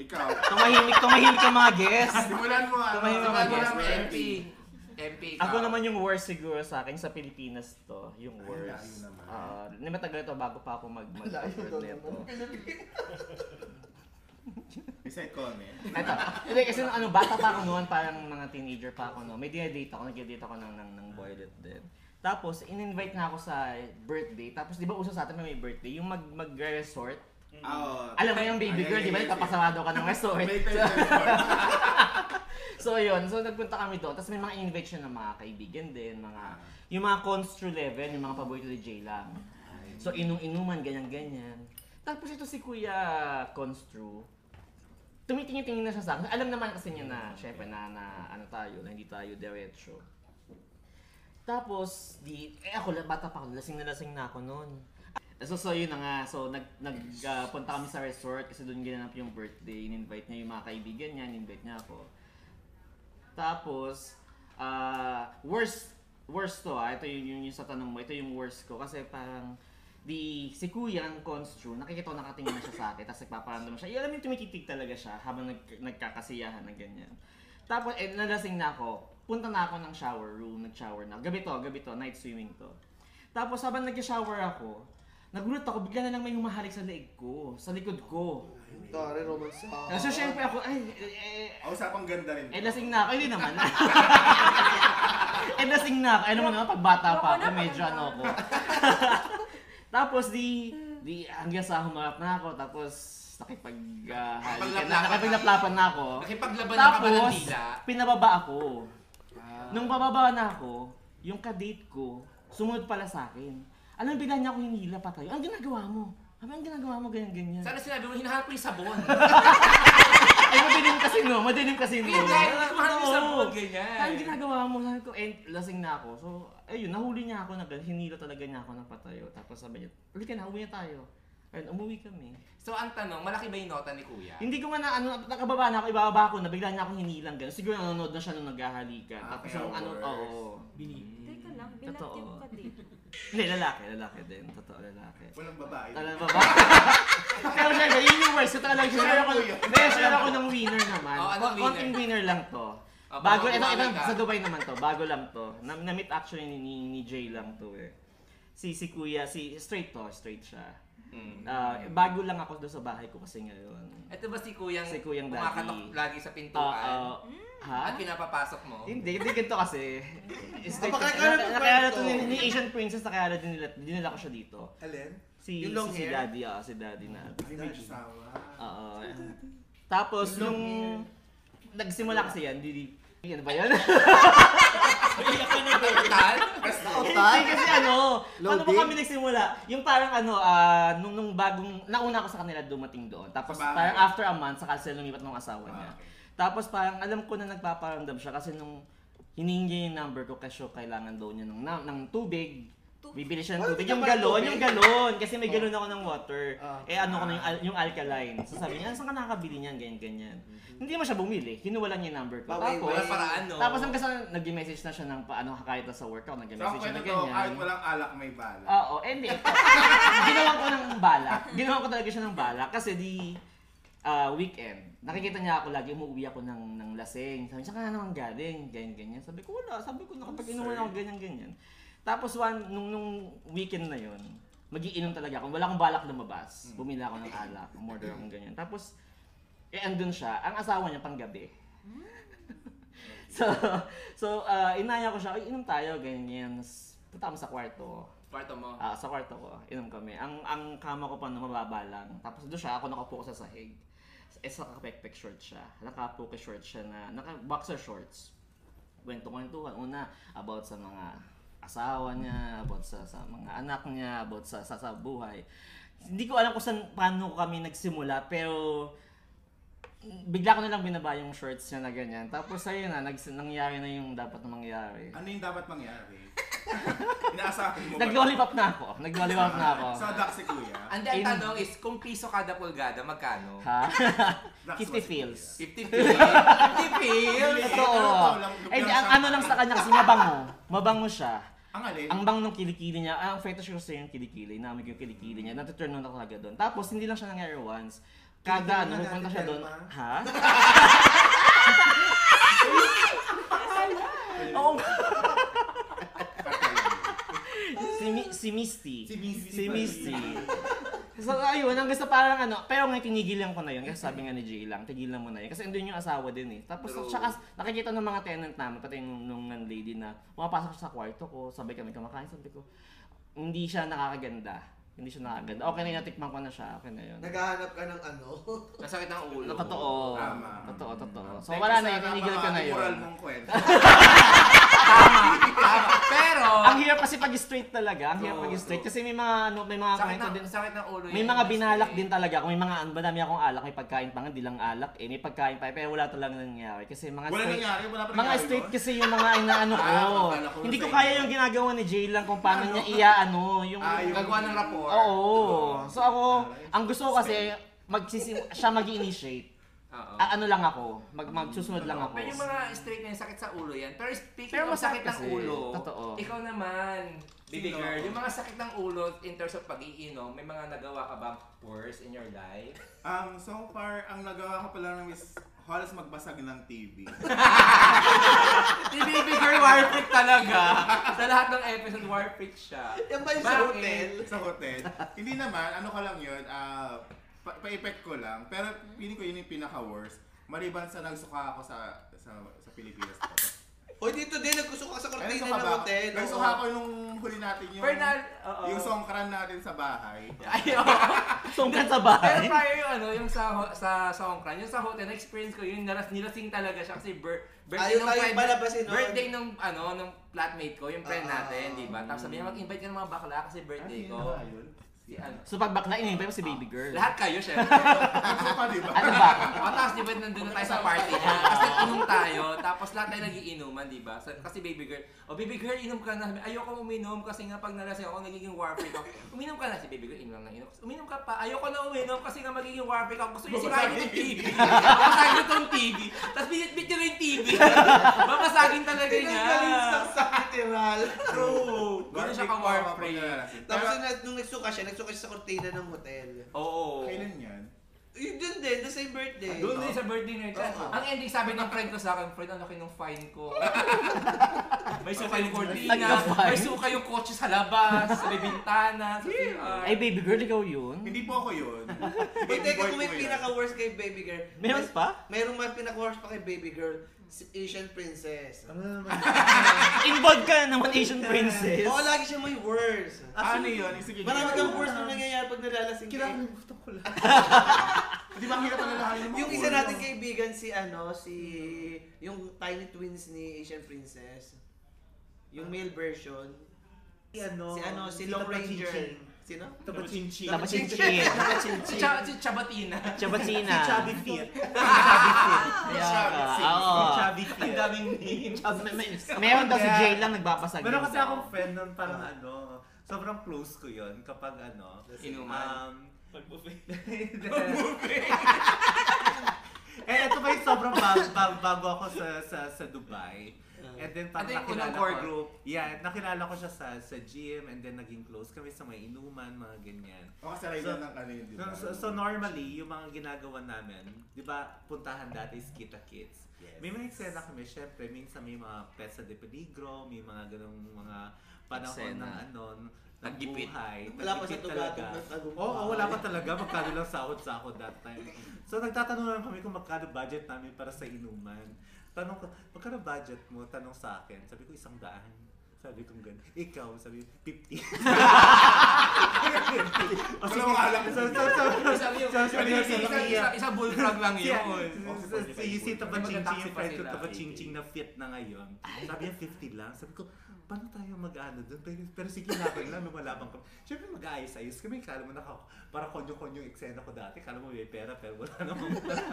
[SPEAKER 4] Ikaw,
[SPEAKER 3] Tumahimik, tumahimik ka mga guests.
[SPEAKER 4] simulan mo ah.
[SPEAKER 3] Tumahimik
[SPEAKER 4] simulan
[SPEAKER 3] ako,
[SPEAKER 4] mo
[SPEAKER 5] Yes,
[SPEAKER 4] lang,
[SPEAKER 5] MP. MP ka.
[SPEAKER 3] Ako naman yung worst siguro sa akin sa Pilipinas to, yung
[SPEAKER 4] Ay, layo
[SPEAKER 3] worst.
[SPEAKER 4] naman.
[SPEAKER 3] Ah, hindi matagal to bago pa ako mag mag
[SPEAKER 2] Layo daw
[SPEAKER 3] neto.
[SPEAKER 2] naman.
[SPEAKER 4] Isa ikaw, eh.
[SPEAKER 3] Eto, hindi kasi nung ano bata pa ako noon, parang mga teenager pa ako no. May dinedate ako, nagde-date ako ng ng, ng boylet din. Tapos in-invite na ako sa birthday. Tapos 'di ba uso sa atin may birthday, yung mag magre-resort.
[SPEAKER 4] Ah,
[SPEAKER 3] Mm. Alam mo yung baby
[SPEAKER 4] Ay,
[SPEAKER 3] girl,
[SPEAKER 4] ay,
[SPEAKER 3] di ba?
[SPEAKER 4] ay,
[SPEAKER 3] Nagpapasarado ka ng resort.
[SPEAKER 4] May time na yun.
[SPEAKER 3] So yun, so nagpunta kami doon. Tapos may mga invite siya ng mga kaibigan din, mga yung mga constru level, yung mga paborito ni Jay lang. So inum-inuman, ganyan-ganyan. Tapos ito si Kuya Constru, tumitingin-tingin na siya sa akin. Alam naman kasi niya na, syempre, na, na ano tayo, na hindi tayo diretso. Tapos, di, eh ako, la- bata pa ako, lasing na lasing na ako noon. Ah, So, so yun na nga. So, nag, nagpunta kami sa resort kasi doon ginanap yung birthday. In-invite niya yung mga kaibigan niya, in-invite niya ako. Tapos, ah, worst, worst to ah. Ito yung, yung, yung sa tanong mo, ito yung worst ko. Kasi parang, di, si Kuya, ang constru, nakikita ko nakatingin na siya sa akin. Tapos nagpaparamdam siya. Eh, alam mo yung tumikitig talaga siya habang nag, nagkakasiyahan na ganyan. Tapos, eh, nalasing na ako. Punta na ako ng shower room, nag-shower na. Gabi to, gabi to, night swimming to. Tapos, habang nag-shower ako, nagulat ako, bigla na lang may humahalik sa leeg ko, sa likod ko.
[SPEAKER 2] Tore, romance ako.
[SPEAKER 3] So, syempre ako, ay, eh,
[SPEAKER 4] Ah, Usapang ganda rin.
[SPEAKER 3] eh, lasing na ako. Hindi naman. eh, lasing na ako. Ano mo naman, pagbata pa ako, medyo ano ako. tapos, di, di, hanggang sa humarap na ako, tapos, nakipaghalikan na, nakipaglaplapan na ako.
[SPEAKER 5] Nakipaglaban na ka ba ng
[SPEAKER 3] Tapos,
[SPEAKER 5] tila? Ah.
[SPEAKER 3] pinababa ako. Nung bababa na ako, yung kadate ko, sumunod pala sa akin. Alam, mo, bigla niya ako hinihila pa tayo. Ang ginagawa mo? Ano ang ginagawa mo ganyan-ganyan?
[SPEAKER 5] Sana sinabi mo, hinahanap ko yung sabon.
[SPEAKER 3] Ay, madilim kasi no, madilim kasi no.
[SPEAKER 5] Yun nga, hindi ko mahanap yung
[SPEAKER 3] Oo.
[SPEAKER 5] sabon, ganyan.
[SPEAKER 3] Ang ginagawa mo, sabi ko, and lasing na ako. So, ayun, nahuli niya ako, nag hinila talaga niya ako ng patayo. Tapos sabi niya, huli ka na, umuwi na tayo. Ayun, umuwi kami.
[SPEAKER 5] So ang tanong, malaki ba yung nota ni Kuya?
[SPEAKER 3] Hindi ko man na, ano, nakababa na ako, ibababa ako, nabigla niya akong hinilang gano'n. Siguro nanonood na siya nung naghahalikan.
[SPEAKER 4] Ah,
[SPEAKER 3] Tapos
[SPEAKER 4] kaya
[SPEAKER 3] nung ano,
[SPEAKER 4] worse.
[SPEAKER 3] oo. Hmm.
[SPEAKER 12] Teka lang,
[SPEAKER 3] Totoo.
[SPEAKER 12] binatid ka din.
[SPEAKER 3] Hindi, lalaki, lalaki din. Totoo, lalaki.
[SPEAKER 4] Walang babae.
[SPEAKER 3] Talaga ba? Pero syempre, yun yung worst. So talaga, share ako, Hindi, share ako ng winner naman.
[SPEAKER 5] Oh, anong winner?
[SPEAKER 3] Konting winner lang to.
[SPEAKER 5] Ah,
[SPEAKER 3] Bago,
[SPEAKER 5] baka
[SPEAKER 3] ito, ito,
[SPEAKER 5] umamin ka.
[SPEAKER 3] sa Dubai naman to. Bago lang to. Na, na-meet actually ni, ni, ni Jay lang to eh. Si, si Kuya, si straight to, straight siya. Ah, bago lang ako doon sa bahay ko kasi ngayon.
[SPEAKER 5] Ito Hmm. ba si Kuyang,
[SPEAKER 3] Si Kuyang
[SPEAKER 5] kumakatok
[SPEAKER 3] Daddy.
[SPEAKER 5] lagi sa
[SPEAKER 3] Ah, ah,
[SPEAKER 5] pintuan?
[SPEAKER 3] ha?
[SPEAKER 5] At pinapapasok mo?
[SPEAKER 3] Hindi, hindi ganito kasi. Straight
[SPEAKER 2] Ah, baka
[SPEAKER 3] to-
[SPEAKER 2] kaya
[SPEAKER 3] na-
[SPEAKER 2] na-
[SPEAKER 3] Nakilala to ni, ni Asian Princess, nakilala din nila, dinala ko siya dito.
[SPEAKER 4] Alin?
[SPEAKER 3] Si,
[SPEAKER 2] Yung long
[SPEAKER 3] si, si
[SPEAKER 2] hair?
[SPEAKER 3] daddy, ah, si daddy na.
[SPEAKER 4] Ay, may asawa.
[SPEAKER 3] Oo. Tapos, nung nagsimula kasi yan, di, di ano ba yan?
[SPEAKER 5] Total?
[SPEAKER 3] Hindi kasi ano, paano ba
[SPEAKER 11] Loading?
[SPEAKER 3] kami nagsimula? Yung parang ano, ah, nung, nung bagong, nauna ako sa kanila dumating doon. Tapos
[SPEAKER 4] Sa bahay.
[SPEAKER 3] parang after a month, saka sila lumipat ng asawa
[SPEAKER 4] Ah,
[SPEAKER 3] niya.
[SPEAKER 4] okay.
[SPEAKER 3] Tapos parang alam ko na nagpaparamdam siya kasi nung hiningi niya yung number ko kasi kailangan daw niya ng, nam- ng tubig.
[SPEAKER 12] Tubig?
[SPEAKER 3] Bibili siya ng
[SPEAKER 2] Wala
[SPEAKER 3] tubig.
[SPEAKER 2] ka
[SPEAKER 3] Yung
[SPEAKER 2] pala
[SPEAKER 3] galon,
[SPEAKER 2] tubig?
[SPEAKER 3] yung galon. Kasi may galon ako ng water.
[SPEAKER 2] Ah.
[SPEAKER 3] Eh ano ko na yung, al- yung alkaline. So sabi niya, saan ka nakakabili niyan? Ganyan, ganyan. Hindi mo siya bumili. Hinuwalan niya yung number ko.
[SPEAKER 11] Baway,
[SPEAKER 3] Tapos,
[SPEAKER 5] Wala paraan,
[SPEAKER 4] Ano?
[SPEAKER 5] no?
[SPEAKER 3] tapos ang kasi nag-message na siya ng paano kahit sa
[SPEAKER 4] So,
[SPEAKER 3] workout,
[SPEAKER 4] ang
[SPEAKER 3] nag-message siya
[SPEAKER 4] kwento
[SPEAKER 3] na
[SPEAKER 4] to, kahit
[SPEAKER 3] ganyan.
[SPEAKER 4] walang alak, may bala.
[SPEAKER 3] Oo, eh, hindi. Ginawa ko ng balak. Ginawa ko talaga siya ng balak kasi di ah, weekend. Nakikita niya ako lagi, umuwi ako ng, ng lasing. Sabi niya, saan ka na naman galing? Ganyan, ganyan. Sabi ko, wala. Sabi ko, nakapag-inuman ako, ganyan, ganyan. Tapos one, nung, nung weekend na yon magiinom talaga ako. Wala akong balak lumabas. Bumili ako ng alak. Umorder akong ganyan. Tapos, eh, andun siya. Ang asawa niya panggabi. so, so ah, inaya ko siya, "Ay, inom tayo, ganyan. Tapos, Punta kami sa kwarto.
[SPEAKER 5] Kwarto mo.
[SPEAKER 3] Ah, sa kwarto ko, inom kami. Ang ang kama ko pa no, mababa lang. Tapos doon siya, ako nakaupo ko sa sahig. Eh, sa kapekpek short siya. Nakapuke short siya na, naka boxer shorts. Kwento-kwentuhan. Una, about sa mga asawa niya, about sa, sa mga anak niya, about sa, sa, sa buhay. Hindi ko alam kung saan, paano kami nagsimula, pero bigla ko nilang binaba yung shorts niya na ganyan. Tapos ayun na, nags- nangyari na yung dapat na mangyari.
[SPEAKER 4] Ano yung dapat mangyari? Inaasahan mo ba?
[SPEAKER 3] Nag-lollipop na ako. Nag-lollipop na ako.
[SPEAKER 4] So, duck si Kuya.
[SPEAKER 5] And then,
[SPEAKER 3] In-
[SPEAKER 5] ang tanong is, kung piso kada pulgada, magkano?
[SPEAKER 3] Ha?
[SPEAKER 4] That's what it
[SPEAKER 3] 50
[SPEAKER 4] ano
[SPEAKER 3] feels.
[SPEAKER 4] is.
[SPEAKER 5] 50 pills? 50 pills?
[SPEAKER 3] Totoo. Eh, di, ang ano lang sa kanya kasi mabango. Mabango siya.
[SPEAKER 4] Ang alin?
[SPEAKER 3] Ang bango ng kilikili niya. Ah, Ang fetish ko sa yung kilikili. Namin ko yung kilikili niya. Natuturn on ako agad doon. Tapos, hindi lang siya nangyari once. Kada ano, pupunta siya doon. Ha? Oo nga. si, Mi- si Misty. Si Misty. Si Misty. So ayun, hanggang sa parang ano, pero ngayon tinigilan ko na yun kasi sabi nga ni Jay lang, tigilan mo na yun. Kasi andun yung asawa din eh. Tapos
[SPEAKER 5] True.
[SPEAKER 3] tsaka nakikita ng mga tenant namin, pati nung, nung nung lady na pumapasok siya sa kwarto ko, sabay kami kumakain, sabi ko, hindi siya nakakaganda. Hindi siya nakakaganda. Okay na yun, natikman ko na siya, okay na yun.
[SPEAKER 11] Naghahanap ka ng ano?
[SPEAKER 5] Nasakit ang ulo.
[SPEAKER 3] Totoo.
[SPEAKER 4] Tama.
[SPEAKER 3] Totoo, totoo. So wala na yun, tinigil ko na yun.
[SPEAKER 4] Moral mong kwento.
[SPEAKER 5] Pero,
[SPEAKER 3] Ang hirap kasi pag straight talaga, ang hirap
[SPEAKER 5] Oo,
[SPEAKER 3] pag straight
[SPEAKER 5] true.
[SPEAKER 3] kasi may mga ano, may mga
[SPEAKER 5] sakit
[SPEAKER 3] kwento
[SPEAKER 5] ng,
[SPEAKER 3] din.
[SPEAKER 5] sakit ng ulo
[SPEAKER 3] May
[SPEAKER 5] yan.
[SPEAKER 3] mga binalak din talaga. Kung may mga ano, madami akong alak, may pagkain pa nga, di lang alak eh. May pagkain pa, eh, pero wala talaga nangyari. Kasi
[SPEAKER 4] Wala
[SPEAKER 3] mga straight,
[SPEAKER 4] nangyari, wala pa
[SPEAKER 3] mga
[SPEAKER 4] nangyari
[SPEAKER 3] straight
[SPEAKER 4] nun?
[SPEAKER 3] kasi yung mga inaano ko.
[SPEAKER 4] Ah, akala ko
[SPEAKER 3] Hindi
[SPEAKER 4] sa
[SPEAKER 3] ko
[SPEAKER 4] inyo. Ano?
[SPEAKER 3] kaya yung ginagawa ni Jay lang kung paano niya iaano. Yung,
[SPEAKER 4] Ah, yung- Ah,
[SPEAKER 5] Gagawa ng rapport.
[SPEAKER 3] Oo. So ako, ang gusto ko kasi, magsisim, siya mag initiate
[SPEAKER 5] Oo.
[SPEAKER 3] ano lang ako, mag magsusunod lang ako.
[SPEAKER 5] Pero yung mga straight na yun, sakit sa ulo yan. Pero speaking
[SPEAKER 3] Pero
[SPEAKER 5] of sakit
[SPEAKER 3] masakit
[SPEAKER 5] ng
[SPEAKER 3] kasi.
[SPEAKER 5] ulo,
[SPEAKER 3] Totoo.
[SPEAKER 5] ikaw naman, baby
[SPEAKER 4] Sino
[SPEAKER 5] girl,
[SPEAKER 4] ako?
[SPEAKER 5] yung mga sakit ng ulo in terms of pag-iinom, may mga nagawa ka ba worse in your life?
[SPEAKER 4] Um, so far, ang nagawa ko pala ng is halos magbasag ng TV.
[SPEAKER 5] Si baby girl, warfreak talaga. sa lahat ng episode, warfreak siya.
[SPEAKER 11] Yan ba yung sa
[SPEAKER 5] Bakit?
[SPEAKER 11] hotel?
[SPEAKER 4] sa hotel. Hindi naman, ano ko lang yun, ah, pa- pa-effect ko lang. Pero feeling ko yun yung pinaka-worst. Maliban sa nagsuka ako sa sa, sa Pilipinas.
[SPEAKER 11] O dito din, nagkusuka ka sa
[SPEAKER 4] Ay,
[SPEAKER 11] kortina ng
[SPEAKER 4] nagsuka ba?
[SPEAKER 11] hotel.
[SPEAKER 4] Nagsuka ako nung huli natin yung...
[SPEAKER 5] Bernal, oo.
[SPEAKER 4] Yung songkran natin sa bahay.
[SPEAKER 5] Ay, oo.
[SPEAKER 3] Sungkan sa
[SPEAKER 5] Pero
[SPEAKER 3] bahay.
[SPEAKER 5] prior yung ano, yung sa ho- sa Songkran, yung sa hotel, na-experience ko yun, naras, nilasing talaga siya kasi bir-
[SPEAKER 11] Ayaw
[SPEAKER 5] birthday
[SPEAKER 11] tayong
[SPEAKER 5] friend-
[SPEAKER 11] palabasin nun.
[SPEAKER 5] birthday nung ano, nung flatmate ko, yung friend
[SPEAKER 11] Ah,
[SPEAKER 5] natin, di ba? Tapos sabi niya, mag-invite ka ng mga bakla kasi birthday ko. Si ano.
[SPEAKER 3] So pag bakla, inibay mo si
[SPEAKER 4] Ah.
[SPEAKER 3] baby girl.
[SPEAKER 5] Lahat kayo, syempre.
[SPEAKER 4] Nagsuka pa, di ba?
[SPEAKER 3] Ano ba?
[SPEAKER 5] o tapos, di ba, nandun na tayo sa party niya. Tapos nag-inom tayo, tapos lahat tayo nagiinuman, di ba? Sa- Kasi baby girl, o baby girl, inom ka na. Sabi, Ayoko uminom kasi nga pag nalasing ako, nagiging warfare ako. Uminom ka na. Si baby girl, inom lang na inom. Uminom ka pa. Ayoko na uminom kasi nga magiging warfare ako. Gusto niya sirahin itong TV. Babasagin ko itong TV. Tapos binitbit niya rin yung TV. Babasagin talaga niya.
[SPEAKER 11] Tinanggalin sa sa literal.
[SPEAKER 5] True. Ganun siya
[SPEAKER 4] Birthday ko,
[SPEAKER 5] ka-warfare.
[SPEAKER 4] mapapalasin. Pero,
[SPEAKER 11] Tapos na- nung nagsuka siya, nagsuka siya sa kortina ng hotel.
[SPEAKER 5] Oo.
[SPEAKER 4] kailan yan?
[SPEAKER 11] Yun dun din, the same
[SPEAKER 4] Ah,
[SPEAKER 11] birthday.
[SPEAKER 5] Doon din sa birthday night.
[SPEAKER 11] Oo.
[SPEAKER 5] Ang ending sabi ng friend ko sa akin, friend, ang laki ng fine ko. may suka yung cortina,
[SPEAKER 3] Nagka-fine.
[SPEAKER 5] may suka yung kotse sa labas, sa may bintana, sa CR.
[SPEAKER 3] Ay, baby girl, ikaw yun.
[SPEAKER 4] Hindi po ako yun.
[SPEAKER 11] Wait, teka
[SPEAKER 4] Boy
[SPEAKER 11] kung
[SPEAKER 4] ko
[SPEAKER 11] may
[SPEAKER 4] yun.
[SPEAKER 11] pinaka-worst kay baby girl.
[SPEAKER 3] Meron
[SPEAKER 11] Mas-
[SPEAKER 3] pa?
[SPEAKER 11] Mayroong mas pinaka-worst pa kay baby girl. Si Asian princess.
[SPEAKER 3] Involved ka na naman Asian princess.
[SPEAKER 11] Oo, lagi siya may worst.
[SPEAKER 3] Ah,
[SPEAKER 4] Ano yun? Sige.
[SPEAKER 11] Marami kang worst na nangyayari pag nalalasing ka.
[SPEAKER 4] Di ba ang hirap na lalahanin mo?
[SPEAKER 11] Yung isa nating kaibigan si ano, si yung tiny twins ni Asian
[SPEAKER 3] Ah.
[SPEAKER 11] Princess. Yung male version.
[SPEAKER 13] Si ano,
[SPEAKER 11] Si ano, si
[SPEAKER 13] Tita
[SPEAKER 11] Long Ranger.
[SPEAKER 13] Pachiching.
[SPEAKER 11] Si Sino?
[SPEAKER 7] Tabachinchin.
[SPEAKER 3] Tabachinchin.
[SPEAKER 5] Si, Cha- si Chabatina.
[SPEAKER 3] Chabatina.
[SPEAKER 8] Chubby Fear.
[SPEAKER 3] Ayan, ah, oo.
[SPEAKER 8] Chubby Fear.
[SPEAKER 5] Ang daming names.
[SPEAKER 3] May- may- Meron daw si Jay lang nagbabasag.
[SPEAKER 8] Meron kasi
[SPEAKER 3] daw.
[SPEAKER 8] akong friend nun parang ano, sobrang close ko yun kapag ano,
[SPEAKER 5] Inuman.
[SPEAKER 8] um,
[SPEAKER 1] Pag-buffet.
[SPEAKER 8] eh, ito ba yung sobrang bago, bago, bago ako sa, sa, sa Dubai? And then parang
[SPEAKER 5] Ito yung unang
[SPEAKER 8] nakilala
[SPEAKER 5] core
[SPEAKER 8] ko-
[SPEAKER 5] group.
[SPEAKER 8] Yeah, nakilala ko siya sa, sa gym and then naging close kami sa may inuman, mga ganyan.
[SPEAKER 4] O kasaray na ng ano yun, di
[SPEAKER 8] So,
[SPEAKER 4] ba?
[SPEAKER 8] so, so normally, yung mga ginagawa namin, di ba, puntahan dati is kita kids.
[SPEAKER 4] Yes.
[SPEAKER 8] May mga eksena kami, syempre, minsan may mga pets sa de peligro, may mga ganong mga panahon
[SPEAKER 5] Eksena.
[SPEAKER 8] ng ano, ng
[SPEAKER 5] Taggipit.
[SPEAKER 8] buhay.
[SPEAKER 11] Wala pa sa
[SPEAKER 8] Taggipit
[SPEAKER 11] tugatog
[SPEAKER 8] talaga.
[SPEAKER 11] ng tagumpay.
[SPEAKER 8] Oo, wala pa talaga. Magkano lang sahod-sahod that time. So, nagtatanong lang kami kung magkano budget namin para sa inuman. Tanong ko, magkano budget mo? Tanong sa akin. Sabi ko, isang daan. Sabi ko, ganun. Ikaw, sabi ko, 50. O,
[SPEAKER 4] Wala akong alam.
[SPEAKER 8] So, so, so,
[SPEAKER 5] Isang yun.
[SPEAKER 8] so, so,
[SPEAKER 5] Isang-
[SPEAKER 8] so,
[SPEAKER 5] isang- isang- Isang bullfrog lang
[SPEAKER 8] Yeah.
[SPEAKER 5] yun.
[SPEAKER 8] So, so, you see Tabachingching,
[SPEAKER 5] Magta-taxi
[SPEAKER 8] yung
[SPEAKER 5] pa
[SPEAKER 8] friend ko
[SPEAKER 5] sila.
[SPEAKER 8] Tabachingching na fit na ngayon. Sabi niya 50 lang. Sabi ko, paano tayo mag-ano doon? Pero, pero sige natin lang, lumalabang kami. Siyempre mag-ayos-ayos kami. Kala mo naka, para konyo-konyo yung eksena ko dati. Kala mo may pera, pero wala namang pera.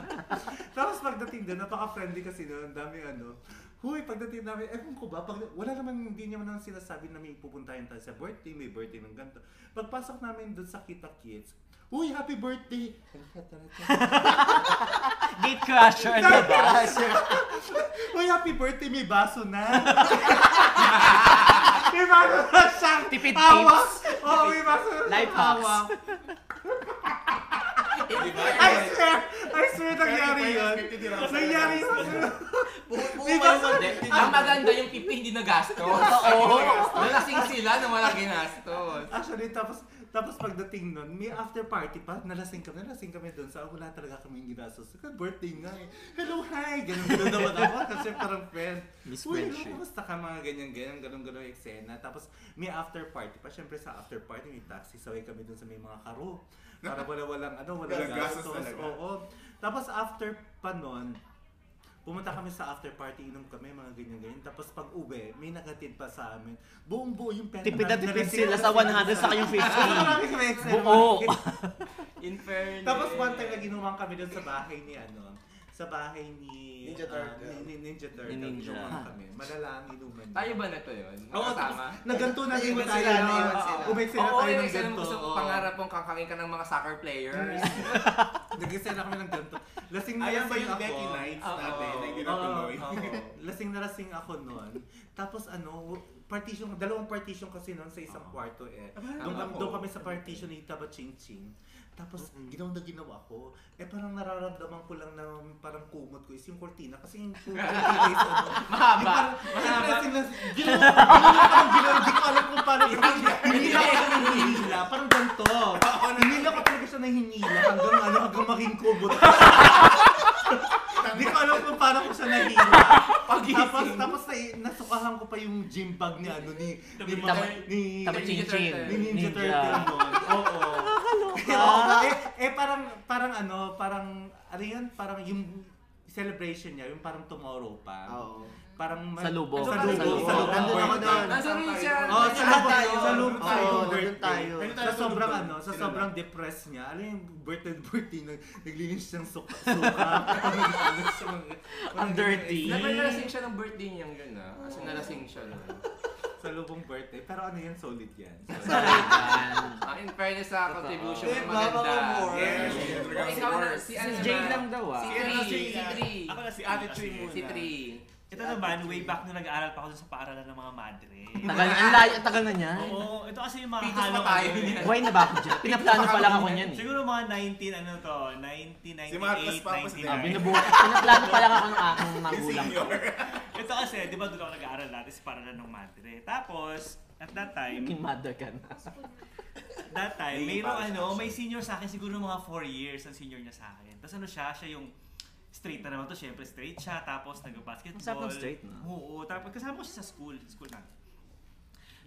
[SPEAKER 8] Tapos pagdating doon, napaka-friendly kasi noon. Ang dami ano. Huy, pagdating namin, eh kung ko ba, pag, wala naman, hindi naman nang sinasabi na may pupuntahin tayo sa birthday, may birthday ng ganito. Pagpasok namin doon sa Kita Kids, Huy, happy birthday!
[SPEAKER 3] Gate crusher and the bus.
[SPEAKER 8] Uy, happy birthday, may baso na. may baso na siya.
[SPEAKER 3] Tipid
[SPEAKER 8] Awa.
[SPEAKER 3] tips.
[SPEAKER 8] Oo, may baso na
[SPEAKER 3] Life hacks.
[SPEAKER 8] siyang awa. I swear, I swear nangyari yun. Nangyari yun. May baso na.
[SPEAKER 5] Hindi. Ang maganda yung pipi hindi nagastos. Oo. Nalasing sila na wala ginastos.
[SPEAKER 8] Actually, tapos tapos pagdating nun, may after party pa, nalasing kami, nalasing kami dun sa wala talaga kaming ginastos. Kasi birthday nga eh. Hello, hi! Ganun, ganun naman ako kasi parang friend.
[SPEAKER 7] Miss
[SPEAKER 8] Uy,
[SPEAKER 7] friendship.
[SPEAKER 8] hello, kumusta ka mga ganyan, ganyan, ganun, ganun yung eksena. Tapos may after party pa, syempre sa after party, may taxi, saway kami dun sa may mga karo. Para wala walang ano, wala
[SPEAKER 4] Walang gastos
[SPEAKER 8] gastos.
[SPEAKER 4] talaga.
[SPEAKER 8] Oo. Tapos after pa nun, Pumunta kami sa after party, inom kami, mga ganyan-ganyan. Tapos pag uwi, may nagatid pa sa amin. Buong-buo yung pera.
[SPEAKER 3] Tipid na
[SPEAKER 8] namin,
[SPEAKER 3] tipid
[SPEAKER 8] nalasing-
[SPEAKER 3] sila sa 100 sa kayong 50.
[SPEAKER 8] Marami kami Excel.
[SPEAKER 3] Buo.
[SPEAKER 5] In fairness.
[SPEAKER 8] Tapos one time naginuman kami doon sa bahay ni ano, sa bahay ni
[SPEAKER 11] Ninja
[SPEAKER 8] ah,
[SPEAKER 11] Turtle.
[SPEAKER 8] ni- ni Ninja
[SPEAKER 3] Ni
[SPEAKER 8] Turtle.
[SPEAKER 3] Ninja.
[SPEAKER 8] Inuman kami. Malala ang inuman.
[SPEAKER 5] Tayo ba na to yun?
[SPEAKER 8] Oo,
[SPEAKER 5] Magkasama?
[SPEAKER 8] Naganto na din
[SPEAKER 11] Naiwan
[SPEAKER 8] tayo.
[SPEAKER 11] sila, naiwan sila.
[SPEAKER 8] Umin sila
[SPEAKER 5] Oo,
[SPEAKER 8] tayo
[SPEAKER 5] yung
[SPEAKER 8] ng
[SPEAKER 5] isa naman
[SPEAKER 8] ganito.
[SPEAKER 5] gusto
[SPEAKER 8] oo.
[SPEAKER 5] pangarap mong kakangin ka ng mga soccer players.
[SPEAKER 8] Nag-isena kami ng ganito. Lasing na
[SPEAKER 4] Ayan ba
[SPEAKER 8] lasing
[SPEAKER 4] yung
[SPEAKER 8] ako.
[SPEAKER 4] Becky Nights
[SPEAKER 5] Oo.
[SPEAKER 4] natin na hindi
[SPEAKER 8] Oo,
[SPEAKER 4] natuloy?
[SPEAKER 8] oo. Lasing na lasing ako noon. Tapos ano, partition, dalawang partition kasi noon sa isang kwarto eh. Doon,
[SPEAKER 5] Tama
[SPEAKER 8] kami-
[SPEAKER 5] po.
[SPEAKER 8] doon kami sa partition ni Taba Ching Ching. Tapos ginawa na ginawa ko, eh parang nararamdaman ko lang na parang kumot ko is yung cortina kasi yung cortina is ano.
[SPEAKER 5] Mahaba.
[SPEAKER 8] Siyempre, sila- ginawa ko, ginawa ko, ginawa ko, hindi ko alam kung paano yun. Hinila ko siya ng hinila, parang ganito. Hinila ko talaga siya ng hinila hanggang ano, hanggang maging kubot. Hindi ko alam kung paano ko siya nahila. Tapos, tapos na, nasukahan ko pa yung gym bag ni ano, ni, ni,
[SPEAKER 1] Tama-
[SPEAKER 8] mga- ni,
[SPEAKER 3] Tama chinchin.
[SPEAKER 8] ni Ninja Turtle nun. Oo. eh, eh, parang, parang ano, parang, ano yun, parang yung celebration niya, yung parang tomorrow pa.
[SPEAKER 11] Oo.
[SPEAKER 8] Parang may-
[SPEAKER 3] Salubong.
[SPEAKER 8] Sa lubong.
[SPEAKER 3] Salubong.
[SPEAKER 8] Sa lubong.
[SPEAKER 11] Nandun ako doon.
[SPEAKER 5] Nasaan rin siya?
[SPEAKER 8] Oh, sa lubong.
[SPEAKER 11] tayo.
[SPEAKER 8] Sa lubong
[SPEAKER 11] Oo,
[SPEAKER 8] tayo.
[SPEAKER 11] nandun
[SPEAKER 8] birthday.
[SPEAKER 11] tayo.
[SPEAKER 4] Nandun tayo
[SPEAKER 8] Sa
[SPEAKER 4] sa
[SPEAKER 8] sobrang
[SPEAKER 4] lubong.
[SPEAKER 8] ano, sa
[SPEAKER 4] Sila
[SPEAKER 8] sobrang depressed niya. Alam yung birthday birthday nag naglilinis siya ng suka. suka. Ano siya, mga-
[SPEAKER 3] Ang dirty.
[SPEAKER 5] Dapat nalasing siya ng birthday niyang yun ah. Kasi nalasing siya nun.
[SPEAKER 8] Sa lubong birthday. Pero ano yan, solid yan.
[SPEAKER 5] Ah, in fairness sa contribution
[SPEAKER 11] Eh,
[SPEAKER 5] mo
[SPEAKER 11] baka
[SPEAKER 5] maganda.
[SPEAKER 11] more.
[SPEAKER 4] Yes.
[SPEAKER 5] Oh, ikaw na, si ano naman?
[SPEAKER 3] Si Jay lang daw ah.
[SPEAKER 5] Si
[SPEAKER 4] Ano,
[SPEAKER 5] Tree.
[SPEAKER 4] si-
[SPEAKER 5] Si Tree.
[SPEAKER 1] Ako na si Ate Tree muna.
[SPEAKER 5] Si Tree.
[SPEAKER 1] Ito naman, way back nung nag-aaral pa ako dun sa paaralan ng mga madre.
[SPEAKER 3] Tagal, ang layo, ang tagal na niya.
[SPEAKER 1] Oo, ito kasi yung mga
[SPEAKER 5] Pitos
[SPEAKER 1] halo
[SPEAKER 5] pa tayo
[SPEAKER 1] ano eh.
[SPEAKER 5] niya.
[SPEAKER 3] Why na ba ako dyan? Pinaplano pa lang ako niyan eh.
[SPEAKER 1] Siguro mga 19, ano to, 1998,
[SPEAKER 4] Si Marcos pa pa si
[SPEAKER 3] Ah,
[SPEAKER 1] 1999.
[SPEAKER 3] binubuhat. Pinaplano pa lang ako ng aking magulang.
[SPEAKER 4] Senior.
[SPEAKER 1] Ito kasi, di ba doon ako nag-aaral dati sa paralan ng madre. Tapos, at that time,
[SPEAKER 3] King mother ka na.
[SPEAKER 1] that time,
[SPEAKER 4] Hindi,
[SPEAKER 1] mayroong
[SPEAKER 4] parang
[SPEAKER 1] ano, may senior sa akin siguro mga 4 years ang senior niya sa akin. Tapos ano siya, siya yung straight na naman to, syempre straight siya, tapos nag-basketball.
[SPEAKER 3] Masarap ng straight, no?
[SPEAKER 1] Oo, tapos kasama ko siya sa school, sa school na.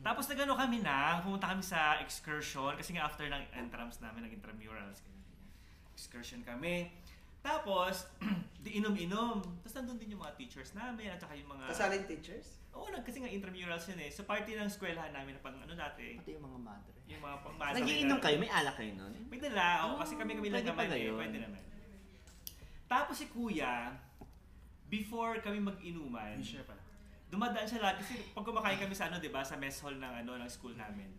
[SPEAKER 1] Tapos nagano kami na, pumunta kami sa excursion kasi nga after ng entrams namin, nag-intramurals. ganyan, ganyan. Excursion kami. Tapos, di Di inom-inom. Tapos nandun din yung mga teachers namin at saka yung mga...
[SPEAKER 11] Kasali yung teachers?
[SPEAKER 1] Oo, nag, kasi nga intramurals yun eh. So party ng eskwelahan namin na pang ano natin.
[SPEAKER 7] Pati yung mga madre.
[SPEAKER 1] Yung mga pang madre
[SPEAKER 3] Nagiinom
[SPEAKER 1] natin.
[SPEAKER 3] kayo? May alak kayo nun?
[SPEAKER 1] May dala. Oh, kasi kami kami lang
[SPEAKER 3] pwede
[SPEAKER 1] naman
[SPEAKER 3] pala
[SPEAKER 1] eh.
[SPEAKER 3] yun.
[SPEAKER 1] Pwede naman. Tapos si kuya, before kami mag-inuman, dumadaan siya lagi. Kasi pag kumakain kami sa ano, di ba, sa mess hall ng, ano, ng school namin,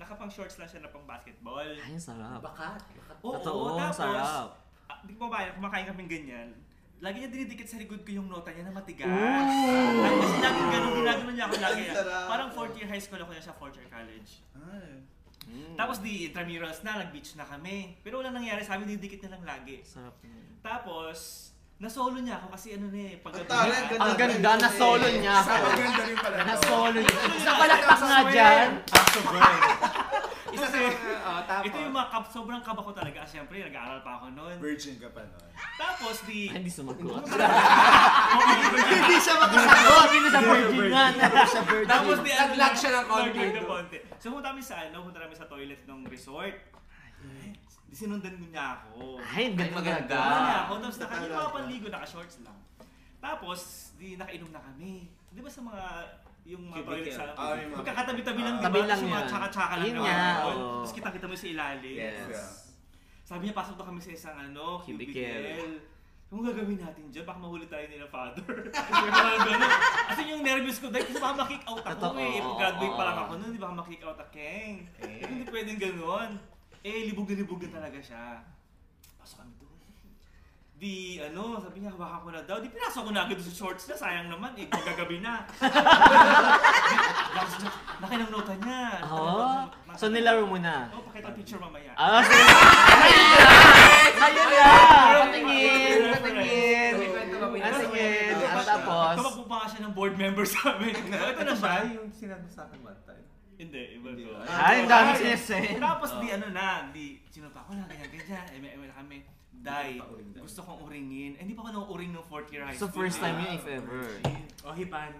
[SPEAKER 1] nakapang shorts lang siya na pang basketball.
[SPEAKER 3] Ay, ang sarap.
[SPEAKER 11] Bakat.
[SPEAKER 1] Oo,
[SPEAKER 3] Totoo, ang
[SPEAKER 1] tapos,
[SPEAKER 3] sarap.
[SPEAKER 1] ah, di ko mabaya, kumakain kaming ganyan. Lagi niya dinidikit sa likod ko yung nota niya na matigas.
[SPEAKER 3] Ooh.
[SPEAKER 1] Ay, kasi lagi ganun, ginagano niya ako lagi. ah.
[SPEAKER 11] Ang sarap.
[SPEAKER 1] Parang fourth year high school ako niya sa fourth year college. Tapos di intramurals na, nag-beach na kami. Pero wala nangyari sa amin, didikit na lang lagi.
[SPEAKER 3] Sarap nun.
[SPEAKER 1] Tapos, nasolo niya ako kasi ano na eh, paggabi.
[SPEAKER 11] Ang talent,
[SPEAKER 1] na-
[SPEAKER 3] Ang ganda na solo niya.
[SPEAKER 4] Sa maganda rin pala.
[SPEAKER 3] Na
[SPEAKER 4] to.
[SPEAKER 3] solo niya. Isang palakpak nga dyan.
[SPEAKER 4] Aso girl.
[SPEAKER 1] Isa sa
[SPEAKER 5] Ah, tapos,
[SPEAKER 1] Ito yung mga kab, sobrang kaba ko talaga. kasi Siyempre, nag-aaral pa ako noon.
[SPEAKER 4] Virgin ka pa nun.
[SPEAKER 1] Tapos di...
[SPEAKER 3] Ay, hindi sumagot.
[SPEAKER 11] Hindi siya makasabi.
[SPEAKER 3] Sagot! Hindi na sa virgin nga.
[SPEAKER 1] Tapos di... ano
[SPEAKER 5] Nag-lag
[SPEAKER 1] na-
[SPEAKER 5] siya ng konti.
[SPEAKER 1] Nag-lag ng konti. So, pumunta kami sa ano, pumunta kami sa toilet ng resort. Di sinundan niya ako.
[SPEAKER 3] Ay, ang ganda
[SPEAKER 5] maganda.
[SPEAKER 3] talaga.
[SPEAKER 1] Wala ako. Tapos naka, yung mga panligo, naka-shorts lang. Tapos, di nakainom na kami. Di ba sa mga yung mga toilet sa
[SPEAKER 4] Ah, yung mga-
[SPEAKER 1] magkakatabi-tabi lang,
[SPEAKER 4] Ah,
[SPEAKER 1] di ba?
[SPEAKER 3] tabi lang
[SPEAKER 1] Tapos yung mga
[SPEAKER 3] yan.
[SPEAKER 1] tsaka-tsaka lang
[SPEAKER 3] Yun
[SPEAKER 1] naman.
[SPEAKER 3] nga,
[SPEAKER 1] Yun.
[SPEAKER 3] oo.
[SPEAKER 1] Tapos kita-kita mo sa ilalim.
[SPEAKER 4] Yeah.
[SPEAKER 1] Sabi niya, pasok na kami sa isang ano,
[SPEAKER 3] Cubicle.
[SPEAKER 1] cubicle. Anong gagawin natin dyan? Baka mahuli tayo nila, father. Yung mga ganun. As in, yung nervous ko dahil kasi baka makick out ako
[SPEAKER 3] Totoo,
[SPEAKER 1] eh. Graduate pa lang
[SPEAKER 3] oo. Eh.
[SPEAKER 1] ako nun, di baka makick out ako. Keng. Hindi pwedeng ganun. Eh, libog na libog na talaga siya. Pasok kami doon. Di, ano, sabi niya, hawakan ko na daw. Di, pinasok ko na agad sa shorts niya. Sayang naman, eh, magagabi na. Laki ng nota niya.
[SPEAKER 3] Oo. So, nilaro mo na.
[SPEAKER 1] Oo, pakita picture mamaya.
[SPEAKER 3] Ah, so... Ayun na! Patingin! Patingin! Ah, sige. At tapos...
[SPEAKER 1] Tumakbo pa nga siya ng board member sa amin. Ito na siya.
[SPEAKER 8] ano yung sinabi sa akin one time?
[SPEAKER 1] Hindi, iba to.
[SPEAKER 3] Ay, ang dami sinasend.
[SPEAKER 1] Tapos di ano na, di sinunta ko na, ganyan, ganyan. Eme, eme na kami. Day, gusto kong uringin. Eh, hindi pa ako nang-uring ng fourth year high
[SPEAKER 3] So,
[SPEAKER 1] school.
[SPEAKER 3] first time yun, if ever.
[SPEAKER 8] Oh, hipan.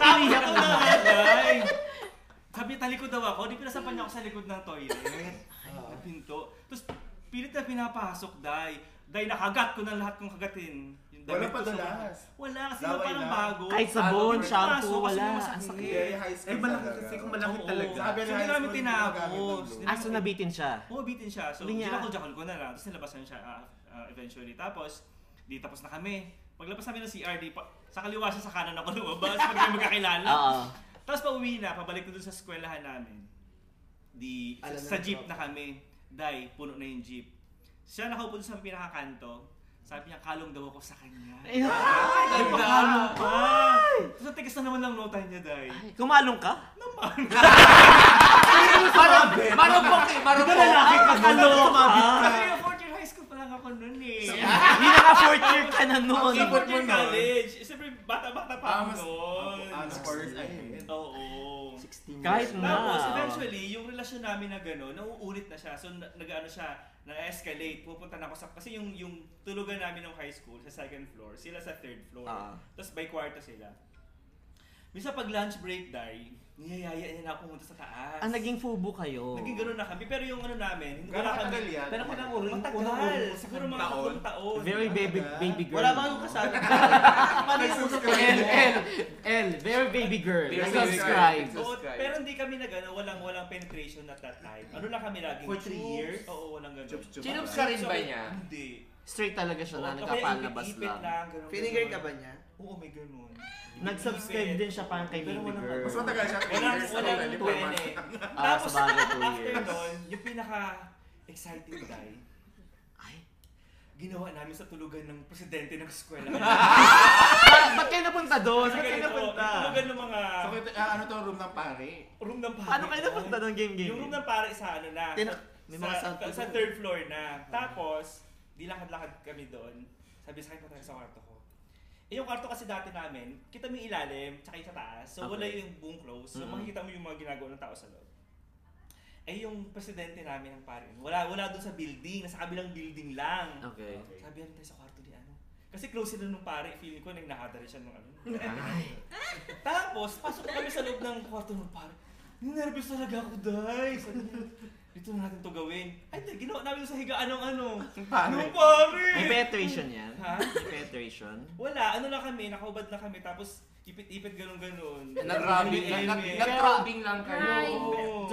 [SPEAKER 1] Tapos ako na nga, day. Sabi, talikod daw ako. Di pinasapan niya ako sa likod ng toilet.
[SPEAKER 3] Ah.
[SPEAKER 1] Ng pinto. Tapos, pilit na pinapasok, day. Day, nakagat ko na lahat kong kagatin. Yung
[SPEAKER 4] Wala
[SPEAKER 1] damit ko
[SPEAKER 4] pa
[SPEAKER 1] sa-
[SPEAKER 4] dalas.
[SPEAKER 1] Wala, kasi
[SPEAKER 4] Laway
[SPEAKER 1] parang
[SPEAKER 4] lang.
[SPEAKER 1] bago.
[SPEAKER 3] Kahit sabon,
[SPEAKER 1] Ano,
[SPEAKER 3] shampoo,
[SPEAKER 1] pinapasok kasi
[SPEAKER 3] wala.
[SPEAKER 1] masakit.
[SPEAKER 3] Ang
[SPEAKER 4] Very high school
[SPEAKER 8] Eh, malaki
[SPEAKER 4] talaga.
[SPEAKER 8] kasi kung malaki
[SPEAKER 1] Oo.
[SPEAKER 8] talaga.
[SPEAKER 4] Sabi
[SPEAKER 1] So,
[SPEAKER 4] ng
[SPEAKER 1] hindi
[SPEAKER 4] high
[SPEAKER 1] namin
[SPEAKER 4] school,
[SPEAKER 1] tinapos.
[SPEAKER 4] ginagamit ng
[SPEAKER 3] Ah, so nabitin siya.
[SPEAKER 1] Bumabitin siya. So,
[SPEAKER 3] Hindi niya-
[SPEAKER 1] ginakuljak ko na lang. Tapos nilabasan siya ah, ah, eventually. Tapos, di tapos na kami. Paglabas namin ng CR, di pa, sa kaliwa siya, sa kanan ako lumabas. Pag kami magkakilala.
[SPEAKER 3] Oo.
[SPEAKER 1] Tapos pauwi na, pabalik na dun sa eskwelahan namin. Di,
[SPEAKER 11] Alam
[SPEAKER 1] sa
[SPEAKER 11] na ng
[SPEAKER 1] jeep
[SPEAKER 11] tropa.
[SPEAKER 1] na kami. Dahil, puno na yung jeep. Siya nakaupo dun sa pinakakanto. Sabi niya, kalong daw ako sa kanya. Ay,
[SPEAKER 3] Ayun.
[SPEAKER 1] pakalong pa! Tapos ang tigas na naman ng nota niya, Day.
[SPEAKER 3] Kumalong ka?
[SPEAKER 5] Marupok eh, marupok eh, marupok.
[SPEAKER 3] Ay, kakalo ka.
[SPEAKER 1] Kasi yung fourth year high school pa lang ako noon eh.
[SPEAKER 3] Hindi naka fourth year ka na noon.
[SPEAKER 1] Ang
[SPEAKER 4] Keyboard
[SPEAKER 1] keyboard mo
[SPEAKER 4] mo nun.
[SPEAKER 1] college. Eh, Siyempre, bata-bata pa
[SPEAKER 4] Ah,
[SPEAKER 1] ako
[SPEAKER 4] mas-
[SPEAKER 1] noon.
[SPEAKER 4] Ano, first, I
[SPEAKER 1] Oo.
[SPEAKER 7] 16
[SPEAKER 3] Kahit
[SPEAKER 7] years.
[SPEAKER 3] na.
[SPEAKER 1] Tapos, eventually, yung relasyon namin na gano'n, nauulit na siya. So, na- nag-ano siya, na-escalate. Pupunta na ako sa... Kasi yung, yung tulugan namin ng high school, sa second floor, sila sa third floor.
[SPEAKER 7] Ah.
[SPEAKER 1] Tapos, by kwarto sila. Minsan, pag lunch break, Dari, niyayaya niya na ako pumunta sa taas.
[SPEAKER 3] Ah, naging fubo kayo.
[SPEAKER 1] Naging gano'n na kami. Pero yung ano namin, hindi
[SPEAKER 4] Gano'ng
[SPEAKER 1] wala kami.
[SPEAKER 4] katagal yan?
[SPEAKER 3] Pero kailangan uring- unang
[SPEAKER 1] Matagal.
[SPEAKER 3] uring-
[SPEAKER 1] Siguro mga taon. taon.
[SPEAKER 3] Very baby baby girl.
[SPEAKER 11] Wala ba akong kasabi? Paano yung usap ko?
[SPEAKER 3] L, L, L. Very baby girl.
[SPEAKER 5] Very baby
[SPEAKER 3] Subscribe.
[SPEAKER 5] girl.
[SPEAKER 1] Oo,
[SPEAKER 5] Subscribe.
[SPEAKER 1] pero hindi kami nag ano, walang walang penetration at that time. Ano lang kami laging
[SPEAKER 4] For three
[SPEAKER 1] chubs?
[SPEAKER 4] years?
[SPEAKER 1] Oo, walang ganun.
[SPEAKER 4] Chup, chup.
[SPEAKER 5] Chinoops ka rin ba
[SPEAKER 1] Sabi-
[SPEAKER 5] niya?
[SPEAKER 1] Hindi.
[SPEAKER 3] Straight talaga siya na
[SPEAKER 1] Oo,
[SPEAKER 3] nagpapalabas
[SPEAKER 1] ipit-ipit
[SPEAKER 3] lang.
[SPEAKER 1] ganun,
[SPEAKER 11] Finger
[SPEAKER 1] ganun.
[SPEAKER 11] ka ba niya?
[SPEAKER 1] Oo, may ganun.
[SPEAKER 3] Nag-subscribe din siya parang kay
[SPEAKER 1] Pero
[SPEAKER 3] baby
[SPEAKER 1] walang-
[SPEAKER 3] girl.
[SPEAKER 4] Mas matagal siya.
[SPEAKER 1] Walang,
[SPEAKER 4] Years,
[SPEAKER 1] walang
[SPEAKER 4] totally, four months.
[SPEAKER 1] pwede.
[SPEAKER 3] Ah,
[SPEAKER 1] Tapos,
[SPEAKER 3] sa bagay, two
[SPEAKER 1] after
[SPEAKER 3] years.
[SPEAKER 1] nun, yung pinaka exciting guy, ay, ginawa namin sa tulugan ng presidente ng eskwela.
[SPEAKER 3] Ba- Ba't kayo napunta doon? Ba't kayo
[SPEAKER 1] Ganito,
[SPEAKER 3] napunta?
[SPEAKER 1] yung tulugan ng mga
[SPEAKER 4] So, ito- ah, ano to room ng pare?
[SPEAKER 1] room ng pare.
[SPEAKER 3] Paano Ano kayo napunta doon game game?
[SPEAKER 1] Yung room ng pare sa ano na.
[SPEAKER 3] Tina-
[SPEAKER 1] sa-
[SPEAKER 3] may mga Ah.
[SPEAKER 1] sa,
[SPEAKER 3] sound
[SPEAKER 1] sa
[SPEAKER 3] doon.
[SPEAKER 1] third floor na. Tapos, di lakad-lakad kami doon. Sabi sa akin, punta tayo sa kwarto ko. Eh, yung kwarto kasi dati namin, kita mo yung ilalim, tsaka yung sa taas. So,
[SPEAKER 3] Okay.
[SPEAKER 1] wala yung buong close. So,
[SPEAKER 3] Mhm.
[SPEAKER 1] makikita mo yung mga ginagawa ng tao sa loob. Eh, yung presidente namin ng pare, wala, wala doon sa building. Nasa kabilang building lang.
[SPEAKER 3] Okay.
[SPEAKER 1] Sabi namin tayo sa kwarto ni ano. Kasi close sila nung pare, feeling ko nagnahada rin siya nung ano. Tapos, pasok na kami sa loob ng kwarto ng pare. Ninervous talaga ako, day. Sabi niya, dito na natin to gawin. Ay, di, ginawa namin sa higaan ng ano.
[SPEAKER 4] Paano?
[SPEAKER 1] Anong pare?
[SPEAKER 7] May penetration yan.
[SPEAKER 1] Ha?
[SPEAKER 7] May penetration.
[SPEAKER 1] Wala, ano lang kami, nakaubad lang kami, tapos ipit-ipit ganun-ganun.
[SPEAKER 5] Nag-rubbing
[SPEAKER 1] Hindi,
[SPEAKER 5] lang,
[SPEAKER 1] hindi.
[SPEAKER 5] nag-rubbing lang kayo.
[SPEAKER 12] Ay.
[SPEAKER 1] Oo.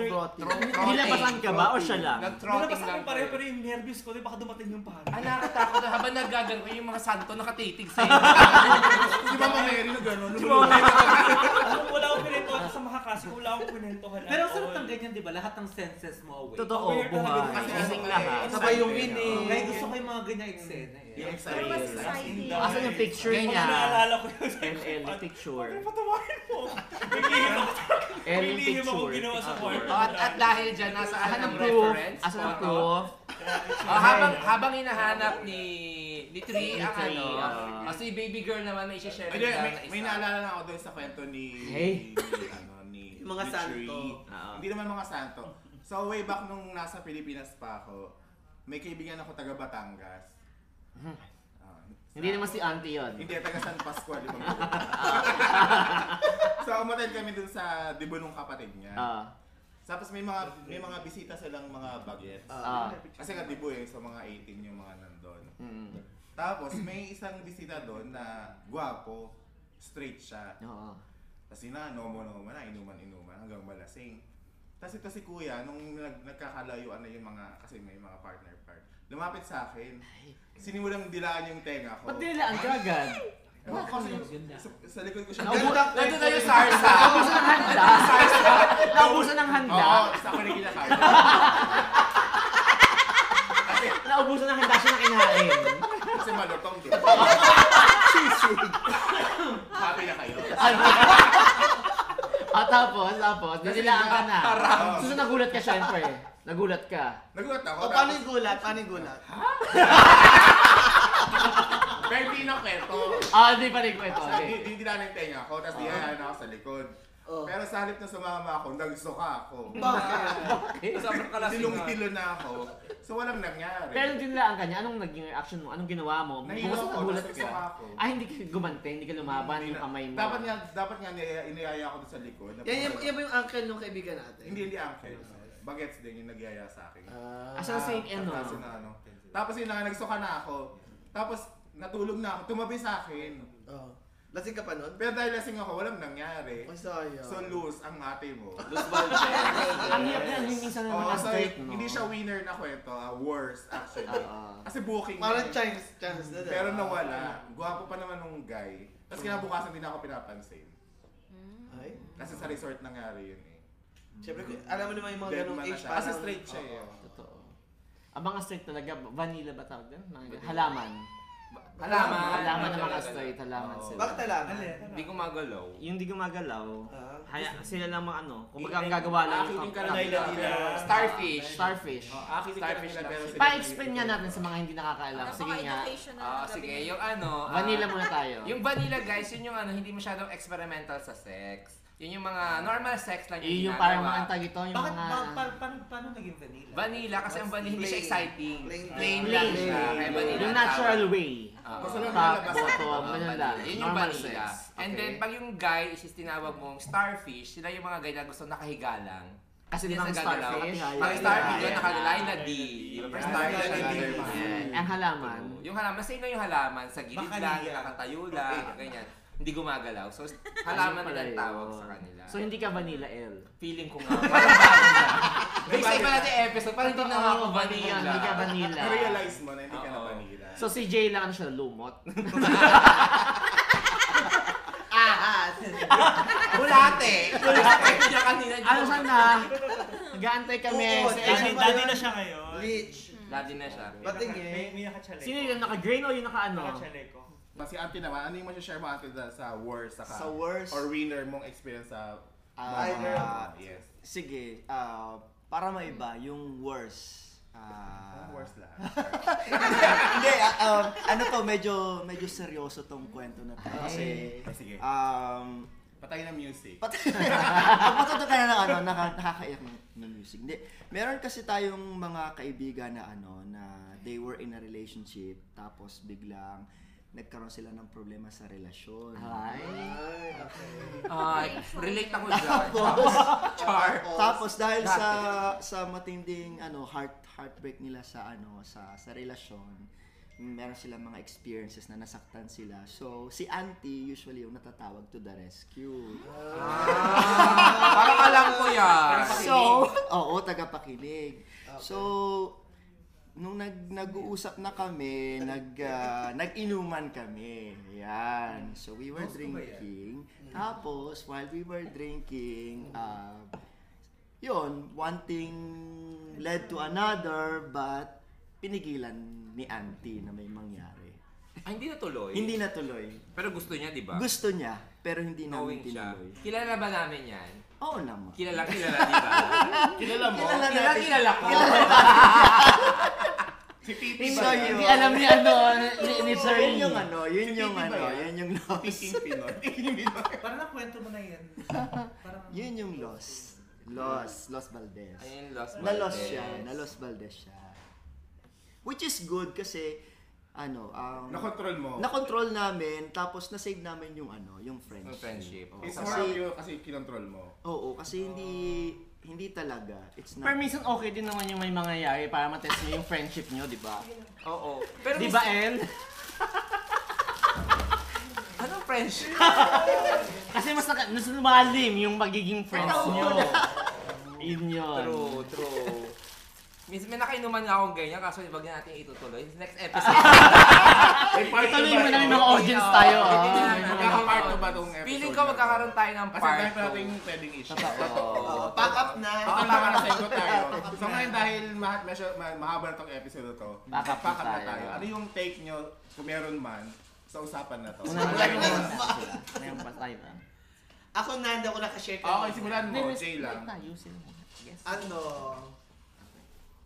[SPEAKER 7] Nilabasan ka ba o siya lang?
[SPEAKER 5] Nag-trotting
[SPEAKER 1] Nilabasan
[SPEAKER 5] lang
[SPEAKER 1] ko pareho pero yung nervous ko, di baka dumating yung pare.
[SPEAKER 5] Ang nakatakot na habang nagagano yung mga santo nakatitig sa inyo.
[SPEAKER 4] Di ba mga Mary na gano'n?
[SPEAKER 1] Alam mo, wala akong pinentohan sa mga klase ko, wala akong pinentohan at
[SPEAKER 8] Pero sarap
[SPEAKER 1] all.
[SPEAKER 8] ng ganyan, di ba? Lahat ng senses mo away.
[SPEAKER 7] Totoo,
[SPEAKER 1] Weird talaga
[SPEAKER 7] buhay.
[SPEAKER 1] kasi
[SPEAKER 3] Ah,
[SPEAKER 7] Kasing
[SPEAKER 1] ano,
[SPEAKER 5] ah.
[SPEAKER 7] lahat.
[SPEAKER 2] Sabay yung win eh.
[SPEAKER 8] Kaya gusto ko yung mga ganyan eksena eh.
[SPEAKER 7] Yung
[SPEAKER 12] Pero mas
[SPEAKER 7] experience.
[SPEAKER 12] exciting.
[SPEAKER 7] Asan yung picture
[SPEAKER 1] Pag
[SPEAKER 7] niya?
[SPEAKER 1] naalala ko yun. Ano
[SPEAKER 7] ML na picture.
[SPEAKER 1] Pero patawarin mo. Naglihim ako.
[SPEAKER 7] ML
[SPEAKER 1] Naglihim ako
[SPEAKER 7] picture.
[SPEAKER 1] ginawa
[SPEAKER 3] Ah.
[SPEAKER 1] sa kwarto.
[SPEAKER 5] Oh, at, at dahil dyan, nasa ahan
[SPEAKER 7] Asan
[SPEAKER 5] ng
[SPEAKER 7] ang proof?
[SPEAKER 5] reference.
[SPEAKER 7] Asan ang
[SPEAKER 5] Oo.
[SPEAKER 7] proof?
[SPEAKER 5] Oh, habang, habang hinahanap ni ni Tree
[SPEAKER 7] Ni
[SPEAKER 5] ang
[SPEAKER 7] Tree,
[SPEAKER 5] ano,
[SPEAKER 7] ah.
[SPEAKER 5] oh, si baby girl naman may isi-share
[SPEAKER 4] Ay, di,
[SPEAKER 5] nila
[SPEAKER 4] may,
[SPEAKER 5] na isa.
[SPEAKER 4] may naalala na ako doon sa kwento ni...
[SPEAKER 7] Hey.
[SPEAKER 4] ni, ano, ni
[SPEAKER 11] Yung mga
[SPEAKER 4] ni
[SPEAKER 11] santo.
[SPEAKER 4] Sheree.
[SPEAKER 7] Oo.
[SPEAKER 4] Hindi naman mga santo. So, way back nung nasa Pilipinas pa ako, may kaibigan ako taga Batangas. Ah,
[SPEAKER 3] Hindi naman si auntie yun.
[SPEAKER 4] Hindi, taga San Pascual, di ba? so, umatid kami dun sa dibo nung kapatid niya.
[SPEAKER 3] Ah.
[SPEAKER 4] Tapos may mga may mga bisita silang mga bagets.
[SPEAKER 3] Ah.
[SPEAKER 4] Kasi nga dibo eh, sa mga 18 yung mga nandun.
[SPEAKER 3] Mm-hmm.
[SPEAKER 4] Tapos may isang bisita doon na gwapo, straight siya.
[SPEAKER 3] Oo.
[SPEAKER 4] Tapos na, nomo nomo na, inuman inuman hanggang malasing. Tapos ito si kuya, nung nag, nagkakalayuan na yung mga, kasi may mga partner part, lumapit sa akin. Sinimulang dilaan yung tenga ko.
[SPEAKER 3] Ba't nilalaan ka agad?
[SPEAKER 4] Oo, kasi sa, sa likod ko siya.
[SPEAKER 3] Naubo-
[SPEAKER 4] Ganun-
[SPEAKER 5] Nandun na yung sarsa.
[SPEAKER 3] Naubusan ng handa. Naubusan ng handa.
[SPEAKER 4] Oo, sa akin na kinakain.
[SPEAKER 3] Naubusan ng handa siya na kinain.
[SPEAKER 4] Kasi malutong din. Happy na kayo.
[SPEAKER 11] Ano?
[SPEAKER 3] At Ah, tapos, tapos, nilalaan ka na.
[SPEAKER 4] Tarang.
[SPEAKER 3] Susunod nagulat ka syempre. Nagulat ka.
[SPEAKER 4] Nagulat ako.
[SPEAKER 11] O paano yung gulat? Paano yung gulat?
[SPEAKER 4] Bertie na kwento.
[SPEAKER 3] Ah, hindi pa rin kwento.
[SPEAKER 4] Tapos
[SPEAKER 3] Okay.
[SPEAKER 4] di- di dinaan yung tenga ko,
[SPEAKER 11] Ah.
[SPEAKER 4] tapos dihahan ako sa likod.
[SPEAKER 11] Oh.
[SPEAKER 4] Pero sa halip na sumama ako, nagsuka ako.
[SPEAKER 5] Sobrang kalasingan.
[SPEAKER 4] Silong-hilo na ako. So walang nangyari.
[SPEAKER 3] Pero nung dinilaan ka niya, anong naging reaction mo? Anong ginawa mo?
[SPEAKER 4] Nahilo
[SPEAKER 3] Bukas
[SPEAKER 4] ako,
[SPEAKER 3] nagulat
[SPEAKER 4] tapos
[SPEAKER 3] ka.
[SPEAKER 4] nagsuka ako.
[SPEAKER 3] Ah, hindi ka gumante, hindi ka lumaban
[SPEAKER 4] Hindi
[SPEAKER 3] yung
[SPEAKER 4] na-
[SPEAKER 3] kamay mo.
[SPEAKER 4] Dapat nga, dapat nga niyaya, iniyaya ako doon sa likod.
[SPEAKER 11] Yan, yan, yan ba yung uncle nung kaibigan natin?
[SPEAKER 4] Hindi, hindi uncle. Bagets din yung nagyaya sa akin.
[SPEAKER 11] Ah.
[SPEAKER 3] Ah, sa same end,
[SPEAKER 4] Tapos
[SPEAKER 3] no?
[SPEAKER 4] na ano. Tapos yun na, nga, nagsuka na ako. Tapos natulog na ako, tumabi sa akin.
[SPEAKER 11] Oh. Lasing ka pa nun?
[SPEAKER 4] Pero oh. dahil lasing ako, walang nangyari.
[SPEAKER 11] Ay, sayang.
[SPEAKER 4] So lose ang ate mo.
[SPEAKER 3] Ang hirap na yung minsan ng
[SPEAKER 4] Oo,
[SPEAKER 3] mga
[SPEAKER 4] so
[SPEAKER 3] straight, no?
[SPEAKER 4] hindi siya winner na kwento, ah, worse actually. Kasi booking
[SPEAKER 11] Ah, Parang
[SPEAKER 4] niya.
[SPEAKER 11] chance, chance na Ah. Hmm.
[SPEAKER 4] Pero nawala. Gwapo pa naman nung guy. Tapos kinabukasan din ako pinapansin.
[SPEAKER 11] Ay.
[SPEAKER 4] Kasi sa resort nangyari yun eh.
[SPEAKER 11] Hmm. Siyempre, kung- alam mo naman yung mga
[SPEAKER 4] Dead
[SPEAKER 11] ganong
[SPEAKER 4] man na
[SPEAKER 11] age
[SPEAKER 4] siya.
[SPEAKER 11] parang...
[SPEAKER 4] Kasi straight siya eh.
[SPEAKER 11] Oo.
[SPEAKER 3] Totoo. Ang mga straight talaga, vanilla ba tawag doon? Mga- Halaman.
[SPEAKER 5] Halaman.
[SPEAKER 3] Halaman ng mga straight, halaman
[SPEAKER 4] Oo.
[SPEAKER 3] sila.
[SPEAKER 11] Bakit talaga?
[SPEAKER 5] Hindi ko magalaw.
[SPEAKER 7] Yung di gumagalaw,
[SPEAKER 11] Ah.
[SPEAKER 7] haya, sila lang mga ano, kumbaga ang gagawa lang
[SPEAKER 5] Akitin
[SPEAKER 3] Ah.
[SPEAKER 5] ka lang
[SPEAKER 1] Kanay
[SPEAKER 5] nila.
[SPEAKER 1] lang nila.
[SPEAKER 5] Starfish. Ah,
[SPEAKER 3] Starfish.
[SPEAKER 4] Akin
[SPEAKER 5] Starfish lang.
[SPEAKER 3] Pa-explain nga natin sa mga hindi
[SPEAKER 5] Ano
[SPEAKER 3] nakakaalam. Sige nga.
[SPEAKER 12] Napaka-educational ng
[SPEAKER 5] Ah,
[SPEAKER 12] gabi.
[SPEAKER 5] sige. Yung ano. ah,
[SPEAKER 3] Vanilla muna tayo.
[SPEAKER 5] Yung vanilla guys, yun yung ano, hindi masyadong experimental sa sex. Yun yung mga normal sex lang
[SPEAKER 3] Yung,
[SPEAKER 5] yung
[SPEAKER 3] yung parang mga
[SPEAKER 5] ginagawa.
[SPEAKER 3] tag ito, yung
[SPEAKER 8] Bakit,
[SPEAKER 3] mga...
[SPEAKER 8] ba, pa, paano, paano naging vanilla?
[SPEAKER 5] Vanilla kasi ang vanilla hindi siya
[SPEAKER 11] Plain.
[SPEAKER 5] exciting.
[SPEAKER 11] Plain.
[SPEAKER 5] Plain lang
[SPEAKER 3] Plain.
[SPEAKER 5] siya. Kaya vanilla.
[SPEAKER 3] Yung
[SPEAKER 5] ang
[SPEAKER 3] natural
[SPEAKER 5] tawag.
[SPEAKER 3] way.
[SPEAKER 5] Ah.
[SPEAKER 4] Gusto lang
[SPEAKER 3] Top,
[SPEAKER 4] nalabas.
[SPEAKER 3] bottom,
[SPEAKER 5] Oo,
[SPEAKER 3] ganun
[SPEAKER 5] vanilla.
[SPEAKER 3] lang.
[SPEAKER 5] Yun yung
[SPEAKER 3] Normal
[SPEAKER 5] vanilla.
[SPEAKER 3] sex.
[SPEAKER 5] And then,
[SPEAKER 3] Okay.
[SPEAKER 5] pag yung guy is tinawag mong starfish, sila yung mga guy na gusto nakahiga lang.
[SPEAKER 3] Kasi
[SPEAKER 5] Hindi
[SPEAKER 3] di ba ang
[SPEAKER 5] sa gagalaw.
[SPEAKER 3] starfish?
[SPEAKER 5] Pag
[SPEAKER 3] Ay,
[SPEAKER 5] starfish,
[SPEAKER 3] ay,
[SPEAKER 5] yun
[SPEAKER 3] ay.
[SPEAKER 5] nakalilay na D. Di ba? Pag starfish,
[SPEAKER 4] Starfish
[SPEAKER 5] nakalilay
[SPEAKER 4] lang.
[SPEAKER 5] na D.
[SPEAKER 3] Ang halaman.
[SPEAKER 5] Yung halaman, same na yung halaman. Sa gilid
[SPEAKER 8] Baka
[SPEAKER 5] lang,
[SPEAKER 8] niya.
[SPEAKER 5] nakatayo lang, ganyan. Hindi gumagalaw. So, halaman na
[SPEAKER 3] Ayun pala
[SPEAKER 5] lang
[SPEAKER 3] yun.
[SPEAKER 5] tawag sa kanila.
[SPEAKER 3] So hindi ka vanilla L.
[SPEAKER 5] feeling ko nga. Parang bago na. Next time pa natin episode, parang hindi na nga ako
[SPEAKER 3] Oo,
[SPEAKER 5] vanilla.
[SPEAKER 3] Hindi ka vanilla.
[SPEAKER 4] Na-realize mo na hindi ka na
[SPEAKER 5] Oo.
[SPEAKER 4] vanilla.
[SPEAKER 3] So si Jay lang ano siya lumot.
[SPEAKER 11] Ahas!
[SPEAKER 5] Bulate! Bulate! Kaya kanina
[SPEAKER 3] ano siya na? Nag-aantay kami.
[SPEAKER 11] Oo,
[SPEAKER 3] si
[SPEAKER 11] dahil-
[SPEAKER 1] Dati,
[SPEAKER 3] Ano-
[SPEAKER 1] dati na siya ngayon.
[SPEAKER 11] Leech!
[SPEAKER 5] Dati na siya.
[SPEAKER 1] May
[SPEAKER 11] Ba't
[SPEAKER 1] naka-
[SPEAKER 11] tingin?
[SPEAKER 8] eh.
[SPEAKER 1] May, may nakachaleko.
[SPEAKER 3] Sino yung Oh. naka-green o yung naka-ano?
[SPEAKER 1] Nakachaleko.
[SPEAKER 4] Mas si Auntie naman, ano yung masashare mo Auntie sa- sa worst saka
[SPEAKER 7] Sa worst?
[SPEAKER 4] or winner mong experience sa
[SPEAKER 7] Ah,
[SPEAKER 4] Ah, yes.
[SPEAKER 7] Sige, ah, para maiba, yung worst. Ah,
[SPEAKER 4] Ang worst lahat.
[SPEAKER 7] Hindi, ah, um, ano to, medyo, medyo seryoso tong kwento na to. Kasi,
[SPEAKER 4] Ay, sige.
[SPEAKER 7] um,
[SPEAKER 4] Patay na music.
[SPEAKER 7] Pat- Ang matuto ka na ng ano, naka, nakakaiyak ng, ng music. Hindi. Meron kasi tayong mga kaibigan na ano, na they were in a relationship, tapos biglang nagkaroon sila ng problema sa relasyon.
[SPEAKER 3] Ay.
[SPEAKER 5] Ah, relate ako dyan. Char.
[SPEAKER 7] Tapos dahil sa sa matinding ano heart heartbreak nila sa ano sa sa relasyon, meron silang mga experiences na nasaktan sila. So si auntie usually yung natatawag to the rescue.
[SPEAKER 5] Parang alam ko yan.
[SPEAKER 7] So, oo, tagapakinig. So nung nag nag-uusap na kami, nag ah, nag-inuman kami. Yan. So we were drinking.
[SPEAKER 3] Hmm.
[SPEAKER 7] Tapos while we were drinking, ah, yun, one thing led to another, but pinigilan ni auntie na may mangyari.
[SPEAKER 5] Ah, hindi natuloy.
[SPEAKER 7] Hindi natuloy.
[SPEAKER 5] Pero gusto niya, di ba?
[SPEAKER 7] Gusto niya, pero hindi namin
[SPEAKER 5] Knowing siya.
[SPEAKER 7] tinuloy.
[SPEAKER 5] Kilala ba namin yan?
[SPEAKER 7] Oo naman.
[SPEAKER 5] Kilala, kilala, di ba?
[SPEAKER 7] Kilala mo?
[SPEAKER 5] kilala, kilala ko.
[SPEAKER 7] Hindi
[SPEAKER 3] So,
[SPEAKER 7] yun.
[SPEAKER 3] hindi alam niya ano, ni, ni Sir
[SPEAKER 7] Yun
[SPEAKER 3] Lee.
[SPEAKER 7] yung ano, yun yung ano,
[SPEAKER 4] Hindi ba yan?
[SPEAKER 7] yun yung loss.
[SPEAKER 6] Parang nakwento mo na yan. Parang
[SPEAKER 7] Yun yung loss. Loss. Loss Valdez.
[SPEAKER 5] Ayun, lost
[SPEAKER 7] Nalos
[SPEAKER 5] Valdez.
[SPEAKER 7] siya. Nalos Valdez siya. Which is good kasi, ano, um,
[SPEAKER 4] Nakontrol mo.
[SPEAKER 7] na-control namin, tapos na-save namin yung ano, yung friendship.
[SPEAKER 5] Yung friendship.
[SPEAKER 7] Oo,
[SPEAKER 4] It's more
[SPEAKER 7] kasi,
[SPEAKER 4] of you kasi kinontrol mo.
[SPEAKER 7] oo, kasi hindi, hindi talaga. It's not,
[SPEAKER 3] Pero minsan okay din naman yung may mangyayari para matest niyo yung friendship niyo, di ba?
[SPEAKER 5] Oo. Pero
[SPEAKER 3] Di ba,
[SPEAKER 7] eh?
[SPEAKER 3] El?
[SPEAKER 5] Anong friendship?
[SPEAKER 3] Kasi mas, naka- mas lumalim yung magiging friends niyo. Yun yun.
[SPEAKER 5] True, true. Minsan may nakainuman nga akong ganyan, kaso wag na natin itutuloy. Next episode.
[SPEAKER 3] Ituloy mo na yung mga audience tayo. ah.
[SPEAKER 5] Hindi na natin
[SPEAKER 4] Magkaka-part
[SPEAKER 5] itutuloy.
[SPEAKER 4] two ba tong episode
[SPEAKER 5] Feeling ko
[SPEAKER 4] na to?
[SPEAKER 5] magkakaroon tayo ng
[SPEAKER 4] Kasi
[SPEAKER 5] part
[SPEAKER 4] dahil pa
[SPEAKER 5] 2.
[SPEAKER 4] natin pwedeng issue.
[SPEAKER 8] Oh,
[SPEAKER 5] Oo.
[SPEAKER 11] Pack up na.
[SPEAKER 4] Total na na sagot tayo. So ngayon dahil ma- masya- ma- mahaba na tong episode na to,
[SPEAKER 3] Back up
[SPEAKER 4] back up na
[SPEAKER 3] tayo.
[SPEAKER 4] tayo. Ano yung take nyo, kung meron man, sa usapan na to?
[SPEAKER 3] Una na tayo muna. Ngayon pa tayo. ah.
[SPEAKER 11] Ako na, hindi ako nakashare ka.
[SPEAKER 4] Okay, simulan mo, Oh, Jay
[SPEAKER 3] Wait
[SPEAKER 4] lang.
[SPEAKER 3] tayo, sila muna. Yes.
[SPEAKER 11] Ano?